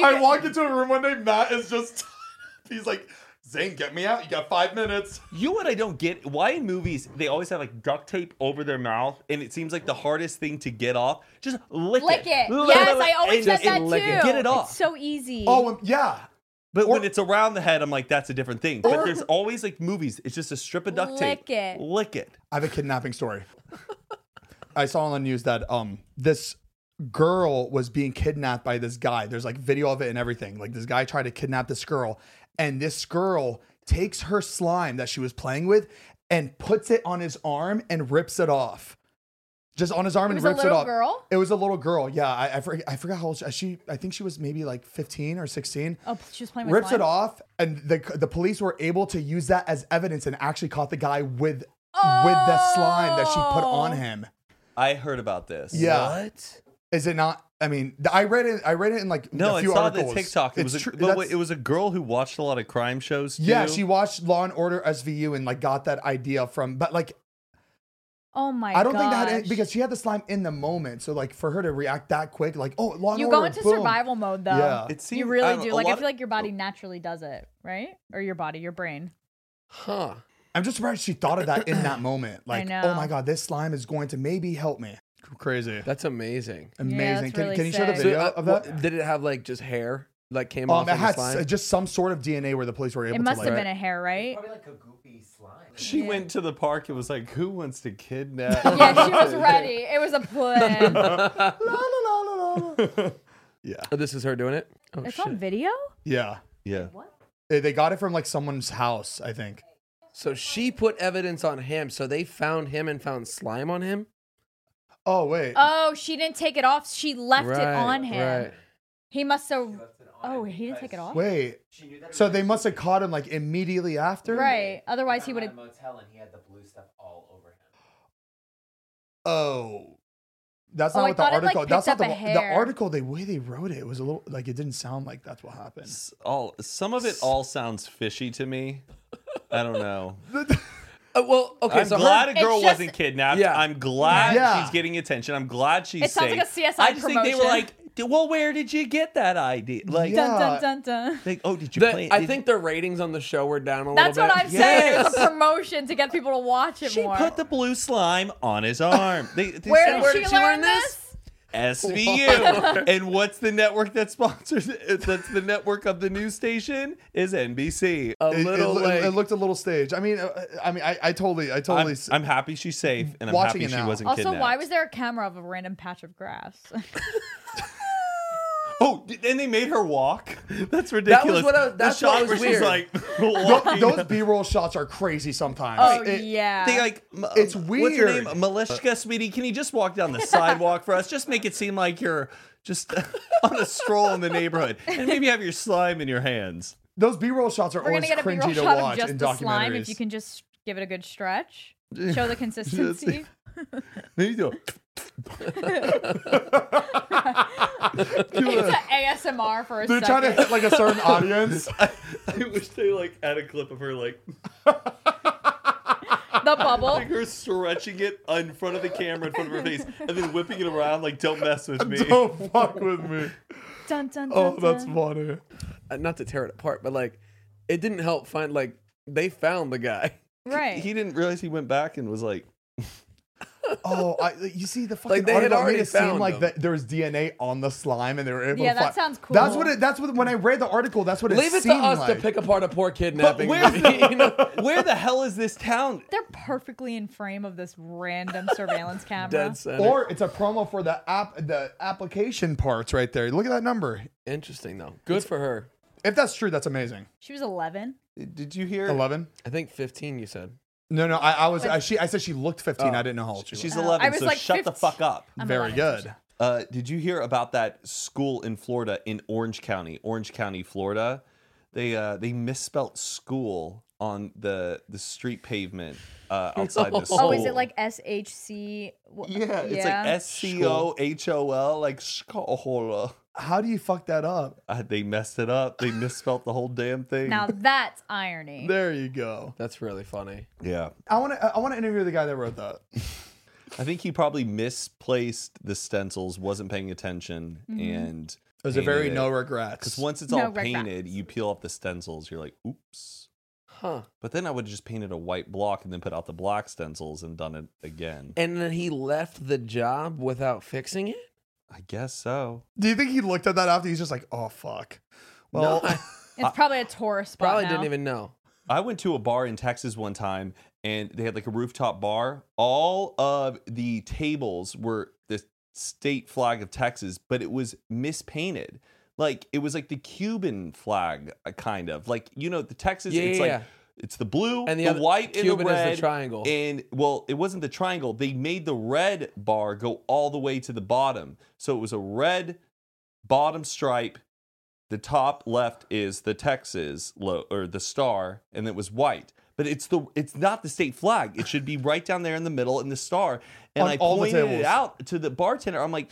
[SPEAKER 2] you
[SPEAKER 3] I
[SPEAKER 2] get-
[SPEAKER 3] walked into a room one day. Matt is just. he's like, Zane, get me out. You got five minutes.
[SPEAKER 1] you know what I don't get? Why in movies they always have like duct tape over their mouth and it seems like the hardest thing to get off? Just lick,
[SPEAKER 2] Lick it. Yes, I always said that too.
[SPEAKER 1] Get it off.
[SPEAKER 2] It's so easy.
[SPEAKER 3] Oh um, yeah.
[SPEAKER 1] But when it's around the head, I'm like, that's a different thing. but there's always like movies. It's just a strip of duct tape.
[SPEAKER 2] Lick it.
[SPEAKER 1] Lick it.
[SPEAKER 3] I have a kidnapping story. I saw on the news that um this girl was being kidnapped by this guy. There's like video of it and everything. Like this guy tried to kidnap this girl, and this girl takes her slime that she was playing with and puts it on his arm and rips it off. Just on his arm
[SPEAKER 2] It
[SPEAKER 3] and
[SPEAKER 2] was a
[SPEAKER 3] rips it
[SPEAKER 2] little
[SPEAKER 3] off.
[SPEAKER 2] girl?
[SPEAKER 3] It was a little girl. Yeah, I I, for, I forgot how old she, she. I think she was maybe like 15 or 16
[SPEAKER 2] oh, she was playing with
[SPEAKER 3] rips
[SPEAKER 2] slime.
[SPEAKER 3] it off, and the the police were able to use that as evidence and actually caught the guy with with the slime that she put on
[SPEAKER 2] Oh.
[SPEAKER 3] him.
[SPEAKER 1] I heard about this.
[SPEAKER 3] Yeah,
[SPEAKER 4] What?
[SPEAKER 3] is it not? I mean, th- I read it. I read it in like
[SPEAKER 1] No,
[SPEAKER 3] a
[SPEAKER 1] I
[SPEAKER 3] few
[SPEAKER 1] saw
[SPEAKER 3] articles.
[SPEAKER 1] the TikTok. It was, a,
[SPEAKER 3] tr-
[SPEAKER 1] but wait,
[SPEAKER 3] that's-
[SPEAKER 1] it was a girl who watched a lot of crime shows. Too.
[SPEAKER 3] Yeah, she watched Law and Order SVU and like got that idea from, but like
[SPEAKER 2] Oh my god.
[SPEAKER 3] I don't think that had- because she had the slime in the moment, so like for her to react that quick, like oh Law and
[SPEAKER 2] you
[SPEAKER 3] Order,
[SPEAKER 2] go into
[SPEAKER 3] boom.
[SPEAKER 2] survival mode though.
[SPEAKER 3] Yeah.
[SPEAKER 1] It seemed,
[SPEAKER 2] You
[SPEAKER 1] I
[SPEAKER 2] really
[SPEAKER 1] don't-
[SPEAKER 2] do.
[SPEAKER 1] a
[SPEAKER 2] Like I
[SPEAKER 1] lot
[SPEAKER 2] feel
[SPEAKER 1] of-
[SPEAKER 2] like your body naturally does it, right? Or your body, your brain.
[SPEAKER 4] Huh.
[SPEAKER 3] I'm just surprised she thought of that in that moment. Like
[SPEAKER 2] know.
[SPEAKER 3] oh my god, this slime is going to maybe help me. Crazy,
[SPEAKER 4] That's amazing.
[SPEAKER 3] amazing.
[SPEAKER 2] that's
[SPEAKER 3] can,
[SPEAKER 2] really
[SPEAKER 3] can you show the
[SPEAKER 2] sick.
[SPEAKER 4] So,
[SPEAKER 3] video
[SPEAKER 4] uh,
[SPEAKER 3] of
[SPEAKER 4] what-
[SPEAKER 3] that?
[SPEAKER 4] did it have like just hair? Like came off
[SPEAKER 3] Um, it
[SPEAKER 4] of the
[SPEAKER 3] had
[SPEAKER 4] slime?
[SPEAKER 3] s- just some sort of DNA where the police were able
[SPEAKER 2] It must
[SPEAKER 3] to
[SPEAKER 2] have
[SPEAKER 3] like.
[SPEAKER 2] been a hair, right?
[SPEAKER 5] Probably like a goopy slime.
[SPEAKER 1] She went to the park and was like, "Who wants to kidnap?"
[SPEAKER 2] yeah, she was ready. It was a plan.
[SPEAKER 4] Oh, this is her doing it. Oh
[SPEAKER 2] it's
[SPEAKER 4] shit.
[SPEAKER 2] on video?
[SPEAKER 3] Yeah,
[SPEAKER 1] yeah.
[SPEAKER 3] Eh, they got it from like someone's house, I think.
[SPEAKER 4] So she put evidence on him. So they found him and found slime on him.
[SPEAKER 3] Oh wait.
[SPEAKER 2] Oh, she didn't take it off. She left it on him.
[SPEAKER 4] Right.
[SPEAKER 2] He must have. Oh, he didn't take it off.
[SPEAKER 3] Wait. So they must have caught him like immediately after.
[SPEAKER 2] Right. Otherwise, he
[SPEAKER 5] He
[SPEAKER 2] would
[SPEAKER 5] went to
[SPEAKER 2] have.
[SPEAKER 5] a motel and he had the blue stuff all over him.
[SPEAKER 3] Oh. That's
[SPEAKER 2] Oh,
[SPEAKER 3] not
[SPEAKER 2] I
[SPEAKER 3] what the
[SPEAKER 2] thought it, like,
[SPEAKER 3] article. that's
[SPEAKER 2] picked
[SPEAKER 3] not the,
[SPEAKER 2] up a
[SPEAKER 3] the
[SPEAKER 2] hair.
[SPEAKER 3] article. The way they wrote it, was a little like it didn't sound like that's what happened.
[SPEAKER 1] S- All some of it all sounds fishy to me. I don't know.
[SPEAKER 4] Uh, well, okay.
[SPEAKER 1] I'm
[SPEAKER 4] so her-
[SPEAKER 1] glad a
[SPEAKER 2] It's
[SPEAKER 1] girl
[SPEAKER 2] just-
[SPEAKER 1] wasn't kidnapped.
[SPEAKER 4] Yeah.
[SPEAKER 1] I'm glad
[SPEAKER 3] Yeah.
[SPEAKER 1] she's getting attention. I'm glad she's
[SPEAKER 2] It sounds
[SPEAKER 1] safe.
[SPEAKER 2] like a CSI
[SPEAKER 1] I just think they were
[SPEAKER 2] promotion.
[SPEAKER 1] like, "D- well, where did you get that idea? Like,
[SPEAKER 3] Yeah.
[SPEAKER 2] Dun dun dun dun.
[SPEAKER 1] like, oh, did you
[SPEAKER 4] the-
[SPEAKER 1] play?
[SPEAKER 4] I
[SPEAKER 1] did-
[SPEAKER 4] think the ratings on the show were down a
[SPEAKER 2] That's
[SPEAKER 4] little
[SPEAKER 2] what
[SPEAKER 4] bit.
[SPEAKER 2] I'm saying. It's a
[SPEAKER 1] Yes.
[SPEAKER 2] promotion to get people to watch it
[SPEAKER 1] she
[SPEAKER 2] more.
[SPEAKER 1] put the blue slime on his arm. They, they
[SPEAKER 2] where,
[SPEAKER 1] said
[SPEAKER 2] did
[SPEAKER 4] where
[SPEAKER 2] she
[SPEAKER 4] did she
[SPEAKER 2] learn,
[SPEAKER 4] learn
[SPEAKER 2] this?
[SPEAKER 1] SVU. and what's the network that sponsors? It? That's the network of the news station is NBC.
[SPEAKER 4] A
[SPEAKER 3] It, it
[SPEAKER 4] little
[SPEAKER 3] loo-
[SPEAKER 4] like
[SPEAKER 3] it looked a little staged. I mean, uh, I mean, I, I totally, I totally.
[SPEAKER 1] I'm,
[SPEAKER 3] s-
[SPEAKER 1] I'm happy she's safe, and I'm
[SPEAKER 3] Watching
[SPEAKER 1] happy
[SPEAKER 3] it
[SPEAKER 1] she
[SPEAKER 3] now.
[SPEAKER 1] wasn't
[SPEAKER 2] Also,
[SPEAKER 1] kidnapped.
[SPEAKER 2] why was there a camera of a random patch of grass?
[SPEAKER 1] Oh, d- and they made her walk. That's ridiculous.
[SPEAKER 4] That was what I- that's
[SPEAKER 1] the shot
[SPEAKER 4] what was
[SPEAKER 1] where she's
[SPEAKER 4] weird.
[SPEAKER 1] like
[SPEAKER 3] Tho-
[SPEAKER 1] walking.
[SPEAKER 3] those B-roll shots are crazy sometimes.
[SPEAKER 2] oh
[SPEAKER 3] It-
[SPEAKER 2] yeah.
[SPEAKER 1] They like m-
[SPEAKER 3] It's
[SPEAKER 1] What's her name?
[SPEAKER 3] weird.
[SPEAKER 1] Malishka, sweetie. Can you just walk down the sidewalk for us? Just make it seem like you're just on a stroll in the neighborhood, and maybe have your slime in your hands.
[SPEAKER 3] Those B-roll shots are
[SPEAKER 2] We're
[SPEAKER 3] always
[SPEAKER 2] gonna get a B-roll
[SPEAKER 3] cringy to
[SPEAKER 2] shot of
[SPEAKER 3] watch
[SPEAKER 2] just
[SPEAKER 3] in
[SPEAKER 2] the
[SPEAKER 3] documentaries.
[SPEAKER 2] slime if you can just give it a good stretch. Show the consistency.
[SPEAKER 1] There you go.
[SPEAKER 2] it's an ASMR for a
[SPEAKER 3] They're trying to
[SPEAKER 2] second.
[SPEAKER 3] hit like a certain audience.
[SPEAKER 1] I, I wish they like had a clip of her like
[SPEAKER 2] the bubble.
[SPEAKER 1] like her stretching it in front of the camera in front of her face and then whipping it around like don't mess with me.
[SPEAKER 3] Don't Oh, fuck with me.
[SPEAKER 2] Dun, dun, dun,
[SPEAKER 3] Oh, that's
[SPEAKER 2] dun.
[SPEAKER 3] funny.
[SPEAKER 4] uh, not to tear it apart, but like it didn't help find like they found the guy.
[SPEAKER 2] right.
[SPEAKER 1] He didn't realize he went back and was like,
[SPEAKER 3] Oh, I, you see the fucking
[SPEAKER 4] they had
[SPEAKER 3] article
[SPEAKER 4] already
[SPEAKER 3] made it seem
[SPEAKER 4] found
[SPEAKER 3] like
[SPEAKER 4] them.
[SPEAKER 3] that there was DNA on the slime and they were able.
[SPEAKER 2] Yeah,
[SPEAKER 3] to
[SPEAKER 2] that
[SPEAKER 3] fi-
[SPEAKER 2] sounds cool.
[SPEAKER 3] That's what it. That's what when I read the article, that's what it
[SPEAKER 4] Leave it to
[SPEAKER 3] seemed
[SPEAKER 4] us
[SPEAKER 3] like.
[SPEAKER 4] to pick apart a poor kidnapping.
[SPEAKER 1] where's the-
[SPEAKER 4] you know?
[SPEAKER 1] "Where the hell is this town?"
[SPEAKER 2] They're perfectly in frame of this random surveillance camera.
[SPEAKER 4] Dead center.
[SPEAKER 3] Or it's a promo for the app, the application parts right there. Look at that number.
[SPEAKER 4] Interesting though. Good for her.
[SPEAKER 3] If that's true, that's amazing.
[SPEAKER 2] She was 11.
[SPEAKER 1] Did you hear?
[SPEAKER 3] Eleven.
[SPEAKER 4] I think 15. You said.
[SPEAKER 3] No, no, I, I was. I, she, I said she looked fifteen. I didn't know how old she was.
[SPEAKER 1] She's
[SPEAKER 2] Oh,
[SPEAKER 1] 11,
[SPEAKER 2] I was
[SPEAKER 1] so
[SPEAKER 2] like
[SPEAKER 1] shut the
[SPEAKER 2] 15.
[SPEAKER 1] fuck up.
[SPEAKER 2] I'm
[SPEAKER 3] very
[SPEAKER 2] 11, so she-
[SPEAKER 3] good.
[SPEAKER 1] Uh, did you hear about that school in Florida, in Orange County, Orange County, Florida? They uh, they misspelt school on the the street pavement uh, outside the school.
[SPEAKER 2] Oh, is it like SHC? Wh-
[SPEAKER 1] yeah? It's like S C O H O L, like school.
[SPEAKER 3] How do you fuck that up?
[SPEAKER 1] Uh, they messed it up. They misspelt the whole damn thing.
[SPEAKER 2] Now that's irony.
[SPEAKER 3] There you go.
[SPEAKER 4] That's really funny.
[SPEAKER 1] yeah,
[SPEAKER 3] I want to. I want to interview the guy that wrote that.
[SPEAKER 1] I think he probably misplaced the stencils, wasn't paying attention,
[SPEAKER 2] Mm-hmm.
[SPEAKER 1] and
[SPEAKER 3] It was a very
[SPEAKER 1] Painted it.
[SPEAKER 3] no
[SPEAKER 1] because
[SPEAKER 3] regrets.
[SPEAKER 1] once it's
[SPEAKER 2] No
[SPEAKER 1] all
[SPEAKER 2] regrets.
[SPEAKER 1] painted, you peel off the stencils. You're like, oops.
[SPEAKER 4] Huh.
[SPEAKER 1] But then I would have just painted a white block and then put out the block stencils and done it again.
[SPEAKER 4] And then he left the job without fixing it.
[SPEAKER 1] I guess so.
[SPEAKER 3] do you think he looked at that after? He's just like, oh fuck. Well,
[SPEAKER 2] It's probably a tourist spot.
[SPEAKER 4] Probably
[SPEAKER 2] now.
[SPEAKER 4] didn't even know.
[SPEAKER 1] I went to a bar in Texas one time and they had like a rooftop bar. All of the tables were the state flag of Texas, but it was mispainted. Like it was like the Cuban flag, uh, kind of like you know the Texas.
[SPEAKER 4] Yeah,
[SPEAKER 1] it's
[SPEAKER 4] yeah,
[SPEAKER 1] like
[SPEAKER 4] yeah.
[SPEAKER 1] it's the blue
[SPEAKER 4] And
[SPEAKER 1] and
[SPEAKER 4] the
[SPEAKER 1] the,
[SPEAKER 4] other-
[SPEAKER 1] white
[SPEAKER 4] Cuban
[SPEAKER 1] and the
[SPEAKER 4] is the
[SPEAKER 1] red
[SPEAKER 4] triangle.
[SPEAKER 1] And well, it wasn't the triangle. They made the red bar go all the way to the bottom, so it was a red bottom stripe the top left is the Texas lo- or the star, and it was white. But it's the it's not the state flag. It should be right down there in the middle in the star. And
[SPEAKER 3] On
[SPEAKER 1] I
[SPEAKER 3] all the
[SPEAKER 1] pointed it
[SPEAKER 3] tables.
[SPEAKER 1] out to the bartender. I'm like,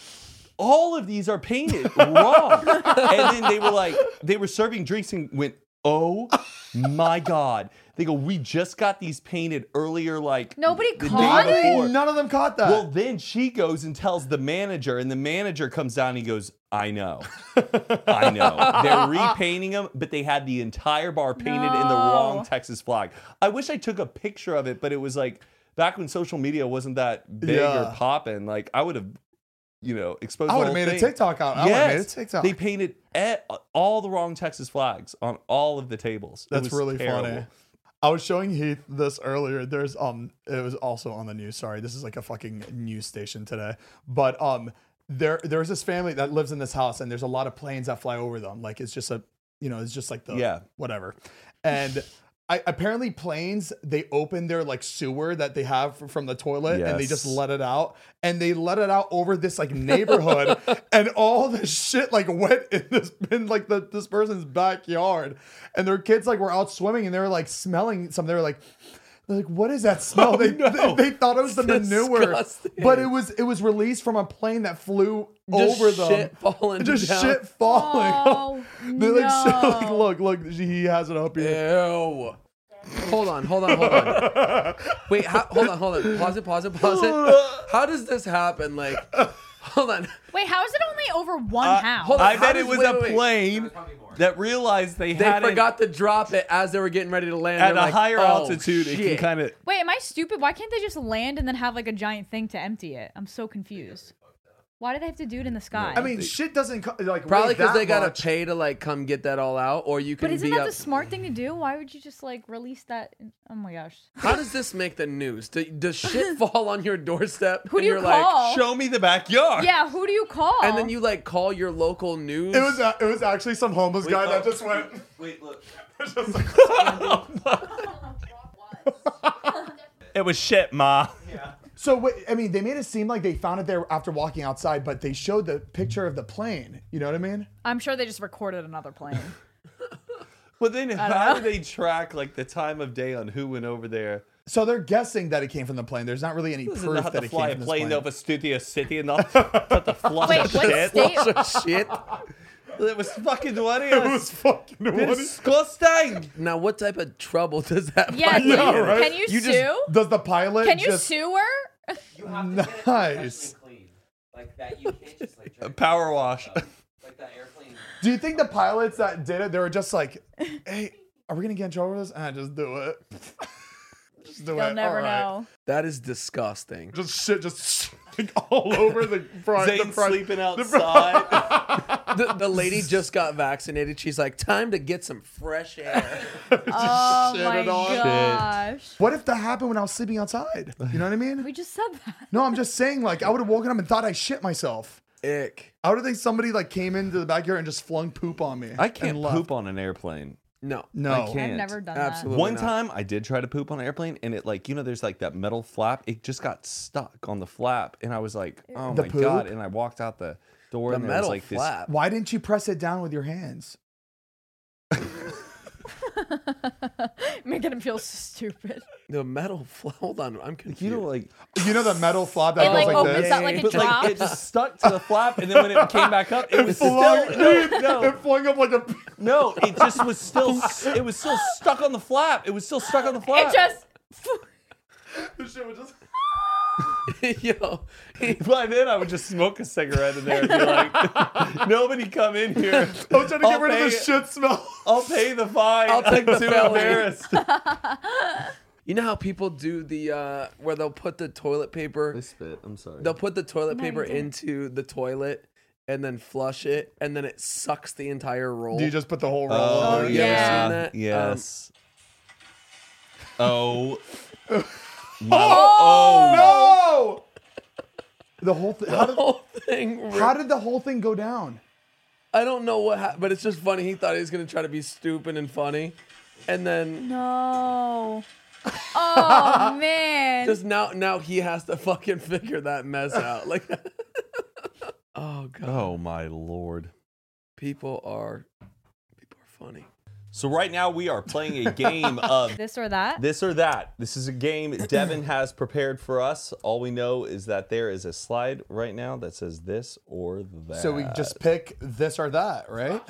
[SPEAKER 1] all of these are painted wrong. and then they were like, they were serving drinks and went, oh my god. They go, we just got these painted earlier, like
[SPEAKER 2] Nobody
[SPEAKER 1] the day
[SPEAKER 2] caught it?
[SPEAKER 1] before."
[SPEAKER 3] none of them caught that.
[SPEAKER 1] Well, then she goes and tells the manager, and the manager comes down and he goes, I know. I know. They're repainting them, but they had the entire bar painted in the
[SPEAKER 2] No.
[SPEAKER 1] wrong Texas flag. I wish I took a picture of it, but it was like back when social media wasn't that big
[SPEAKER 3] Yeah.
[SPEAKER 1] or popping. Like, I would have, you know, exposed
[SPEAKER 3] I
[SPEAKER 1] would have
[SPEAKER 3] would've made a TikTok out- I would've made a TikTok.
[SPEAKER 1] They painted e- all the wrong Texas flags on all of the tables. It
[SPEAKER 3] That's
[SPEAKER 1] was
[SPEAKER 3] really funny.
[SPEAKER 1] terrible.
[SPEAKER 3] I was showing Heath this earlier. There's um it was also on the news. Sorry, this is like a fucking news station today. But um there there's this family that lives in this house and there's a lot of planes that fly over them. Like it's just a you know, it's just like the
[SPEAKER 1] Yeah.
[SPEAKER 3] whatever. And I, apparently planes they open their like sewer that they have f- from the toilet and they just
[SPEAKER 1] Yes.
[SPEAKER 3] let it out and they let it out over this like neighborhood and all the shit like went in this in like the, this person's backyard and their kids like were out swimming and they were like smelling something they were like they're like what is that smell they,
[SPEAKER 1] no.
[SPEAKER 3] they they thought it was the manure
[SPEAKER 4] Oh, Disgusting.
[SPEAKER 3] but it was it was released from a plane that flew
[SPEAKER 4] Just
[SPEAKER 3] over them
[SPEAKER 4] shit falling
[SPEAKER 3] just
[SPEAKER 4] down.
[SPEAKER 3] shit falling
[SPEAKER 2] Oh,
[SPEAKER 3] They're like, so, like,
[SPEAKER 2] no.
[SPEAKER 3] look, look, he has it up here.
[SPEAKER 4] Ew. Hold on, hold on, hold on. Wait, how, hold on, hold on. Pause it, pause it, pause it. How does this happen? Like, hold on.
[SPEAKER 2] Wait, how is it only over one house?
[SPEAKER 4] hold on.
[SPEAKER 1] I
[SPEAKER 4] how
[SPEAKER 1] bet
[SPEAKER 4] does-
[SPEAKER 1] it was
[SPEAKER 4] wait,
[SPEAKER 1] a
[SPEAKER 4] wait, wait.
[SPEAKER 1] plane that realized they,
[SPEAKER 4] They
[SPEAKER 1] had
[SPEAKER 4] forgot to drop it as they were getting ready to land.
[SPEAKER 1] it at
[SPEAKER 4] They're
[SPEAKER 1] a
[SPEAKER 4] like,
[SPEAKER 1] higher
[SPEAKER 4] "Oh,
[SPEAKER 1] altitude. It can
[SPEAKER 4] shit."
[SPEAKER 1] kind of
[SPEAKER 2] Wait, am I stupid? Why can't they just land and then have like a giant thing to empty it? I'm so confused. Why do they have to do it in the sky?
[SPEAKER 3] I mean, shit doesn't co- like
[SPEAKER 4] Probably
[SPEAKER 3] because
[SPEAKER 4] because they gotta
[SPEAKER 3] much.
[SPEAKER 4] pay to like come get that all out, or you can
[SPEAKER 2] but isn't
[SPEAKER 4] be
[SPEAKER 2] that
[SPEAKER 4] up.
[SPEAKER 2] the smart thing to do? Why would you just like release that? Oh my gosh.
[SPEAKER 4] How does this make the news? Do, does shit fall on your doorstep?
[SPEAKER 2] Who
[SPEAKER 4] and
[SPEAKER 2] do you
[SPEAKER 4] you're Like,
[SPEAKER 2] call?
[SPEAKER 1] show me the backyard.
[SPEAKER 2] yeah, who do you call?
[SPEAKER 4] and then you like call your local news.
[SPEAKER 3] It was a- it was actually some homeless guy that just went.
[SPEAKER 5] Wait, look.
[SPEAKER 3] just like,
[SPEAKER 1] It was shit, ma.
[SPEAKER 3] so wait, I mean, they made it seem like they found it there after walking outside, but they showed the picture of the plane. You know what I mean?
[SPEAKER 2] I'm sure they just recorded another plane.
[SPEAKER 1] But then how do they track like the time of day on who went over there?
[SPEAKER 3] So they're guessing that it came from the plane. There's not really any
[SPEAKER 1] This is
[SPEAKER 3] proof
[SPEAKER 1] not
[SPEAKER 3] that
[SPEAKER 1] to
[SPEAKER 3] it
[SPEAKER 1] fly
[SPEAKER 3] came
[SPEAKER 1] a
[SPEAKER 3] from this
[SPEAKER 1] plane
[SPEAKER 3] plane.
[SPEAKER 1] over Studio City and not not to flush
[SPEAKER 2] Wait, what
[SPEAKER 1] shit.
[SPEAKER 2] state?
[SPEAKER 4] shit.
[SPEAKER 1] It was fucking what It
[SPEAKER 3] fucking
[SPEAKER 1] disgusting.
[SPEAKER 4] Now, what type of trouble does that?
[SPEAKER 2] Yeah,
[SPEAKER 4] find
[SPEAKER 2] can,
[SPEAKER 4] you
[SPEAKER 2] you,
[SPEAKER 4] in?
[SPEAKER 3] right?
[SPEAKER 2] can you,
[SPEAKER 3] You
[SPEAKER 2] sue?
[SPEAKER 3] just- Does the pilot?
[SPEAKER 2] can you
[SPEAKER 3] just,
[SPEAKER 2] sue her?
[SPEAKER 5] You have to get it
[SPEAKER 3] Nice.
[SPEAKER 5] nice. clean. Like that, you can't just like
[SPEAKER 1] A
[SPEAKER 5] jerk
[SPEAKER 1] power
[SPEAKER 5] it
[SPEAKER 1] wash.
[SPEAKER 5] off. Like that airplane.
[SPEAKER 3] Do you think the pilots that did it, they were just like, "Hey, are we gonna get in trouble with this?" Ah, just do it. just do it.
[SPEAKER 2] You'll never
[SPEAKER 3] All right.
[SPEAKER 2] know.
[SPEAKER 4] That is disgusting.
[SPEAKER 3] Just shit, just like all over the front. the
[SPEAKER 1] Zane
[SPEAKER 3] front.
[SPEAKER 1] sleeping outside.
[SPEAKER 4] The, the lady just got vaccinated. She's like, time to get some fresh air.
[SPEAKER 2] Oh
[SPEAKER 3] shit
[SPEAKER 2] my
[SPEAKER 3] it on. Shit.
[SPEAKER 2] gosh.
[SPEAKER 3] What if that happened when I was sleeping outside? You know what I mean?
[SPEAKER 2] We just said that.
[SPEAKER 3] No, I'm just saying, like, I would have woken up and thought I shit myself.
[SPEAKER 4] Ick.
[SPEAKER 3] I would have think somebody like came into the backyard and just flung poop on me.
[SPEAKER 1] I
[SPEAKER 3] and
[SPEAKER 1] can't
[SPEAKER 3] left.
[SPEAKER 1] poop on an airplane.
[SPEAKER 4] No.
[SPEAKER 3] No,
[SPEAKER 1] I can't.
[SPEAKER 2] I've never done
[SPEAKER 4] Absolutely.
[SPEAKER 1] One
[SPEAKER 4] not.
[SPEAKER 1] time I did try to poop on an airplane and it like, you know, there's like that metal flap. It just got stuck on the flap and I was like, oh
[SPEAKER 3] The
[SPEAKER 1] my God.
[SPEAKER 3] poop?
[SPEAKER 1] And I walked out the door
[SPEAKER 4] The
[SPEAKER 1] and there was
[SPEAKER 4] metal
[SPEAKER 1] like
[SPEAKER 4] flap.
[SPEAKER 3] Why didn't you press it down with your hands?
[SPEAKER 2] that. Making him feel stupid.
[SPEAKER 4] The metal. Fl- hold on. I'm
[SPEAKER 1] this,
[SPEAKER 4] confused.
[SPEAKER 1] you know, like,
[SPEAKER 3] You know the metal flop that
[SPEAKER 2] it like,
[SPEAKER 3] goes like
[SPEAKER 2] opens
[SPEAKER 3] this.
[SPEAKER 2] up like it
[SPEAKER 1] but like it
[SPEAKER 2] drops.
[SPEAKER 1] just stuck to the flap and then when it came back up, it was still,
[SPEAKER 3] flung-
[SPEAKER 1] no, no,
[SPEAKER 3] It flung up like a.
[SPEAKER 1] no, it just was still, it was still stuck on the flap. It was still stuck on the flap.
[SPEAKER 2] it just
[SPEAKER 3] the shit would just.
[SPEAKER 4] Yo.
[SPEAKER 1] By then, I would just smoke a cigarette in there and be like, "Nobody come in here.
[SPEAKER 3] I was trying to
[SPEAKER 1] I'll
[SPEAKER 3] get rid of the
[SPEAKER 1] pay it.
[SPEAKER 3] shit smell.
[SPEAKER 1] I'll pay the fine.
[SPEAKER 4] I'll take the
[SPEAKER 1] I'm too
[SPEAKER 4] felony."
[SPEAKER 1] embarrassed."
[SPEAKER 4] You know how people do the uh where they'll put the toilet paper.
[SPEAKER 1] spit. I'm sorry.
[SPEAKER 4] They'll put the toilet
[SPEAKER 2] No, you
[SPEAKER 4] paper
[SPEAKER 2] didn't.
[SPEAKER 4] into the toilet and then flush it, and then it sucks the entire roll.
[SPEAKER 3] Do you just put the whole roll?
[SPEAKER 1] oh
[SPEAKER 3] over?
[SPEAKER 2] yeah.
[SPEAKER 4] yeah.
[SPEAKER 1] yeah.
[SPEAKER 4] Um,
[SPEAKER 1] Yes. oh.
[SPEAKER 3] No. The whole thing. How did,
[SPEAKER 4] whole thing. ripped.
[SPEAKER 3] how did the whole thing go down?
[SPEAKER 4] I don't know what happened, but it's just funny. He thought he was gonna try to be stupid and funny, and then
[SPEAKER 2] no. Oh man.
[SPEAKER 4] just now, now he has to fucking figure that mess out. Like, oh god,
[SPEAKER 1] Oh my lord.
[SPEAKER 4] people are, people are funny.
[SPEAKER 1] So right now we are playing a game of
[SPEAKER 2] this or that.
[SPEAKER 1] this or that. This is a game Devin has prepared for us. All we know is that there is a slide right now that says this or that.
[SPEAKER 3] So we just pick this or that, right?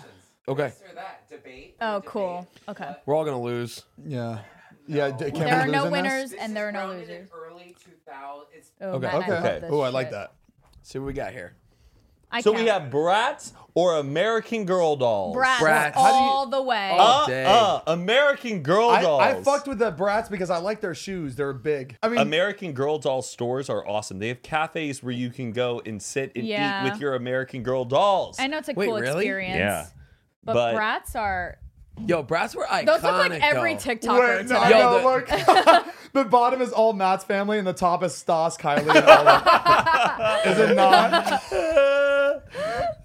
[SPEAKER 4] Okay,
[SPEAKER 5] This or that debate.
[SPEAKER 2] oh,
[SPEAKER 5] debate.
[SPEAKER 2] cool. Okay.
[SPEAKER 4] we're all gonna lose.
[SPEAKER 3] Yeah. Yeah. d- Can
[SPEAKER 2] There
[SPEAKER 3] we
[SPEAKER 2] are
[SPEAKER 3] lose
[SPEAKER 2] no
[SPEAKER 3] in this?
[SPEAKER 2] winners
[SPEAKER 5] This
[SPEAKER 2] and
[SPEAKER 5] is
[SPEAKER 2] there are no
[SPEAKER 5] grounded in
[SPEAKER 2] losers.
[SPEAKER 5] Early 2000. It's
[SPEAKER 2] Oh,
[SPEAKER 4] Okay.
[SPEAKER 2] man, I
[SPEAKER 3] Okay.
[SPEAKER 2] love this
[SPEAKER 3] Oh, I like
[SPEAKER 2] shit.
[SPEAKER 3] that.
[SPEAKER 4] See what we got here.
[SPEAKER 2] I
[SPEAKER 1] So
[SPEAKER 2] count.
[SPEAKER 1] we have brats or American Girl dolls.
[SPEAKER 2] Brats,
[SPEAKER 4] Brats. How do you-
[SPEAKER 2] all the way.
[SPEAKER 4] Oh.
[SPEAKER 1] Uh,
[SPEAKER 4] Dang.
[SPEAKER 1] uh, American Girl
[SPEAKER 3] I,
[SPEAKER 1] dolls.
[SPEAKER 3] I fucked with the brats because I like their shoes. They're big. I mean,
[SPEAKER 1] American Girl doll stores are awesome. They have cafes where you can go and sit and
[SPEAKER 2] Yeah.
[SPEAKER 1] eat with your American Girl dolls.
[SPEAKER 2] I know it's a
[SPEAKER 4] Wait,
[SPEAKER 2] cool
[SPEAKER 4] really?
[SPEAKER 2] experience.
[SPEAKER 1] Yeah.
[SPEAKER 2] But,
[SPEAKER 1] But-
[SPEAKER 2] brats are
[SPEAKER 4] Yo, brats were iconic.
[SPEAKER 2] those look like every
[SPEAKER 4] though.
[SPEAKER 2] TikToker.
[SPEAKER 3] wait, no,
[SPEAKER 2] today.
[SPEAKER 4] Yo,
[SPEAKER 3] no,
[SPEAKER 4] the-
[SPEAKER 3] look. the bottom is all Matt's family, and the top is Stas, Kylie, and Olive. is it not?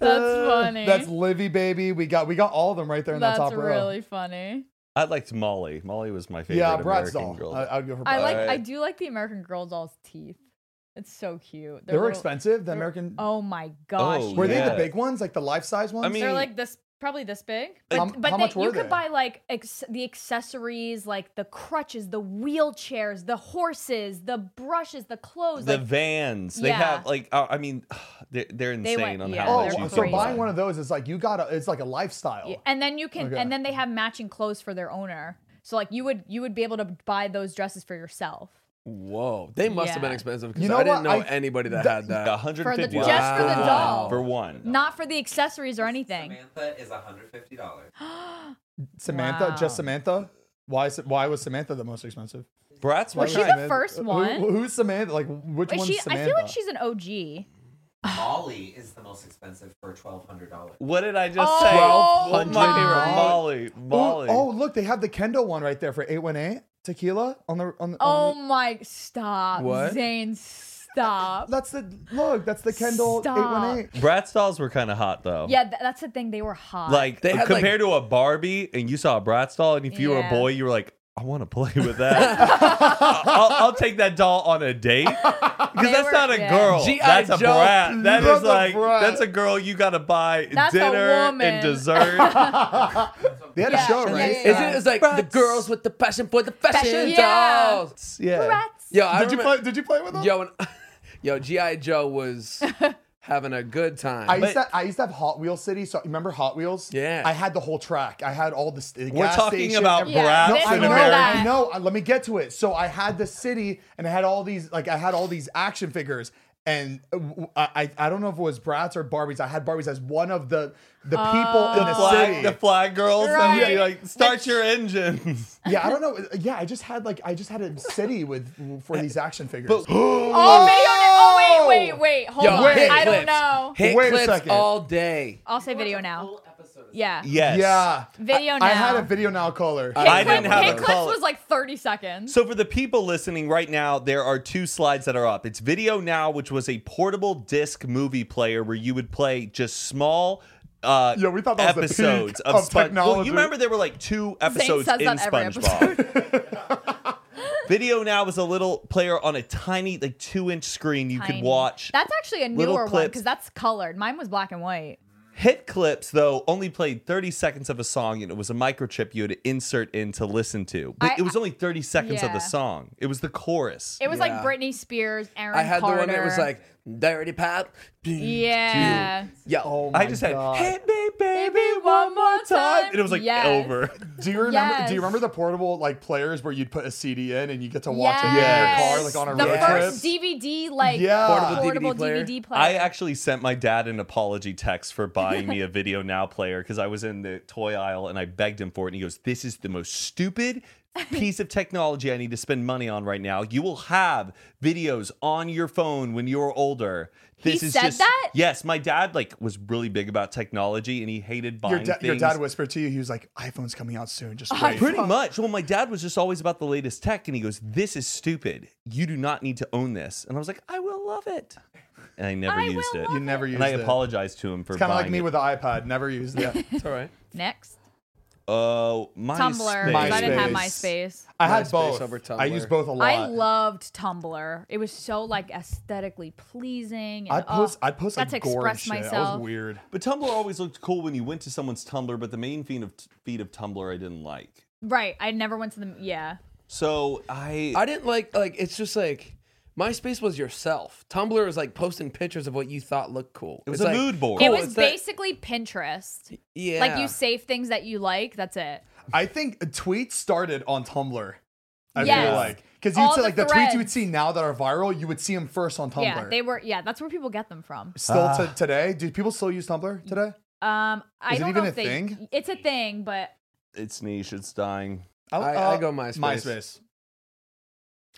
[SPEAKER 2] That's funny.
[SPEAKER 3] That's Livy, baby. We got we got all of them right there in
[SPEAKER 2] That's
[SPEAKER 3] that top row.
[SPEAKER 2] really funny.
[SPEAKER 1] I liked Molly. Molly was my favorite
[SPEAKER 3] Yeah, Brad's
[SPEAKER 1] American
[SPEAKER 3] doll.
[SPEAKER 1] girl.
[SPEAKER 3] I, I would give her.
[SPEAKER 2] I
[SPEAKER 3] Bratz.
[SPEAKER 2] like.
[SPEAKER 1] Alright.
[SPEAKER 2] I do like the American Girl doll's teeth. It's so cute.
[SPEAKER 3] They were
[SPEAKER 2] little-
[SPEAKER 3] expensive. The
[SPEAKER 2] they're-
[SPEAKER 3] American.
[SPEAKER 2] Oh my gosh.
[SPEAKER 1] Oh,
[SPEAKER 3] were they
[SPEAKER 1] yeah.
[SPEAKER 3] the big ones, like the life size ones?
[SPEAKER 1] I mean,
[SPEAKER 2] They're like this, probably this big. But,
[SPEAKER 3] How-
[SPEAKER 2] but
[SPEAKER 3] how
[SPEAKER 2] they,
[SPEAKER 3] much were
[SPEAKER 2] you could
[SPEAKER 3] they?
[SPEAKER 2] buy like ex- the accessories, like the crutches, the wheelchairs, the horses, the brushes, the clothes.
[SPEAKER 1] the
[SPEAKER 2] like,
[SPEAKER 1] vans. They
[SPEAKER 2] Yeah.
[SPEAKER 1] have like uh, I mean, they're, they're insane
[SPEAKER 2] They went-
[SPEAKER 1] on
[SPEAKER 2] yeah,
[SPEAKER 1] how
[SPEAKER 3] oh,
[SPEAKER 1] much
[SPEAKER 2] they're
[SPEAKER 1] you
[SPEAKER 3] so
[SPEAKER 1] can
[SPEAKER 2] crazy.
[SPEAKER 3] buying one of those is like you got. to It's like a lifestyle.
[SPEAKER 2] and then you can,
[SPEAKER 3] Okay.
[SPEAKER 2] and then they have matching clothes for their owner. So like you would you would be able to buy those dresses for yourself
[SPEAKER 4] Whoa, they must have been
[SPEAKER 2] Yeah.
[SPEAKER 4] expensive because
[SPEAKER 3] You know
[SPEAKER 4] I didn't
[SPEAKER 3] what?
[SPEAKER 4] know
[SPEAKER 3] I-
[SPEAKER 4] anybody that,
[SPEAKER 3] that-
[SPEAKER 4] had that.
[SPEAKER 1] A hundred
[SPEAKER 2] for the
[SPEAKER 1] fifty
[SPEAKER 2] just for the
[SPEAKER 1] dollars
[SPEAKER 2] doll,
[SPEAKER 1] for one.
[SPEAKER 2] not for the accessories or anything.
[SPEAKER 5] Samantha is $150.
[SPEAKER 3] Samantha,
[SPEAKER 2] Wow.
[SPEAKER 3] just Samantha. Why? Is, why was Samantha the most expensive?
[SPEAKER 1] Bratz
[SPEAKER 3] Why
[SPEAKER 2] Was she
[SPEAKER 3] not,
[SPEAKER 2] the
[SPEAKER 3] man?
[SPEAKER 2] first
[SPEAKER 3] Who-
[SPEAKER 2] one?
[SPEAKER 3] Who, who's Samantha? Like which
[SPEAKER 2] Wait,
[SPEAKER 3] one's
[SPEAKER 2] she,
[SPEAKER 3] Samantha?
[SPEAKER 2] I feel like she's an OG.
[SPEAKER 5] Molly is the most expensive for $1,200.
[SPEAKER 1] What did I just
[SPEAKER 2] Oh
[SPEAKER 1] say? my
[SPEAKER 2] my
[SPEAKER 1] favorite
[SPEAKER 2] God.
[SPEAKER 1] Molly.
[SPEAKER 3] Ooh,
[SPEAKER 1] Molly.
[SPEAKER 3] Oh, look, they have the Kendall one right there for eight one eight tequila on the on. the-
[SPEAKER 2] Oh
[SPEAKER 3] on
[SPEAKER 2] my! Stop,
[SPEAKER 4] What?
[SPEAKER 2] Zane. Stop.
[SPEAKER 3] the, that's the look. That's the Kendall eight
[SPEAKER 2] Stop.
[SPEAKER 3] one eight.
[SPEAKER 1] Bratz dolls were kind of hot though.
[SPEAKER 2] yeah, th- that's the thing. They were hot.
[SPEAKER 1] Like
[SPEAKER 4] They had,
[SPEAKER 1] compared to a Barbie, and you saw a Bratz doll, and if you were a
[SPEAKER 2] Yeah.
[SPEAKER 1] boy, you were like, I want to play with that. I'll, I'll take that doll on a date because
[SPEAKER 2] They
[SPEAKER 1] that's
[SPEAKER 2] were-
[SPEAKER 1] not a
[SPEAKER 2] yeah.
[SPEAKER 1] girl.
[SPEAKER 4] G.I.
[SPEAKER 1] That's a
[SPEAKER 4] Joe.
[SPEAKER 1] brat. That is
[SPEAKER 3] That's a
[SPEAKER 1] like
[SPEAKER 3] brat.
[SPEAKER 1] that's a girl you got to buy
[SPEAKER 2] That's a
[SPEAKER 1] dinner and
[SPEAKER 2] woman.
[SPEAKER 1] dessert.
[SPEAKER 3] They had a
[SPEAKER 2] Yeah,
[SPEAKER 3] show,
[SPEAKER 2] yeah,
[SPEAKER 3] right?
[SPEAKER 2] yeah,
[SPEAKER 4] Is
[SPEAKER 2] yeah.
[SPEAKER 4] it? It's like the girls with the passion for the fashion
[SPEAKER 2] Fashion, yeah.
[SPEAKER 4] dolls.
[SPEAKER 3] Yeah.
[SPEAKER 2] Rats.
[SPEAKER 4] Yo, I
[SPEAKER 3] Did you
[SPEAKER 4] remem-
[SPEAKER 3] play? Did you play with them?
[SPEAKER 4] Yo, and, yo, GI Joe was having a good time.
[SPEAKER 3] I used, to, I used to have Hot Wheel City. So remember Hot Wheels?
[SPEAKER 4] Yeah.
[SPEAKER 3] I had the whole track. I had all the. St-
[SPEAKER 1] We're
[SPEAKER 3] gas
[SPEAKER 1] talking
[SPEAKER 3] station,
[SPEAKER 1] about
[SPEAKER 3] every-
[SPEAKER 2] Yeah,
[SPEAKER 1] Bratz
[SPEAKER 3] No,
[SPEAKER 2] this
[SPEAKER 3] I
[SPEAKER 1] and
[SPEAKER 3] know,
[SPEAKER 2] world
[SPEAKER 1] American.
[SPEAKER 3] I know. Uh, Let me get to it. So I had the city, and I had all these, like I had all these action figures, and uh, w- I, I I don't know if it was Bratz or Barbies. I had Barbies as one of the the people
[SPEAKER 1] Oh.
[SPEAKER 3] in the,
[SPEAKER 1] The flag,
[SPEAKER 3] city.
[SPEAKER 1] the flag girls, and
[SPEAKER 2] Right.
[SPEAKER 1] you'd be like, start your engines.
[SPEAKER 3] yeah, I don't know. Yeah, I just had like I just had a city with for these action figures.
[SPEAKER 2] Oh, video now. Oh, wait, wait, wait. Hold
[SPEAKER 4] yo,
[SPEAKER 2] on.
[SPEAKER 4] hit
[SPEAKER 2] I
[SPEAKER 4] clips.
[SPEAKER 2] don't know.
[SPEAKER 4] Hit
[SPEAKER 3] Wait a
[SPEAKER 4] clips
[SPEAKER 3] second.
[SPEAKER 4] all day.
[SPEAKER 2] I'll say video now. Yeah.
[SPEAKER 1] yes.
[SPEAKER 3] yeah,
[SPEAKER 2] Video
[SPEAKER 3] I, I had
[SPEAKER 2] now.
[SPEAKER 3] a video now color.
[SPEAKER 2] Hit
[SPEAKER 1] I didn't
[SPEAKER 2] clip-
[SPEAKER 1] have
[SPEAKER 2] hit
[SPEAKER 1] a
[SPEAKER 2] clips
[SPEAKER 1] color.
[SPEAKER 2] was like 30 seconds.
[SPEAKER 1] So for the people listening right now, there are two slides that are up. It's Video Now, which was a portable disc movie player where you would play just small uh
[SPEAKER 3] Yeah, we thought that was the peak
[SPEAKER 1] episodes
[SPEAKER 3] of
[SPEAKER 1] Spon- Well,
[SPEAKER 3] technology.
[SPEAKER 1] you remember there were like two
[SPEAKER 2] Zane
[SPEAKER 1] episodes
[SPEAKER 2] says
[SPEAKER 1] in
[SPEAKER 2] that every
[SPEAKER 1] SpongeBob.
[SPEAKER 2] episode.
[SPEAKER 1] Video Now was a little player on a tiny, like two inch screen you could
[SPEAKER 2] Tiny.
[SPEAKER 1] watch.
[SPEAKER 2] That's actually a
[SPEAKER 1] Little
[SPEAKER 2] newer one
[SPEAKER 1] clips.
[SPEAKER 2] because that's colored. Mine was black and white.
[SPEAKER 1] Hit clips though only played 30 seconds of a song and it was a microchip you had to insert in to listen to. But
[SPEAKER 2] I-
[SPEAKER 1] it was only 30 seconds of the
[SPEAKER 2] yeah.
[SPEAKER 1] song. It was the chorus.
[SPEAKER 2] It was
[SPEAKER 4] Yeah.
[SPEAKER 2] like Britney Spears, Aaron
[SPEAKER 4] I had
[SPEAKER 2] Carter.
[SPEAKER 4] the one that was like dirty pop.
[SPEAKER 2] yeah.
[SPEAKER 4] Yo,
[SPEAKER 3] Oh my
[SPEAKER 1] I just
[SPEAKER 3] God.
[SPEAKER 1] had hit me baby one more time and it was like
[SPEAKER 2] Yes.
[SPEAKER 1] over.
[SPEAKER 3] Do you remember? Do
[SPEAKER 2] Yes.
[SPEAKER 3] you remember the portable like players where you'd put a CD in and you get to watch
[SPEAKER 2] Yes.
[SPEAKER 3] it in your car, like on a
[SPEAKER 2] the
[SPEAKER 3] road
[SPEAKER 2] first
[SPEAKER 3] trip?
[SPEAKER 2] DVD, like
[SPEAKER 3] Yeah. Portable
[SPEAKER 2] portable,
[SPEAKER 4] DVD player.
[SPEAKER 2] DVD, player.
[SPEAKER 1] I actually sent my dad an apology text for buying me a Video Now player because I was in the toy aisle and I begged him for it. And he goes, This is the most stupid piece of technology I need to spend money on right now. You will have videos on your phone when you're older. This is
[SPEAKER 2] said
[SPEAKER 1] just
[SPEAKER 2] that?
[SPEAKER 1] yes. My dad like was really big about technology and he hated buying
[SPEAKER 3] Your, da-
[SPEAKER 1] things.
[SPEAKER 3] your dad whispered to you, he was like, "iPhone's coming out soon, just
[SPEAKER 2] Oh,
[SPEAKER 3] wait."
[SPEAKER 1] Pretty much. Well, my dad was just always about the latest tech, and he goes, "This is stupid. You do not need to own this." And I was like, "I will love it," and I never
[SPEAKER 2] I
[SPEAKER 1] used
[SPEAKER 2] will
[SPEAKER 1] it.
[SPEAKER 2] love
[SPEAKER 3] You never used
[SPEAKER 1] and I
[SPEAKER 3] it.
[SPEAKER 1] apologized to him for
[SPEAKER 3] Kind of
[SPEAKER 1] buying
[SPEAKER 3] like me
[SPEAKER 1] it.
[SPEAKER 3] with the iPad, never used it.
[SPEAKER 4] it's all right.
[SPEAKER 2] Next.
[SPEAKER 1] Oh, my
[SPEAKER 2] Tumblr.
[SPEAKER 1] space.
[SPEAKER 2] 'cause I didn't have
[SPEAKER 3] MySpace.
[SPEAKER 2] MySpace.
[SPEAKER 3] I had
[SPEAKER 4] MySpace
[SPEAKER 3] both.
[SPEAKER 4] over Tumblr.
[SPEAKER 3] I used both a lot.
[SPEAKER 2] I loved Tumblr. It was so like aesthetically pleasing. And,
[SPEAKER 3] I post.
[SPEAKER 2] oh,
[SPEAKER 3] I post
[SPEAKER 2] got
[SPEAKER 3] like
[SPEAKER 2] to
[SPEAKER 3] gore
[SPEAKER 2] express
[SPEAKER 3] shit. That was
[SPEAKER 2] myself.
[SPEAKER 3] weird.
[SPEAKER 1] But Tumblr always looked cool when you went to someone's Tumblr, but the main feed of feed of Tumblr I didn't like.
[SPEAKER 2] Right. I never went to the yeah.
[SPEAKER 1] So I,
[SPEAKER 4] I didn't like like it's just like MySpace was yourself. Tumblr was like posting pictures of what you thought looked cool. It
[SPEAKER 1] was a mood board.
[SPEAKER 2] It
[SPEAKER 1] Cool,
[SPEAKER 2] was basically Pinterest.
[SPEAKER 4] yeah.
[SPEAKER 2] Like you save things that you like. That's it.
[SPEAKER 3] I think tweets started on Tumblr. I feel
[SPEAKER 2] Yes.
[SPEAKER 3] like because you'd
[SPEAKER 2] All
[SPEAKER 3] see
[SPEAKER 2] the
[SPEAKER 3] like the tweets you would
[SPEAKER 2] threads.
[SPEAKER 3] see now that are viral, you would see them first on Tumblr.
[SPEAKER 2] Yeah. They were. Yeah. That's where people get them from.
[SPEAKER 3] still
[SPEAKER 1] Ah.
[SPEAKER 3] to today. Do people still use Tumblr today?
[SPEAKER 2] Um. I
[SPEAKER 3] Is it
[SPEAKER 2] don't
[SPEAKER 3] even
[SPEAKER 2] know
[SPEAKER 3] a
[SPEAKER 2] if they.
[SPEAKER 3] thing?
[SPEAKER 2] It's a thing, but
[SPEAKER 1] it's niche, it's dying.
[SPEAKER 4] I- I go MySpace.
[SPEAKER 3] Oh, MySpace.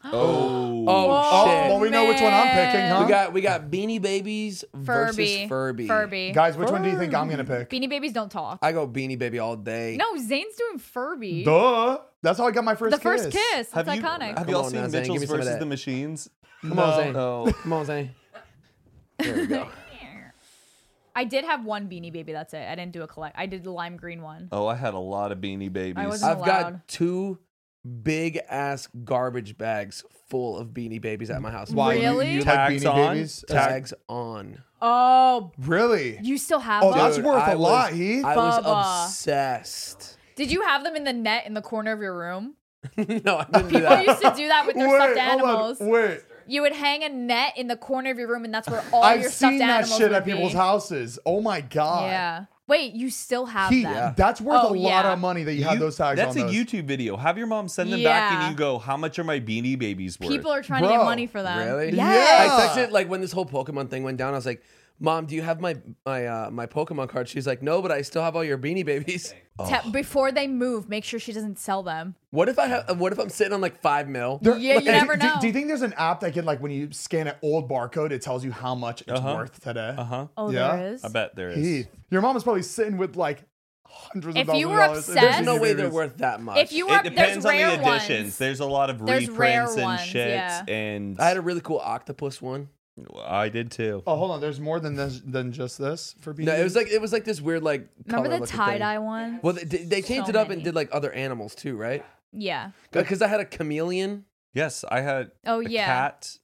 [SPEAKER 1] Oh,
[SPEAKER 4] Oh,
[SPEAKER 3] Oh,
[SPEAKER 4] shit.
[SPEAKER 3] well, we know which one I'm picking,
[SPEAKER 2] man.
[SPEAKER 3] huh?
[SPEAKER 4] we got we got Beanie Babies
[SPEAKER 2] Furby.
[SPEAKER 4] versus Furby.
[SPEAKER 2] Furby.
[SPEAKER 3] Guys, which one do you think I'm gonna pick?
[SPEAKER 2] Beanie Babies don't talk.
[SPEAKER 4] I go Beanie Baby all day.
[SPEAKER 2] no, Zane's doing Furby.
[SPEAKER 3] Duh. That's how I got my first
[SPEAKER 2] the
[SPEAKER 3] kiss.
[SPEAKER 2] first kiss. It's
[SPEAKER 1] have you
[SPEAKER 2] iconic.
[SPEAKER 1] have
[SPEAKER 4] Come
[SPEAKER 1] you all
[SPEAKER 4] on
[SPEAKER 1] seen
[SPEAKER 4] now, Zane,
[SPEAKER 1] Mitchell's
[SPEAKER 4] give me some of
[SPEAKER 1] versus
[SPEAKER 4] that.
[SPEAKER 1] the Machines?
[SPEAKER 4] Come on, Zane.
[SPEAKER 1] No.
[SPEAKER 4] Come on, Zane. There we go.
[SPEAKER 2] I did have one beanie baby. That's it. I didn't do a collect. I did the lime green one.
[SPEAKER 1] Oh, I had a lot of beanie babies.
[SPEAKER 2] wasn't-
[SPEAKER 4] I've
[SPEAKER 2] allowed.
[SPEAKER 4] got two big ass garbage bags full of beanie babies at my house.
[SPEAKER 2] Why?
[SPEAKER 3] you-
[SPEAKER 2] Really?
[SPEAKER 3] You, like
[SPEAKER 1] Tags
[SPEAKER 3] Beanie
[SPEAKER 1] on?
[SPEAKER 3] Babies?
[SPEAKER 1] Tag-
[SPEAKER 4] Tags on.
[SPEAKER 2] Oh,
[SPEAKER 3] Really?
[SPEAKER 2] you still have
[SPEAKER 3] Oh,
[SPEAKER 2] them?
[SPEAKER 3] that's
[SPEAKER 4] Dude,
[SPEAKER 3] worth
[SPEAKER 4] I
[SPEAKER 3] a lot, Heath.
[SPEAKER 4] I was
[SPEAKER 2] Bubba.
[SPEAKER 4] obsessed.
[SPEAKER 2] Did you have them in the net in the corner of your room?
[SPEAKER 4] no, I didn't do
[SPEAKER 2] People
[SPEAKER 4] that.
[SPEAKER 2] used to do that with their stuffed
[SPEAKER 3] hold on,
[SPEAKER 2] animals.
[SPEAKER 3] Wait.
[SPEAKER 2] You would hang a net in the corner of your room, and that's where all
[SPEAKER 3] I've
[SPEAKER 2] your stuffed
[SPEAKER 3] seen that
[SPEAKER 2] animals
[SPEAKER 3] shit
[SPEAKER 2] would
[SPEAKER 3] at people's
[SPEAKER 2] be.
[SPEAKER 3] houses. Oh my god.
[SPEAKER 2] Yeah. Wait, you still have
[SPEAKER 3] Heath,
[SPEAKER 2] them?
[SPEAKER 3] that's worth
[SPEAKER 2] Oh,
[SPEAKER 3] a lot
[SPEAKER 2] yeah.
[SPEAKER 3] of money that you,
[SPEAKER 1] You-
[SPEAKER 3] had those tags
[SPEAKER 1] That's
[SPEAKER 3] on.
[SPEAKER 1] a
[SPEAKER 3] those.
[SPEAKER 1] YouTube video. Have your mom send them back,
[SPEAKER 2] Yeah.
[SPEAKER 1] and you go, "How much are my beanie babies worth?"
[SPEAKER 2] People are trying to
[SPEAKER 3] Bro,
[SPEAKER 2] get money for them.
[SPEAKER 4] really?
[SPEAKER 3] Yeah.
[SPEAKER 2] Yeah.
[SPEAKER 4] I texted like when this whole Pokemon thing went down. I was like, "Mom, do you have my my uh, my Pokemon card?" She's like, "No, but I still have all your Beanie Babies."
[SPEAKER 2] Te-
[SPEAKER 1] Oh.
[SPEAKER 2] before they move, make sure she doesn't sell them.
[SPEAKER 4] What if I have? What if I'm sitting on like five mil?
[SPEAKER 3] They're-
[SPEAKER 2] Yeah, you
[SPEAKER 3] do-
[SPEAKER 2] never
[SPEAKER 3] do,
[SPEAKER 2] know.
[SPEAKER 3] Do, you think there's an app that can like when you scan an old barcode, it tells you how much it's
[SPEAKER 4] Uh-huh.
[SPEAKER 3] worth today? Uh huh.
[SPEAKER 2] Oh,
[SPEAKER 3] Yeah.
[SPEAKER 2] there is.
[SPEAKER 1] Uh-huh. I bet there is.
[SPEAKER 3] Heath, your mom is probably sitting with like hundreds
[SPEAKER 2] If
[SPEAKER 3] of
[SPEAKER 2] you
[SPEAKER 3] thousands
[SPEAKER 2] were
[SPEAKER 3] of dollars. in
[SPEAKER 2] obsessed-
[SPEAKER 4] There's
[SPEAKER 3] Disney
[SPEAKER 4] no way they're
[SPEAKER 3] movies.
[SPEAKER 4] worth that much.
[SPEAKER 2] If you were,
[SPEAKER 1] It depends
[SPEAKER 2] there's
[SPEAKER 1] on
[SPEAKER 2] rare
[SPEAKER 1] the editions.
[SPEAKER 2] ones.
[SPEAKER 1] There's a lot of
[SPEAKER 2] There's rare
[SPEAKER 1] reprints and
[SPEAKER 2] ones,
[SPEAKER 1] shits,
[SPEAKER 2] yeah.
[SPEAKER 1] and
[SPEAKER 4] I had a really cool octopus one.
[SPEAKER 1] I did too.
[SPEAKER 3] Oh, hold on. There's more than this, than just this for being.
[SPEAKER 4] No, it was like it was like this weird like.
[SPEAKER 2] Remember the
[SPEAKER 4] color-looking thing.
[SPEAKER 2] tie dye one?
[SPEAKER 4] Well, they, they changed
[SPEAKER 2] So
[SPEAKER 4] it up
[SPEAKER 2] many.
[SPEAKER 4] and did like other animals too, right?
[SPEAKER 2] Yeah.
[SPEAKER 4] Because I had a chameleon.
[SPEAKER 1] Yes, I had.
[SPEAKER 2] Oh,
[SPEAKER 1] a
[SPEAKER 2] yeah.
[SPEAKER 1] Cat.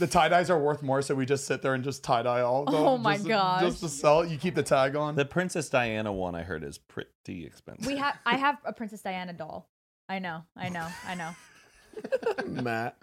[SPEAKER 3] the tie dyes are worth more, so we just sit there and just tie dye all. Of them
[SPEAKER 2] Oh my
[SPEAKER 3] just,
[SPEAKER 2] gosh.
[SPEAKER 3] Just to sell, it. you keep the tag on.
[SPEAKER 1] The Princess Diana one I heard is pretty expensive.
[SPEAKER 2] We have. I have a Princess Diana doll. I know. I know. I know.
[SPEAKER 4] Matt.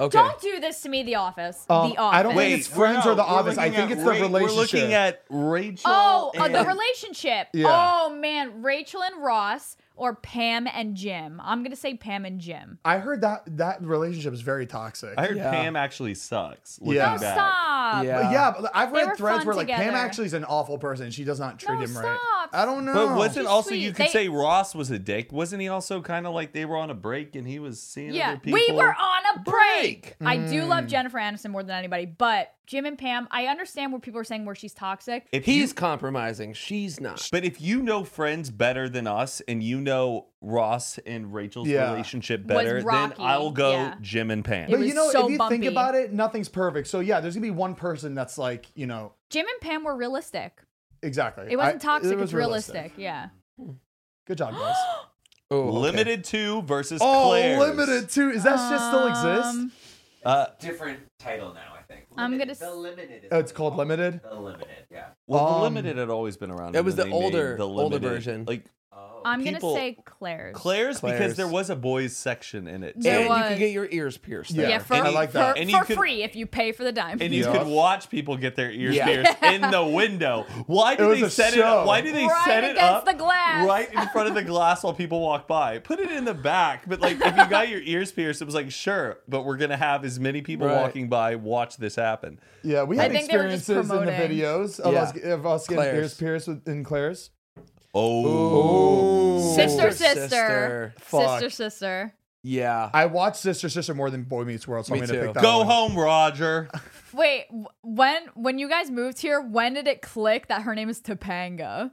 [SPEAKER 4] okay.
[SPEAKER 2] Don't do this to me. The Office.
[SPEAKER 3] Um,
[SPEAKER 2] the Office.
[SPEAKER 3] I don't think it's friends
[SPEAKER 6] no,
[SPEAKER 3] or the
[SPEAKER 6] we're
[SPEAKER 3] office. I
[SPEAKER 6] looking
[SPEAKER 3] think
[SPEAKER 6] at
[SPEAKER 3] it's the
[SPEAKER 6] Ra- we're
[SPEAKER 3] relationship.
[SPEAKER 1] We're looking at Rachel.
[SPEAKER 2] Oh, uh, the
[SPEAKER 1] and-
[SPEAKER 2] relationship.
[SPEAKER 3] Yeah.
[SPEAKER 2] Oh man, Rachel and Ross or Pam and Jim. I'm gonna say Pam and Jim.
[SPEAKER 3] I heard that that relationship is very toxic.
[SPEAKER 1] I heard
[SPEAKER 4] Yeah.
[SPEAKER 1] Pam actually sucks. Looking
[SPEAKER 3] Yeah.
[SPEAKER 1] yeah.
[SPEAKER 3] No,
[SPEAKER 2] Oh, stop.
[SPEAKER 4] Yeah.
[SPEAKER 3] But yeah, but I've
[SPEAKER 2] They were
[SPEAKER 3] read threads
[SPEAKER 2] fun
[SPEAKER 3] where like Pam
[SPEAKER 2] together.
[SPEAKER 3] actually is an awful person. She does not treat
[SPEAKER 2] No,
[SPEAKER 3] him right.
[SPEAKER 2] stop.
[SPEAKER 3] I don't know.
[SPEAKER 1] But wasn't
[SPEAKER 2] She's
[SPEAKER 1] also
[SPEAKER 2] sweet.
[SPEAKER 1] you could
[SPEAKER 2] They-
[SPEAKER 1] say Ross was a dick? Wasn't he also kind of like they were on a break and he was seeing
[SPEAKER 2] Yeah,
[SPEAKER 1] other people?
[SPEAKER 2] we were on a break. I do
[SPEAKER 3] Mm.
[SPEAKER 2] love Jennifer Aniston more than anybody, but Jim and Pam, I understand where people are saying where she's toxic.
[SPEAKER 1] If you-
[SPEAKER 4] He's compromising. She's not.
[SPEAKER 1] But if you know friends better than us and you know Ross and Rachel's
[SPEAKER 3] Yeah.
[SPEAKER 1] relationship
[SPEAKER 2] Was
[SPEAKER 1] better, then
[SPEAKER 2] rocky,
[SPEAKER 1] I'll go
[SPEAKER 2] yeah.
[SPEAKER 1] Jim and Pam.
[SPEAKER 2] It
[SPEAKER 3] But you
[SPEAKER 2] was
[SPEAKER 3] know,
[SPEAKER 2] so
[SPEAKER 3] if you think
[SPEAKER 2] bumpy.
[SPEAKER 3] about it, nothing's perfect. So yeah, there's gonna be one person that's like, you know,
[SPEAKER 2] Jim and Pam were realistic.
[SPEAKER 3] exactly.
[SPEAKER 2] It wasn't
[SPEAKER 3] I-
[SPEAKER 2] toxic,
[SPEAKER 3] was
[SPEAKER 2] it's realistic. Yeah.
[SPEAKER 3] Good job, guys.
[SPEAKER 4] Oh, okay.
[SPEAKER 1] Limited to versus
[SPEAKER 3] oh,
[SPEAKER 1] Claire's.
[SPEAKER 3] limited too. Is that shit still
[SPEAKER 2] Um,
[SPEAKER 3] exist?
[SPEAKER 1] Uh,
[SPEAKER 5] Different title now, I think.
[SPEAKER 2] I'm
[SPEAKER 5] Limited-
[SPEAKER 2] gonna
[SPEAKER 5] The
[SPEAKER 2] s-
[SPEAKER 5] limited. Is
[SPEAKER 3] Oh,
[SPEAKER 5] what
[SPEAKER 3] it's
[SPEAKER 5] we
[SPEAKER 3] called
[SPEAKER 5] call it.
[SPEAKER 3] limited?
[SPEAKER 5] The limited, yeah.
[SPEAKER 1] well,
[SPEAKER 3] Um,
[SPEAKER 1] the limited had always been around.
[SPEAKER 4] it
[SPEAKER 1] and
[SPEAKER 4] was
[SPEAKER 1] then
[SPEAKER 4] the
[SPEAKER 1] they made
[SPEAKER 4] older- older
[SPEAKER 1] Limited.
[SPEAKER 4] version.
[SPEAKER 1] Like
[SPEAKER 5] Oh.
[SPEAKER 2] I'm
[SPEAKER 1] people-
[SPEAKER 2] gonna say Claire's.
[SPEAKER 1] Claire's, because
[SPEAKER 4] Claire's.
[SPEAKER 1] there was a boys section in it.
[SPEAKER 2] There
[SPEAKER 1] too.
[SPEAKER 4] And
[SPEAKER 2] was.
[SPEAKER 4] you can get your ears pierced.
[SPEAKER 3] Yeah.
[SPEAKER 2] yeah,
[SPEAKER 4] There.
[SPEAKER 2] for,
[SPEAKER 1] And I
[SPEAKER 3] like
[SPEAKER 2] for-
[SPEAKER 3] that.
[SPEAKER 2] For,
[SPEAKER 1] And you could-
[SPEAKER 2] free if you pay for the dime.
[SPEAKER 1] and you
[SPEAKER 3] Yeah.
[SPEAKER 1] could watch people get their ears
[SPEAKER 4] Yeah.
[SPEAKER 1] pierced in the window. Why
[SPEAKER 3] It
[SPEAKER 1] do
[SPEAKER 3] was
[SPEAKER 1] they
[SPEAKER 3] a
[SPEAKER 1] set it
[SPEAKER 3] show.
[SPEAKER 1] up? Why do they
[SPEAKER 2] Right
[SPEAKER 1] set it
[SPEAKER 2] against
[SPEAKER 1] up
[SPEAKER 2] the glass.
[SPEAKER 1] right in front of the glass while people walk by? Put it in the back. But like, if you got your ears pierced, it was like, sure, but we're gonna have as many people
[SPEAKER 4] Right.
[SPEAKER 1] walking by watch this happen.
[SPEAKER 3] Yeah, we
[SPEAKER 2] I
[SPEAKER 3] had
[SPEAKER 2] think they were just
[SPEAKER 3] experiences in the
[SPEAKER 2] promoting.
[SPEAKER 3] videos of
[SPEAKER 4] Yeah.
[SPEAKER 3] us of us getting
[SPEAKER 4] Claire's.
[SPEAKER 3] ears pierced with, in Claire's.
[SPEAKER 1] Oh,
[SPEAKER 2] Sister,
[SPEAKER 4] Sister,
[SPEAKER 2] sister.
[SPEAKER 3] Fuck.
[SPEAKER 2] Sister, sister.
[SPEAKER 4] Yeah.
[SPEAKER 3] I watched Sister Sister more than Boy Meets World, so
[SPEAKER 4] Me
[SPEAKER 3] I'm gonna
[SPEAKER 4] too.
[SPEAKER 3] pick that.
[SPEAKER 1] go
[SPEAKER 3] one.
[SPEAKER 1] home, Roger.
[SPEAKER 2] Wait, w- when when you guys moved here, when did it click that her name is Topanga?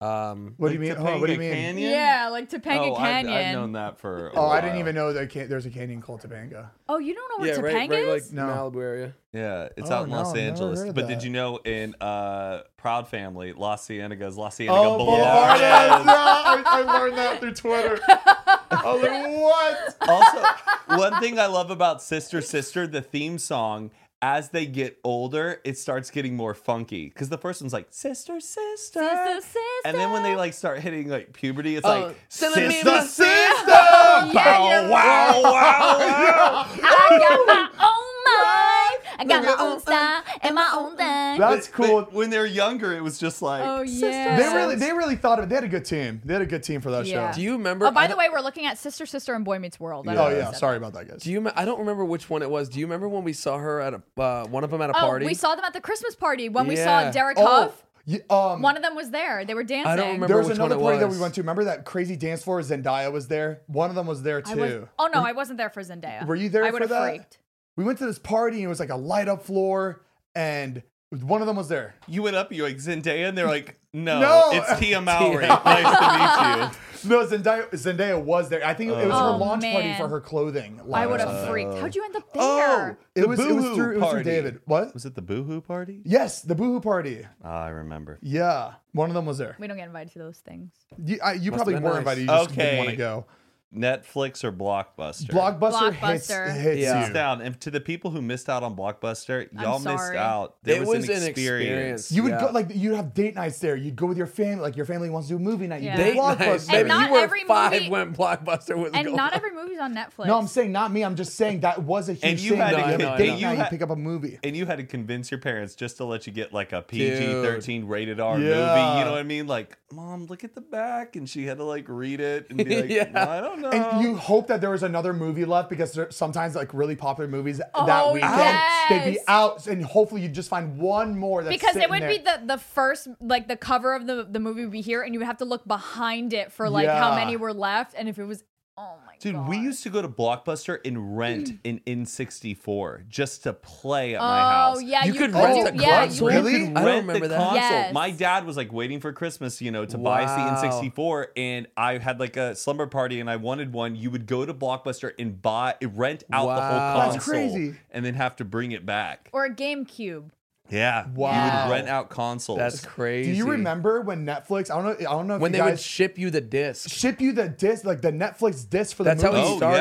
[SPEAKER 4] Um.
[SPEAKER 3] What do you mean? Hold on, what do you mean?
[SPEAKER 1] Canyon?
[SPEAKER 2] Yeah, like Topanga
[SPEAKER 1] oh, I've,
[SPEAKER 2] Canyon.
[SPEAKER 1] I've known that for. a
[SPEAKER 3] Oh, I didn't
[SPEAKER 1] while.
[SPEAKER 3] even know that ca- there's a canyon called Topanga.
[SPEAKER 2] Oh, you don't know
[SPEAKER 4] Yeah.
[SPEAKER 2] where Topanga
[SPEAKER 4] Right. Right. Like
[SPEAKER 2] is?
[SPEAKER 3] No.
[SPEAKER 4] Malibu area.
[SPEAKER 1] Yeah, it's
[SPEAKER 3] Oh,
[SPEAKER 1] out in
[SPEAKER 3] no, I've
[SPEAKER 1] Los
[SPEAKER 3] never
[SPEAKER 1] Angeles.
[SPEAKER 3] heard of
[SPEAKER 1] But did
[SPEAKER 3] that.
[SPEAKER 1] you know in uh, Proud Family, Los Cienegos, Los Cienega
[SPEAKER 3] Oh,
[SPEAKER 1] Boulevard?
[SPEAKER 3] Boulevard. Yeah, I, I learned that through Twitter. I was like, what?
[SPEAKER 1] also, one thing I love about Sister Sister, the theme song, as they get older, it starts getting more funky. Because the first one's like Sister Sister,
[SPEAKER 2] Sister, sister.
[SPEAKER 1] and then when they like start hitting like puberty, it's
[SPEAKER 4] Oh,
[SPEAKER 1] like
[SPEAKER 4] silly me,
[SPEAKER 1] Sister
[SPEAKER 4] my
[SPEAKER 1] Sister.
[SPEAKER 2] Oh, yeah,
[SPEAKER 1] Bow,
[SPEAKER 2] you're
[SPEAKER 1] wow, wow, wow.
[SPEAKER 2] I got my own mind. I got my own style and my own thing.
[SPEAKER 3] That's cool.
[SPEAKER 1] But when they're younger, it was just like
[SPEAKER 2] Oh
[SPEAKER 1] Sister
[SPEAKER 2] yeah.
[SPEAKER 3] They really, they really thought of. They had a good team. They had a good team for that
[SPEAKER 2] Yeah.
[SPEAKER 3] show.
[SPEAKER 4] Do you remember?
[SPEAKER 2] oh, by
[SPEAKER 4] I
[SPEAKER 2] the
[SPEAKER 4] don't-
[SPEAKER 2] way, we're looking at Sister, Sister, and Boy Meets World. I
[SPEAKER 3] oh
[SPEAKER 2] don't know if I
[SPEAKER 3] yeah,
[SPEAKER 2] said
[SPEAKER 3] sorry about that, guys.
[SPEAKER 4] Do you? me- I don't remember which one it was. Do you remember when we saw her at a uh, one of them at a
[SPEAKER 2] that. Oh,
[SPEAKER 4] party?
[SPEAKER 2] we saw them at the Christmas party when we
[SPEAKER 4] Yeah.
[SPEAKER 2] saw Derek
[SPEAKER 3] Oh,
[SPEAKER 2] Huff.
[SPEAKER 3] y- um,
[SPEAKER 2] One of them was there. They were dancing.
[SPEAKER 4] remember
[SPEAKER 3] there was
[SPEAKER 4] which one
[SPEAKER 3] another
[SPEAKER 4] it
[SPEAKER 3] party that we
[SPEAKER 4] was.
[SPEAKER 3] went to. Remember that crazy dance floor? Zendaya was there. One of them was there
[SPEAKER 2] I
[SPEAKER 3] too.
[SPEAKER 2] was, oh no, I wasn't there for Zendaya.
[SPEAKER 3] Were you there
[SPEAKER 2] I would
[SPEAKER 3] for
[SPEAKER 2] have
[SPEAKER 3] that?
[SPEAKER 2] freaked.
[SPEAKER 3] We went to this party and it was like a light up floor, and one of them was there.
[SPEAKER 1] you went up, you're like Zendaya, and they're like, no,
[SPEAKER 3] No.
[SPEAKER 1] it's Tia Mowry. nice to meet you.
[SPEAKER 3] No, Zendaya, Zendaya was there. I think it was
[SPEAKER 2] Oh,
[SPEAKER 3] her launch party
[SPEAKER 2] man.
[SPEAKER 3] for her clothing.
[SPEAKER 2] I
[SPEAKER 3] line or
[SPEAKER 2] would have
[SPEAKER 3] something.
[SPEAKER 2] freaked. How'd you end up
[SPEAKER 1] Oh,
[SPEAKER 2] there?
[SPEAKER 3] It
[SPEAKER 1] the
[SPEAKER 3] was, it was
[SPEAKER 1] boohoo
[SPEAKER 3] through, it was through
[SPEAKER 1] party.
[SPEAKER 3] David. What?
[SPEAKER 1] Was it the boohoo party?
[SPEAKER 3] Yes, the boohoo party.
[SPEAKER 1] Ah, I remember.
[SPEAKER 3] Yeah, one of them was there.
[SPEAKER 2] We don't get invited to those things.
[SPEAKER 3] You, I, you probably
[SPEAKER 4] been
[SPEAKER 3] were
[SPEAKER 4] nice.
[SPEAKER 3] invited. You just didn't
[SPEAKER 1] Okay.
[SPEAKER 3] want to go.
[SPEAKER 1] Netflix or Blockbuster?
[SPEAKER 3] Blockbuster, hits,
[SPEAKER 2] Blockbuster.
[SPEAKER 3] hits
[SPEAKER 4] Yeah.
[SPEAKER 3] you.
[SPEAKER 1] down. And to the people who missed out on Blockbuster,
[SPEAKER 2] I'm
[SPEAKER 1] y'all missed
[SPEAKER 2] sorry.
[SPEAKER 1] out. There
[SPEAKER 4] It
[SPEAKER 1] was,
[SPEAKER 4] was
[SPEAKER 1] an,
[SPEAKER 4] an
[SPEAKER 1] experience.
[SPEAKER 4] experience.
[SPEAKER 3] You would
[SPEAKER 4] Yeah.
[SPEAKER 3] go like you'd have date nights there. You'd go with your family. Like your family wants to do a movie night.
[SPEAKER 2] Yeah.
[SPEAKER 3] You
[SPEAKER 4] Date
[SPEAKER 3] go
[SPEAKER 4] night,
[SPEAKER 3] blockbuster.
[SPEAKER 4] baby.
[SPEAKER 2] And not
[SPEAKER 4] you were
[SPEAKER 2] every
[SPEAKER 4] five
[SPEAKER 2] movie-
[SPEAKER 4] when Blockbuster was
[SPEAKER 2] And
[SPEAKER 4] going.
[SPEAKER 2] not every movie's on Netflix.
[SPEAKER 3] No, I'm saying not me. I'm just saying that was a huge
[SPEAKER 1] And you
[SPEAKER 3] thing.
[SPEAKER 1] had
[SPEAKER 3] that
[SPEAKER 4] to
[SPEAKER 3] you
[SPEAKER 4] get-
[SPEAKER 3] have a
[SPEAKER 4] no,
[SPEAKER 3] date
[SPEAKER 4] no,
[SPEAKER 3] night.
[SPEAKER 1] no.
[SPEAKER 3] You
[SPEAKER 1] You had-
[SPEAKER 3] pick up a movie.
[SPEAKER 1] And you had to convince your parents just to let you get like a PG
[SPEAKER 4] Dude.
[SPEAKER 1] 13 rated R movie. You
[SPEAKER 3] Yeah.
[SPEAKER 1] know what I mean? Like, mom, look at the back. And she had to like read it and be like,
[SPEAKER 4] Yeah.
[SPEAKER 1] "Well, I don't know.
[SPEAKER 2] Oh.
[SPEAKER 3] And you hope that there was another movie left because there, sometimes like really popular movies that
[SPEAKER 2] Oh,
[SPEAKER 3] weekend
[SPEAKER 2] yes.
[SPEAKER 3] they'd be out, and hopefully you just find one more. That's
[SPEAKER 2] because it
[SPEAKER 3] sitting
[SPEAKER 2] would
[SPEAKER 3] there.
[SPEAKER 2] be the, the first like the cover of the, the movie would be here and you would have to look behind it for like how
[SPEAKER 3] Yeah.
[SPEAKER 2] many were left and if it was oh my
[SPEAKER 1] Dude,
[SPEAKER 2] god
[SPEAKER 1] we used to go to Blockbuster and rent an N64 just to play at my house.
[SPEAKER 2] oh yeah
[SPEAKER 4] You could
[SPEAKER 2] could
[SPEAKER 4] rent
[SPEAKER 2] do-
[SPEAKER 4] a
[SPEAKER 2] yeah,
[SPEAKER 3] console?
[SPEAKER 2] you could-
[SPEAKER 3] Really?
[SPEAKER 1] You could
[SPEAKER 4] I don't
[SPEAKER 1] rent
[SPEAKER 4] remember
[SPEAKER 1] the
[SPEAKER 4] that.
[SPEAKER 1] console.
[SPEAKER 2] Yes.
[SPEAKER 1] My dad was like waiting for Christmas, you know, to buy us
[SPEAKER 4] Wow.
[SPEAKER 1] the N64, and I had like a slumber party, and I wanted one. You would go to Blockbuster and buy, rent out the whole
[SPEAKER 4] Wow.
[SPEAKER 1] console,
[SPEAKER 3] That's crazy.
[SPEAKER 1] and then have to bring it back.
[SPEAKER 2] or a GameCube
[SPEAKER 1] Yeah, you
[SPEAKER 3] Wow.
[SPEAKER 1] would rent out consoles.
[SPEAKER 4] That's
[SPEAKER 3] Do
[SPEAKER 4] crazy.
[SPEAKER 3] you remember when Netflix? I don't know. I don't know if
[SPEAKER 4] when
[SPEAKER 3] you
[SPEAKER 4] they would
[SPEAKER 3] guys
[SPEAKER 4] ship you the disc?
[SPEAKER 3] ship you the disc, like the Netflix disc for the
[SPEAKER 4] That's how
[SPEAKER 3] movie.
[SPEAKER 4] we
[SPEAKER 1] Oh,
[SPEAKER 4] started.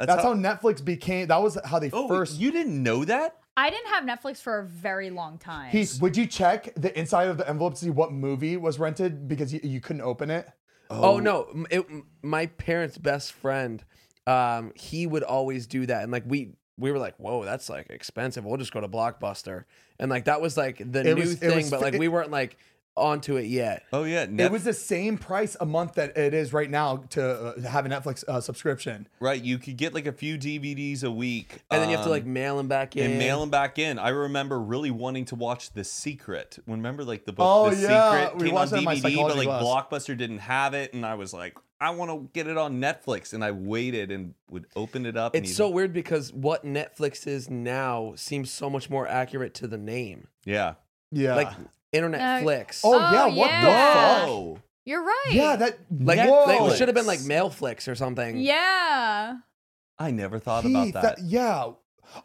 [SPEAKER 1] yeah.
[SPEAKER 3] That's, how, Netflix became. That was how they
[SPEAKER 1] Oh,
[SPEAKER 3] first.
[SPEAKER 1] you didn't know that?
[SPEAKER 2] I didn't have Netflix for a very long time
[SPEAKER 3] Heath, would you check the inside of the envelope to see what movie was rented because you, you couldn't open it?
[SPEAKER 4] Oh, no, m- it, m- my parents' best friend, um, he would always do that, and like we we were like, whoa, that's like expensive. We'll just go to Blockbuster, and like that was like the
[SPEAKER 3] It
[SPEAKER 4] new
[SPEAKER 3] was- it
[SPEAKER 4] thing,
[SPEAKER 3] was
[SPEAKER 4] but
[SPEAKER 3] fa-
[SPEAKER 4] like we weren't like onto it yet.
[SPEAKER 1] Oh yeah,
[SPEAKER 3] It was the same price a month that it is right now to uh, have a Netflix uh, subscription.
[SPEAKER 1] right. You could get like a few DVDs a week,
[SPEAKER 4] And then you have to
[SPEAKER 1] um,
[SPEAKER 4] like mail them back in.
[SPEAKER 1] and mail them back in. I remember really wanting to watch The Secret. Remember, like the book
[SPEAKER 3] Oh,
[SPEAKER 1] The
[SPEAKER 3] yeah.
[SPEAKER 1] Secret
[SPEAKER 3] We
[SPEAKER 1] came on
[SPEAKER 3] watched that in my
[SPEAKER 1] DVD, but
[SPEAKER 3] psychology
[SPEAKER 1] like
[SPEAKER 3] class.
[SPEAKER 1] Blockbuster didn't have it, and I was like, I want to get it on Netflix, and I waited and would open it up. and
[SPEAKER 4] It's
[SPEAKER 1] you'd-
[SPEAKER 4] so weird because what Netflix is now seems so much more accurate to the name,
[SPEAKER 1] yeah.
[SPEAKER 3] Yeah.
[SPEAKER 4] like Internet
[SPEAKER 2] No.
[SPEAKER 4] Flix.
[SPEAKER 3] oh,
[SPEAKER 2] Oh,
[SPEAKER 3] yeah. What
[SPEAKER 2] yeah.
[SPEAKER 3] the fuck?
[SPEAKER 1] Whoa.
[SPEAKER 2] you're right
[SPEAKER 3] Yeah. That.
[SPEAKER 4] like
[SPEAKER 3] whoa.
[SPEAKER 4] like, it should have been like Mailflix or something.
[SPEAKER 2] yeah
[SPEAKER 1] I never thought
[SPEAKER 3] Heath,
[SPEAKER 1] about that.
[SPEAKER 3] Yeah.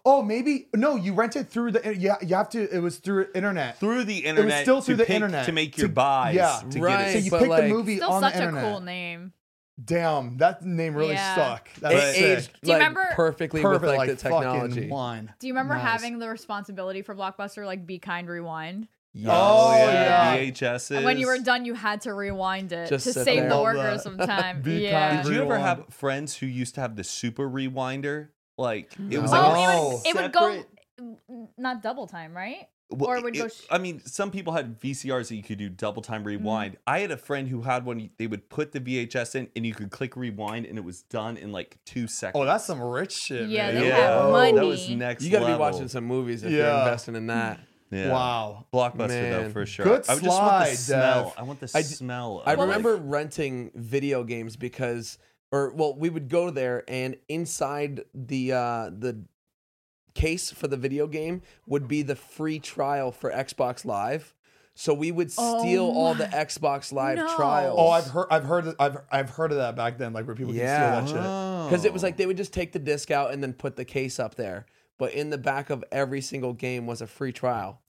[SPEAKER 3] Oh, maybe no. You rented through the. Yeah. You have to. It was through internet.
[SPEAKER 1] Through the internet,
[SPEAKER 3] still through
[SPEAKER 1] to
[SPEAKER 3] the
[SPEAKER 1] pick-
[SPEAKER 3] internet.
[SPEAKER 1] to make your
[SPEAKER 3] To-
[SPEAKER 1] buys.
[SPEAKER 3] yeah.
[SPEAKER 1] to
[SPEAKER 4] Right.
[SPEAKER 3] so
[SPEAKER 1] Get it.
[SPEAKER 3] you
[SPEAKER 4] but,
[SPEAKER 3] pick
[SPEAKER 4] like-
[SPEAKER 3] the movie
[SPEAKER 2] still
[SPEAKER 3] on
[SPEAKER 2] such
[SPEAKER 3] the
[SPEAKER 2] a
[SPEAKER 3] internet.
[SPEAKER 2] cool name
[SPEAKER 3] Damn, that name really
[SPEAKER 2] Yeah.
[SPEAKER 3] stuck. That's
[SPEAKER 4] It
[SPEAKER 3] sick.
[SPEAKER 4] aged
[SPEAKER 2] Do you
[SPEAKER 4] like,
[SPEAKER 2] remember-
[SPEAKER 4] perfectly
[SPEAKER 3] perfect,
[SPEAKER 4] with like,
[SPEAKER 3] like,
[SPEAKER 4] the technology.
[SPEAKER 3] fucking wine.
[SPEAKER 2] do you remember
[SPEAKER 3] Nice.
[SPEAKER 2] having the responsibility for Blockbuster like Be Kind Rewind
[SPEAKER 4] Yes.
[SPEAKER 3] Oh, yeah.
[SPEAKER 1] VHS.
[SPEAKER 2] and when you were done you had to rewind it
[SPEAKER 4] Just
[SPEAKER 2] to
[SPEAKER 4] sit
[SPEAKER 2] save
[SPEAKER 4] there.
[SPEAKER 2] the
[SPEAKER 3] Love
[SPEAKER 2] workers
[SPEAKER 3] that.
[SPEAKER 2] some time
[SPEAKER 3] Be
[SPEAKER 2] yeah
[SPEAKER 3] kind,
[SPEAKER 1] Did you ever
[SPEAKER 3] Rewind.
[SPEAKER 1] have friends who used to have the super rewinder? Like it was
[SPEAKER 3] No.
[SPEAKER 1] like
[SPEAKER 3] Oh,
[SPEAKER 1] a
[SPEAKER 3] it would-
[SPEAKER 2] it would go-
[SPEAKER 1] separate-
[SPEAKER 2] not double time right
[SPEAKER 1] Well,
[SPEAKER 2] Or it would go sh- Mm-hmm.
[SPEAKER 1] I mean, some people had VCRs that you could do double time rewind. I had a friend who had one. They would put the VHS in, and you could click rewind, and it was done in like two seconds.
[SPEAKER 3] Oh, that's some rich shit.
[SPEAKER 2] Yeah,
[SPEAKER 3] man.
[SPEAKER 2] they have
[SPEAKER 4] Oh,
[SPEAKER 2] money.
[SPEAKER 1] that was next.
[SPEAKER 4] You got to be
[SPEAKER 1] level.
[SPEAKER 4] watching some movies if you're
[SPEAKER 3] Yeah.
[SPEAKER 4] investing in that.
[SPEAKER 1] Yeah.
[SPEAKER 3] Wow.
[SPEAKER 1] blockbuster though
[SPEAKER 4] Man.
[SPEAKER 1] for sure.
[SPEAKER 3] Good
[SPEAKER 1] I would just want the
[SPEAKER 3] slide,
[SPEAKER 1] smell.
[SPEAKER 3] Dev.
[SPEAKER 1] I want the
[SPEAKER 4] I d-
[SPEAKER 1] smell.
[SPEAKER 4] I
[SPEAKER 1] of, like-
[SPEAKER 4] remember renting video games because, or well, we would go there and inside the uh, the case for the video game would be the free trial for Xbox Live. So we would
[SPEAKER 2] Oh
[SPEAKER 4] steal all the
[SPEAKER 2] my-
[SPEAKER 4] Xbox Live
[SPEAKER 2] No.
[SPEAKER 4] trials.
[SPEAKER 3] Oh, I've heard, I've heard, I've, I've heard of that back then, like where people
[SPEAKER 4] Yeah.
[SPEAKER 3] can steal that shit.
[SPEAKER 1] Oh,
[SPEAKER 4] because it was like they would just take the disc out and then put the case up there. But in the back of every single game was a free trial.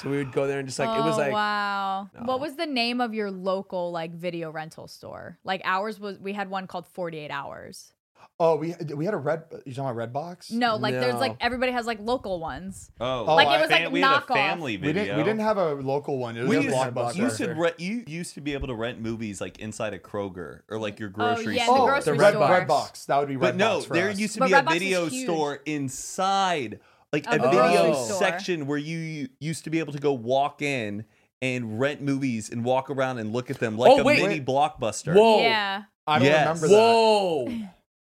[SPEAKER 4] So we would go there and just like it was
[SPEAKER 2] Oh,
[SPEAKER 4] like
[SPEAKER 2] wow. What was the name of your local like video rental store? Like ours was we had one called 48 Hours.
[SPEAKER 3] Oh, we we had a red. You talking about red box?
[SPEAKER 2] No, like there's
[SPEAKER 4] No.
[SPEAKER 2] like everybody has like local ones.
[SPEAKER 1] oh,
[SPEAKER 3] Like, it
[SPEAKER 1] I-
[SPEAKER 2] was, like,
[SPEAKER 1] we had a
[SPEAKER 2] knockoff.
[SPEAKER 1] family
[SPEAKER 3] we
[SPEAKER 1] video.
[SPEAKER 3] didn't. We didn't have a local one. It was
[SPEAKER 1] We
[SPEAKER 3] a
[SPEAKER 1] used,
[SPEAKER 3] blockbuster.
[SPEAKER 1] you should re- you used to be able to rent movies like inside a Kroger or like your grocery
[SPEAKER 2] yeah, the
[SPEAKER 1] store.
[SPEAKER 3] oh,
[SPEAKER 2] grocery
[SPEAKER 3] the red,
[SPEAKER 2] store.
[SPEAKER 3] red box. That would be
[SPEAKER 1] But
[SPEAKER 3] red
[SPEAKER 1] no,
[SPEAKER 3] box. for
[SPEAKER 1] there
[SPEAKER 3] us.
[SPEAKER 1] used to
[SPEAKER 2] But
[SPEAKER 1] be a
[SPEAKER 2] Redbox is
[SPEAKER 1] video
[SPEAKER 2] huge.
[SPEAKER 1] store inside, like a
[SPEAKER 2] Of the
[SPEAKER 1] video
[SPEAKER 4] grocery
[SPEAKER 2] store.
[SPEAKER 1] section where you you used to be able to go walk in and rent movies and walk around and look at them like
[SPEAKER 4] Oh,
[SPEAKER 1] a
[SPEAKER 4] wait.
[SPEAKER 1] mini blockbuster.
[SPEAKER 4] Whoa.
[SPEAKER 2] Yeah.
[SPEAKER 3] I don't
[SPEAKER 1] Yes.
[SPEAKER 3] remember that.
[SPEAKER 4] whoa,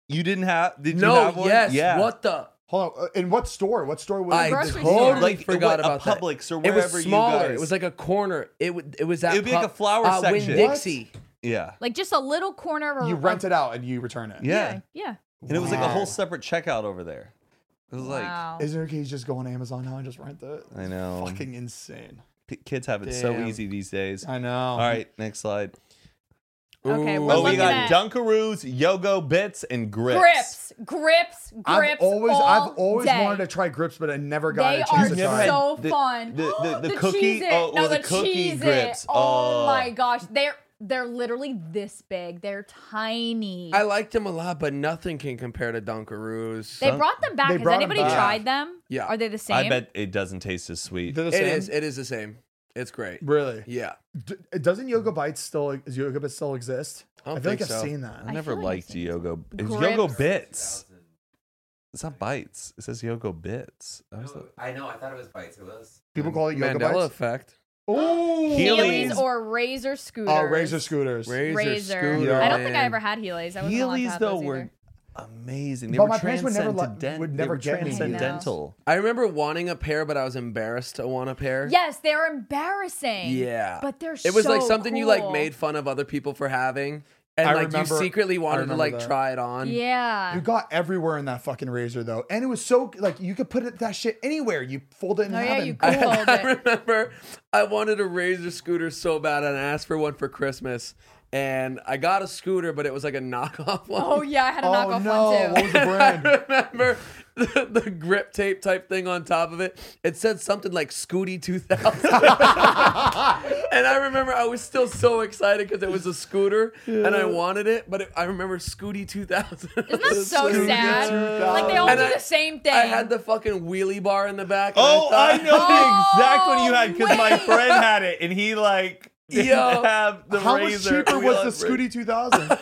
[SPEAKER 1] You didn't have? Did you
[SPEAKER 4] no,
[SPEAKER 1] have one?
[SPEAKER 4] yes,
[SPEAKER 1] Yeah.
[SPEAKER 4] what the?
[SPEAKER 3] Hold on. uh, In what store? What store was
[SPEAKER 4] I
[SPEAKER 3] it?
[SPEAKER 2] grocery
[SPEAKER 4] totally
[SPEAKER 2] store.
[SPEAKER 1] Like,
[SPEAKER 4] forgot
[SPEAKER 1] what, a
[SPEAKER 4] about that.
[SPEAKER 1] Publix or
[SPEAKER 4] It
[SPEAKER 1] wherever
[SPEAKER 4] was
[SPEAKER 1] you
[SPEAKER 4] smaller.
[SPEAKER 1] guys-
[SPEAKER 4] It was like a corner. It would. It was that.
[SPEAKER 1] It'd be like
[SPEAKER 4] pub-
[SPEAKER 1] a flower
[SPEAKER 4] uh,
[SPEAKER 1] section.
[SPEAKER 4] Winn Dixie.
[SPEAKER 1] Yeah.
[SPEAKER 2] Like just a little corner of a-
[SPEAKER 3] You rent it out and you return it.
[SPEAKER 1] Yeah.
[SPEAKER 2] Yeah. Yeah.
[SPEAKER 1] And it was like a
[SPEAKER 4] Wow.
[SPEAKER 1] whole separate checkout over there. It was
[SPEAKER 2] wow.
[SPEAKER 3] Isn't it okay? You just go on Amazon now and just rent it.
[SPEAKER 1] like, I know.
[SPEAKER 3] Fucking insane.
[SPEAKER 1] P- kids have it so
[SPEAKER 4] Damn.
[SPEAKER 1] easy these days.
[SPEAKER 3] I know.
[SPEAKER 1] All right, next slide.
[SPEAKER 2] Okay,
[SPEAKER 4] Ooh.
[SPEAKER 2] we're
[SPEAKER 1] Oh,
[SPEAKER 2] looking
[SPEAKER 1] we got
[SPEAKER 2] at
[SPEAKER 1] Dunkaroos, Yogo Bits, and Grips.
[SPEAKER 2] grips, grips, grips.
[SPEAKER 3] I've always
[SPEAKER 2] all
[SPEAKER 3] I've always
[SPEAKER 2] day.
[SPEAKER 3] wanted to try grips, but I never got
[SPEAKER 2] They
[SPEAKER 3] a
[SPEAKER 2] are
[SPEAKER 3] chance to
[SPEAKER 1] You've never
[SPEAKER 3] try.
[SPEAKER 1] had
[SPEAKER 2] so
[SPEAKER 1] the-
[SPEAKER 2] fun.
[SPEAKER 1] the- the- the cookie-
[SPEAKER 2] Cheez-It.
[SPEAKER 1] oh,
[SPEAKER 2] no,
[SPEAKER 1] oh,
[SPEAKER 2] the,
[SPEAKER 1] the cookie
[SPEAKER 2] Cheez-It.
[SPEAKER 1] grips.
[SPEAKER 2] Oh
[SPEAKER 1] Oh.
[SPEAKER 2] my gosh, they're they're literally this big. They're tiny.
[SPEAKER 4] I liked them a lot, but nothing can compare to Dunkaroos.
[SPEAKER 2] they brought them back.
[SPEAKER 3] They
[SPEAKER 2] Has
[SPEAKER 3] brought 'em
[SPEAKER 2] anybody
[SPEAKER 3] back.
[SPEAKER 2] tried them?
[SPEAKER 4] Yeah.
[SPEAKER 2] Are they the same?
[SPEAKER 1] I bet it doesn't taste as sweet.
[SPEAKER 3] They're the
[SPEAKER 4] it
[SPEAKER 3] same?
[SPEAKER 4] is. It is the same. It's great.
[SPEAKER 3] Really?
[SPEAKER 4] Yeah.
[SPEAKER 3] D- doesn't Yoga Bites still is Yoga Bites still exist?
[SPEAKER 4] I don't
[SPEAKER 3] feel like
[SPEAKER 4] think
[SPEAKER 3] I've
[SPEAKER 4] so.
[SPEAKER 3] seen
[SPEAKER 1] I
[SPEAKER 3] that.
[SPEAKER 1] never
[SPEAKER 2] feel like I've
[SPEAKER 1] liked
[SPEAKER 2] seen
[SPEAKER 1] Yogo.
[SPEAKER 2] something.
[SPEAKER 1] It's Yogo
[SPEAKER 2] Grips.
[SPEAKER 1] Bits.
[SPEAKER 5] 2000.
[SPEAKER 1] It's not bites. It says Yogo Bits. I was
[SPEAKER 5] No, I know. I thought it was bites. It was.
[SPEAKER 3] People call it Yoga
[SPEAKER 4] Mandela
[SPEAKER 3] Bites.
[SPEAKER 4] effect.
[SPEAKER 3] Oh,
[SPEAKER 1] Heelys.
[SPEAKER 2] Heelys or razor scooters.
[SPEAKER 3] uh, razor scooters.
[SPEAKER 4] Oh, Razor.
[SPEAKER 2] Razor.
[SPEAKER 4] Scooter,
[SPEAKER 2] I don't think I
[SPEAKER 4] man.
[SPEAKER 2] ever had Heelys. I wasn't allowed to
[SPEAKER 1] Heelys
[SPEAKER 2] have
[SPEAKER 1] though
[SPEAKER 2] those
[SPEAKER 1] were
[SPEAKER 2] either.
[SPEAKER 1] amazing. They
[SPEAKER 3] But
[SPEAKER 1] were
[SPEAKER 3] my parents would never let-
[SPEAKER 1] transcendent-
[SPEAKER 3] would
[SPEAKER 1] they
[SPEAKER 3] never
[SPEAKER 1] were
[SPEAKER 3] get me Heelys.
[SPEAKER 1] transcendental.
[SPEAKER 4] I remember wanting a pair, but I was embarrassed to want a pair.
[SPEAKER 2] Yes, they're embarrassing.
[SPEAKER 4] Yeah.
[SPEAKER 2] But they're
[SPEAKER 4] It was like
[SPEAKER 2] so
[SPEAKER 4] something you like
[SPEAKER 2] cool.
[SPEAKER 4] made fun of other people for having, and
[SPEAKER 3] I
[SPEAKER 4] like
[SPEAKER 3] remember-
[SPEAKER 4] you secretly wanted to
[SPEAKER 3] remember
[SPEAKER 4] like
[SPEAKER 3] that.
[SPEAKER 4] try it on.
[SPEAKER 2] Yeah.
[SPEAKER 3] You got everywhere in that fucking razor though, and it was so like you could put it, that shit anywhere. You fold it in
[SPEAKER 2] Oh, yeah,
[SPEAKER 3] heaven.
[SPEAKER 2] you
[SPEAKER 4] I,
[SPEAKER 2] could. Hold
[SPEAKER 4] I
[SPEAKER 2] it.
[SPEAKER 4] remember I wanted a Razor scooter so bad, and I asked for one for Christmas, and I got a scooter, but it was like a knockoff one.
[SPEAKER 2] Oh yeah, I had a
[SPEAKER 3] oh
[SPEAKER 2] knockoff
[SPEAKER 3] no!
[SPEAKER 2] one too.
[SPEAKER 3] What was the brand?
[SPEAKER 4] remember the, the grip tape type thing on top of it. It said something like Scooty 2000. and I remember I was still so excited because it was a scooter and I wanted it, but it, I remember Scooty 2000.
[SPEAKER 2] Isn't that so
[SPEAKER 3] Scooby-Doo
[SPEAKER 2] sad?
[SPEAKER 3] 2000.
[SPEAKER 2] Like they all
[SPEAKER 4] And
[SPEAKER 2] do
[SPEAKER 4] I-
[SPEAKER 2] the same thing.
[SPEAKER 4] I had the fucking wheelie bar in the back. and
[SPEAKER 1] Oh, I
[SPEAKER 4] thought-
[SPEAKER 1] know
[SPEAKER 2] Oh,
[SPEAKER 1] the exact one you had because my
[SPEAKER 2] wait.
[SPEAKER 1] friend had it and he like didn't
[SPEAKER 4] Yo.
[SPEAKER 1] have the
[SPEAKER 3] How much
[SPEAKER 1] razor.
[SPEAKER 3] cheaper
[SPEAKER 1] We
[SPEAKER 3] was
[SPEAKER 1] lost
[SPEAKER 3] the
[SPEAKER 1] ra-
[SPEAKER 3] Scooty 2000?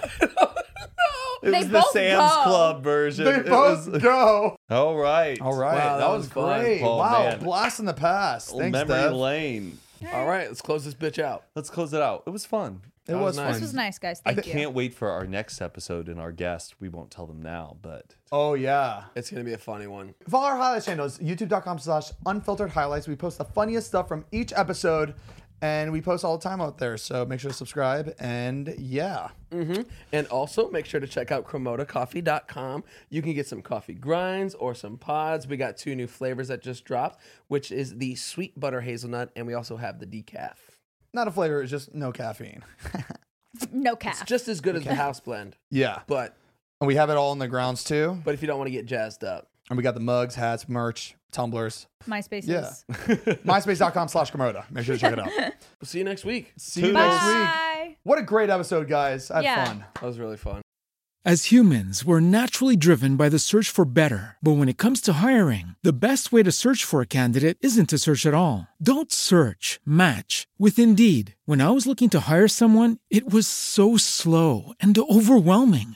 [SPEAKER 1] It
[SPEAKER 2] They
[SPEAKER 1] was the
[SPEAKER 2] both
[SPEAKER 1] Sam's
[SPEAKER 2] go.
[SPEAKER 1] Club version.
[SPEAKER 3] they
[SPEAKER 1] It
[SPEAKER 3] both
[SPEAKER 1] was-
[SPEAKER 3] go.
[SPEAKER 1] all right.
[SPEAKER 3] All right,
[SPEAKER 4] Wow,
[SPEAKER 3] that,
[SPEAKER 4] that
[SPEAKER 3] was,
[SPEAKER 4] was fun.
[SPEAKER 3] great.
[SPEAKER 1] Oh,
[SPEAKER 3] wow,
[SPEAKER 1] man.
[SPEAKER 3] blast in the past.
[SPEAKER 1] Old
[SPEAKER 3] Thanks,
[SPEAKER 1] memory
[SPEAKER 3] Dev.
[SPEAKER 1] lane.
[SPEAKER 4] All right, let's close this bitch out.
[SPEAKER 1] Let's close it out. It was fun.
[SPEAKER 3] It
[SPEAKER 4] That
[SPEAKER 3] was
[SPEAKER 4] was
[SPEAKER 3] fun.
[SPEAKER 4] nice.
[SPEAKER 2] This was nice, guys.
[SPEAKER 1] I
[SPEAKER 2] Thank you.
[SPEAKER 1] can't wait for our next episode and our guest. We won't tell them now, but
[SPEAKER 3] Oh yeah.
[SPEAKER 4] It's going to be a funny one.
[SPEAKER 3] Follow our highlights channels, youtube.com slash unfiltered highlights. We post the funniest stuff from each episode and we post all the time out there. So make sure to subscribe and yeah.
[SPEAKER 4] And also make sure to check out cromotacoffee.com. You can get some coffee grinds or some pods. We got two new flavors that just dropped, which is the sweet butter hazelnut, and we also have the decaf.
[SPEAKER 3] Not a flavor, it's just no caffeine.
[SPEAKER 2] No cap.
[SPEAKER 4] It's just as good as the house blend,
[SPEAKER 3] Yeah.
[SPEAKER 4] but
[SPEAKER 3] And we have it all in the grounds too.
[SPEAKER 4] but if you don't want to get jazzed up,
[SPEAKER 3] And we got the mugs, hats, merch, tumblers.
[SPEAKER 2] MySpace.
[SPEAKER 3] Yeah.
[SPEAKER 2] is-
[SPEAKER 3] MySpace.com slash Komoda. Make sure to check it out.
[SPEAKER 4] we'll see you next week.
[SPEAKER 3] See you next week.
[SPEAKER 2] Bye.
[SPEAKER 3] What a great episode, guys. I had
[SPEAKER 2] Yeah.
[SPEAKER 3] fun.
[SPEAKER 4] That was really fun.
[SPEAKER 7] As humans, we're naturally driven by the search for better. But when it comes to hiring, the best way to search for a candidate isn't to search at all. Don't search, match with Indeed. When I was looking to hire someone, it was so slow and overwhelming.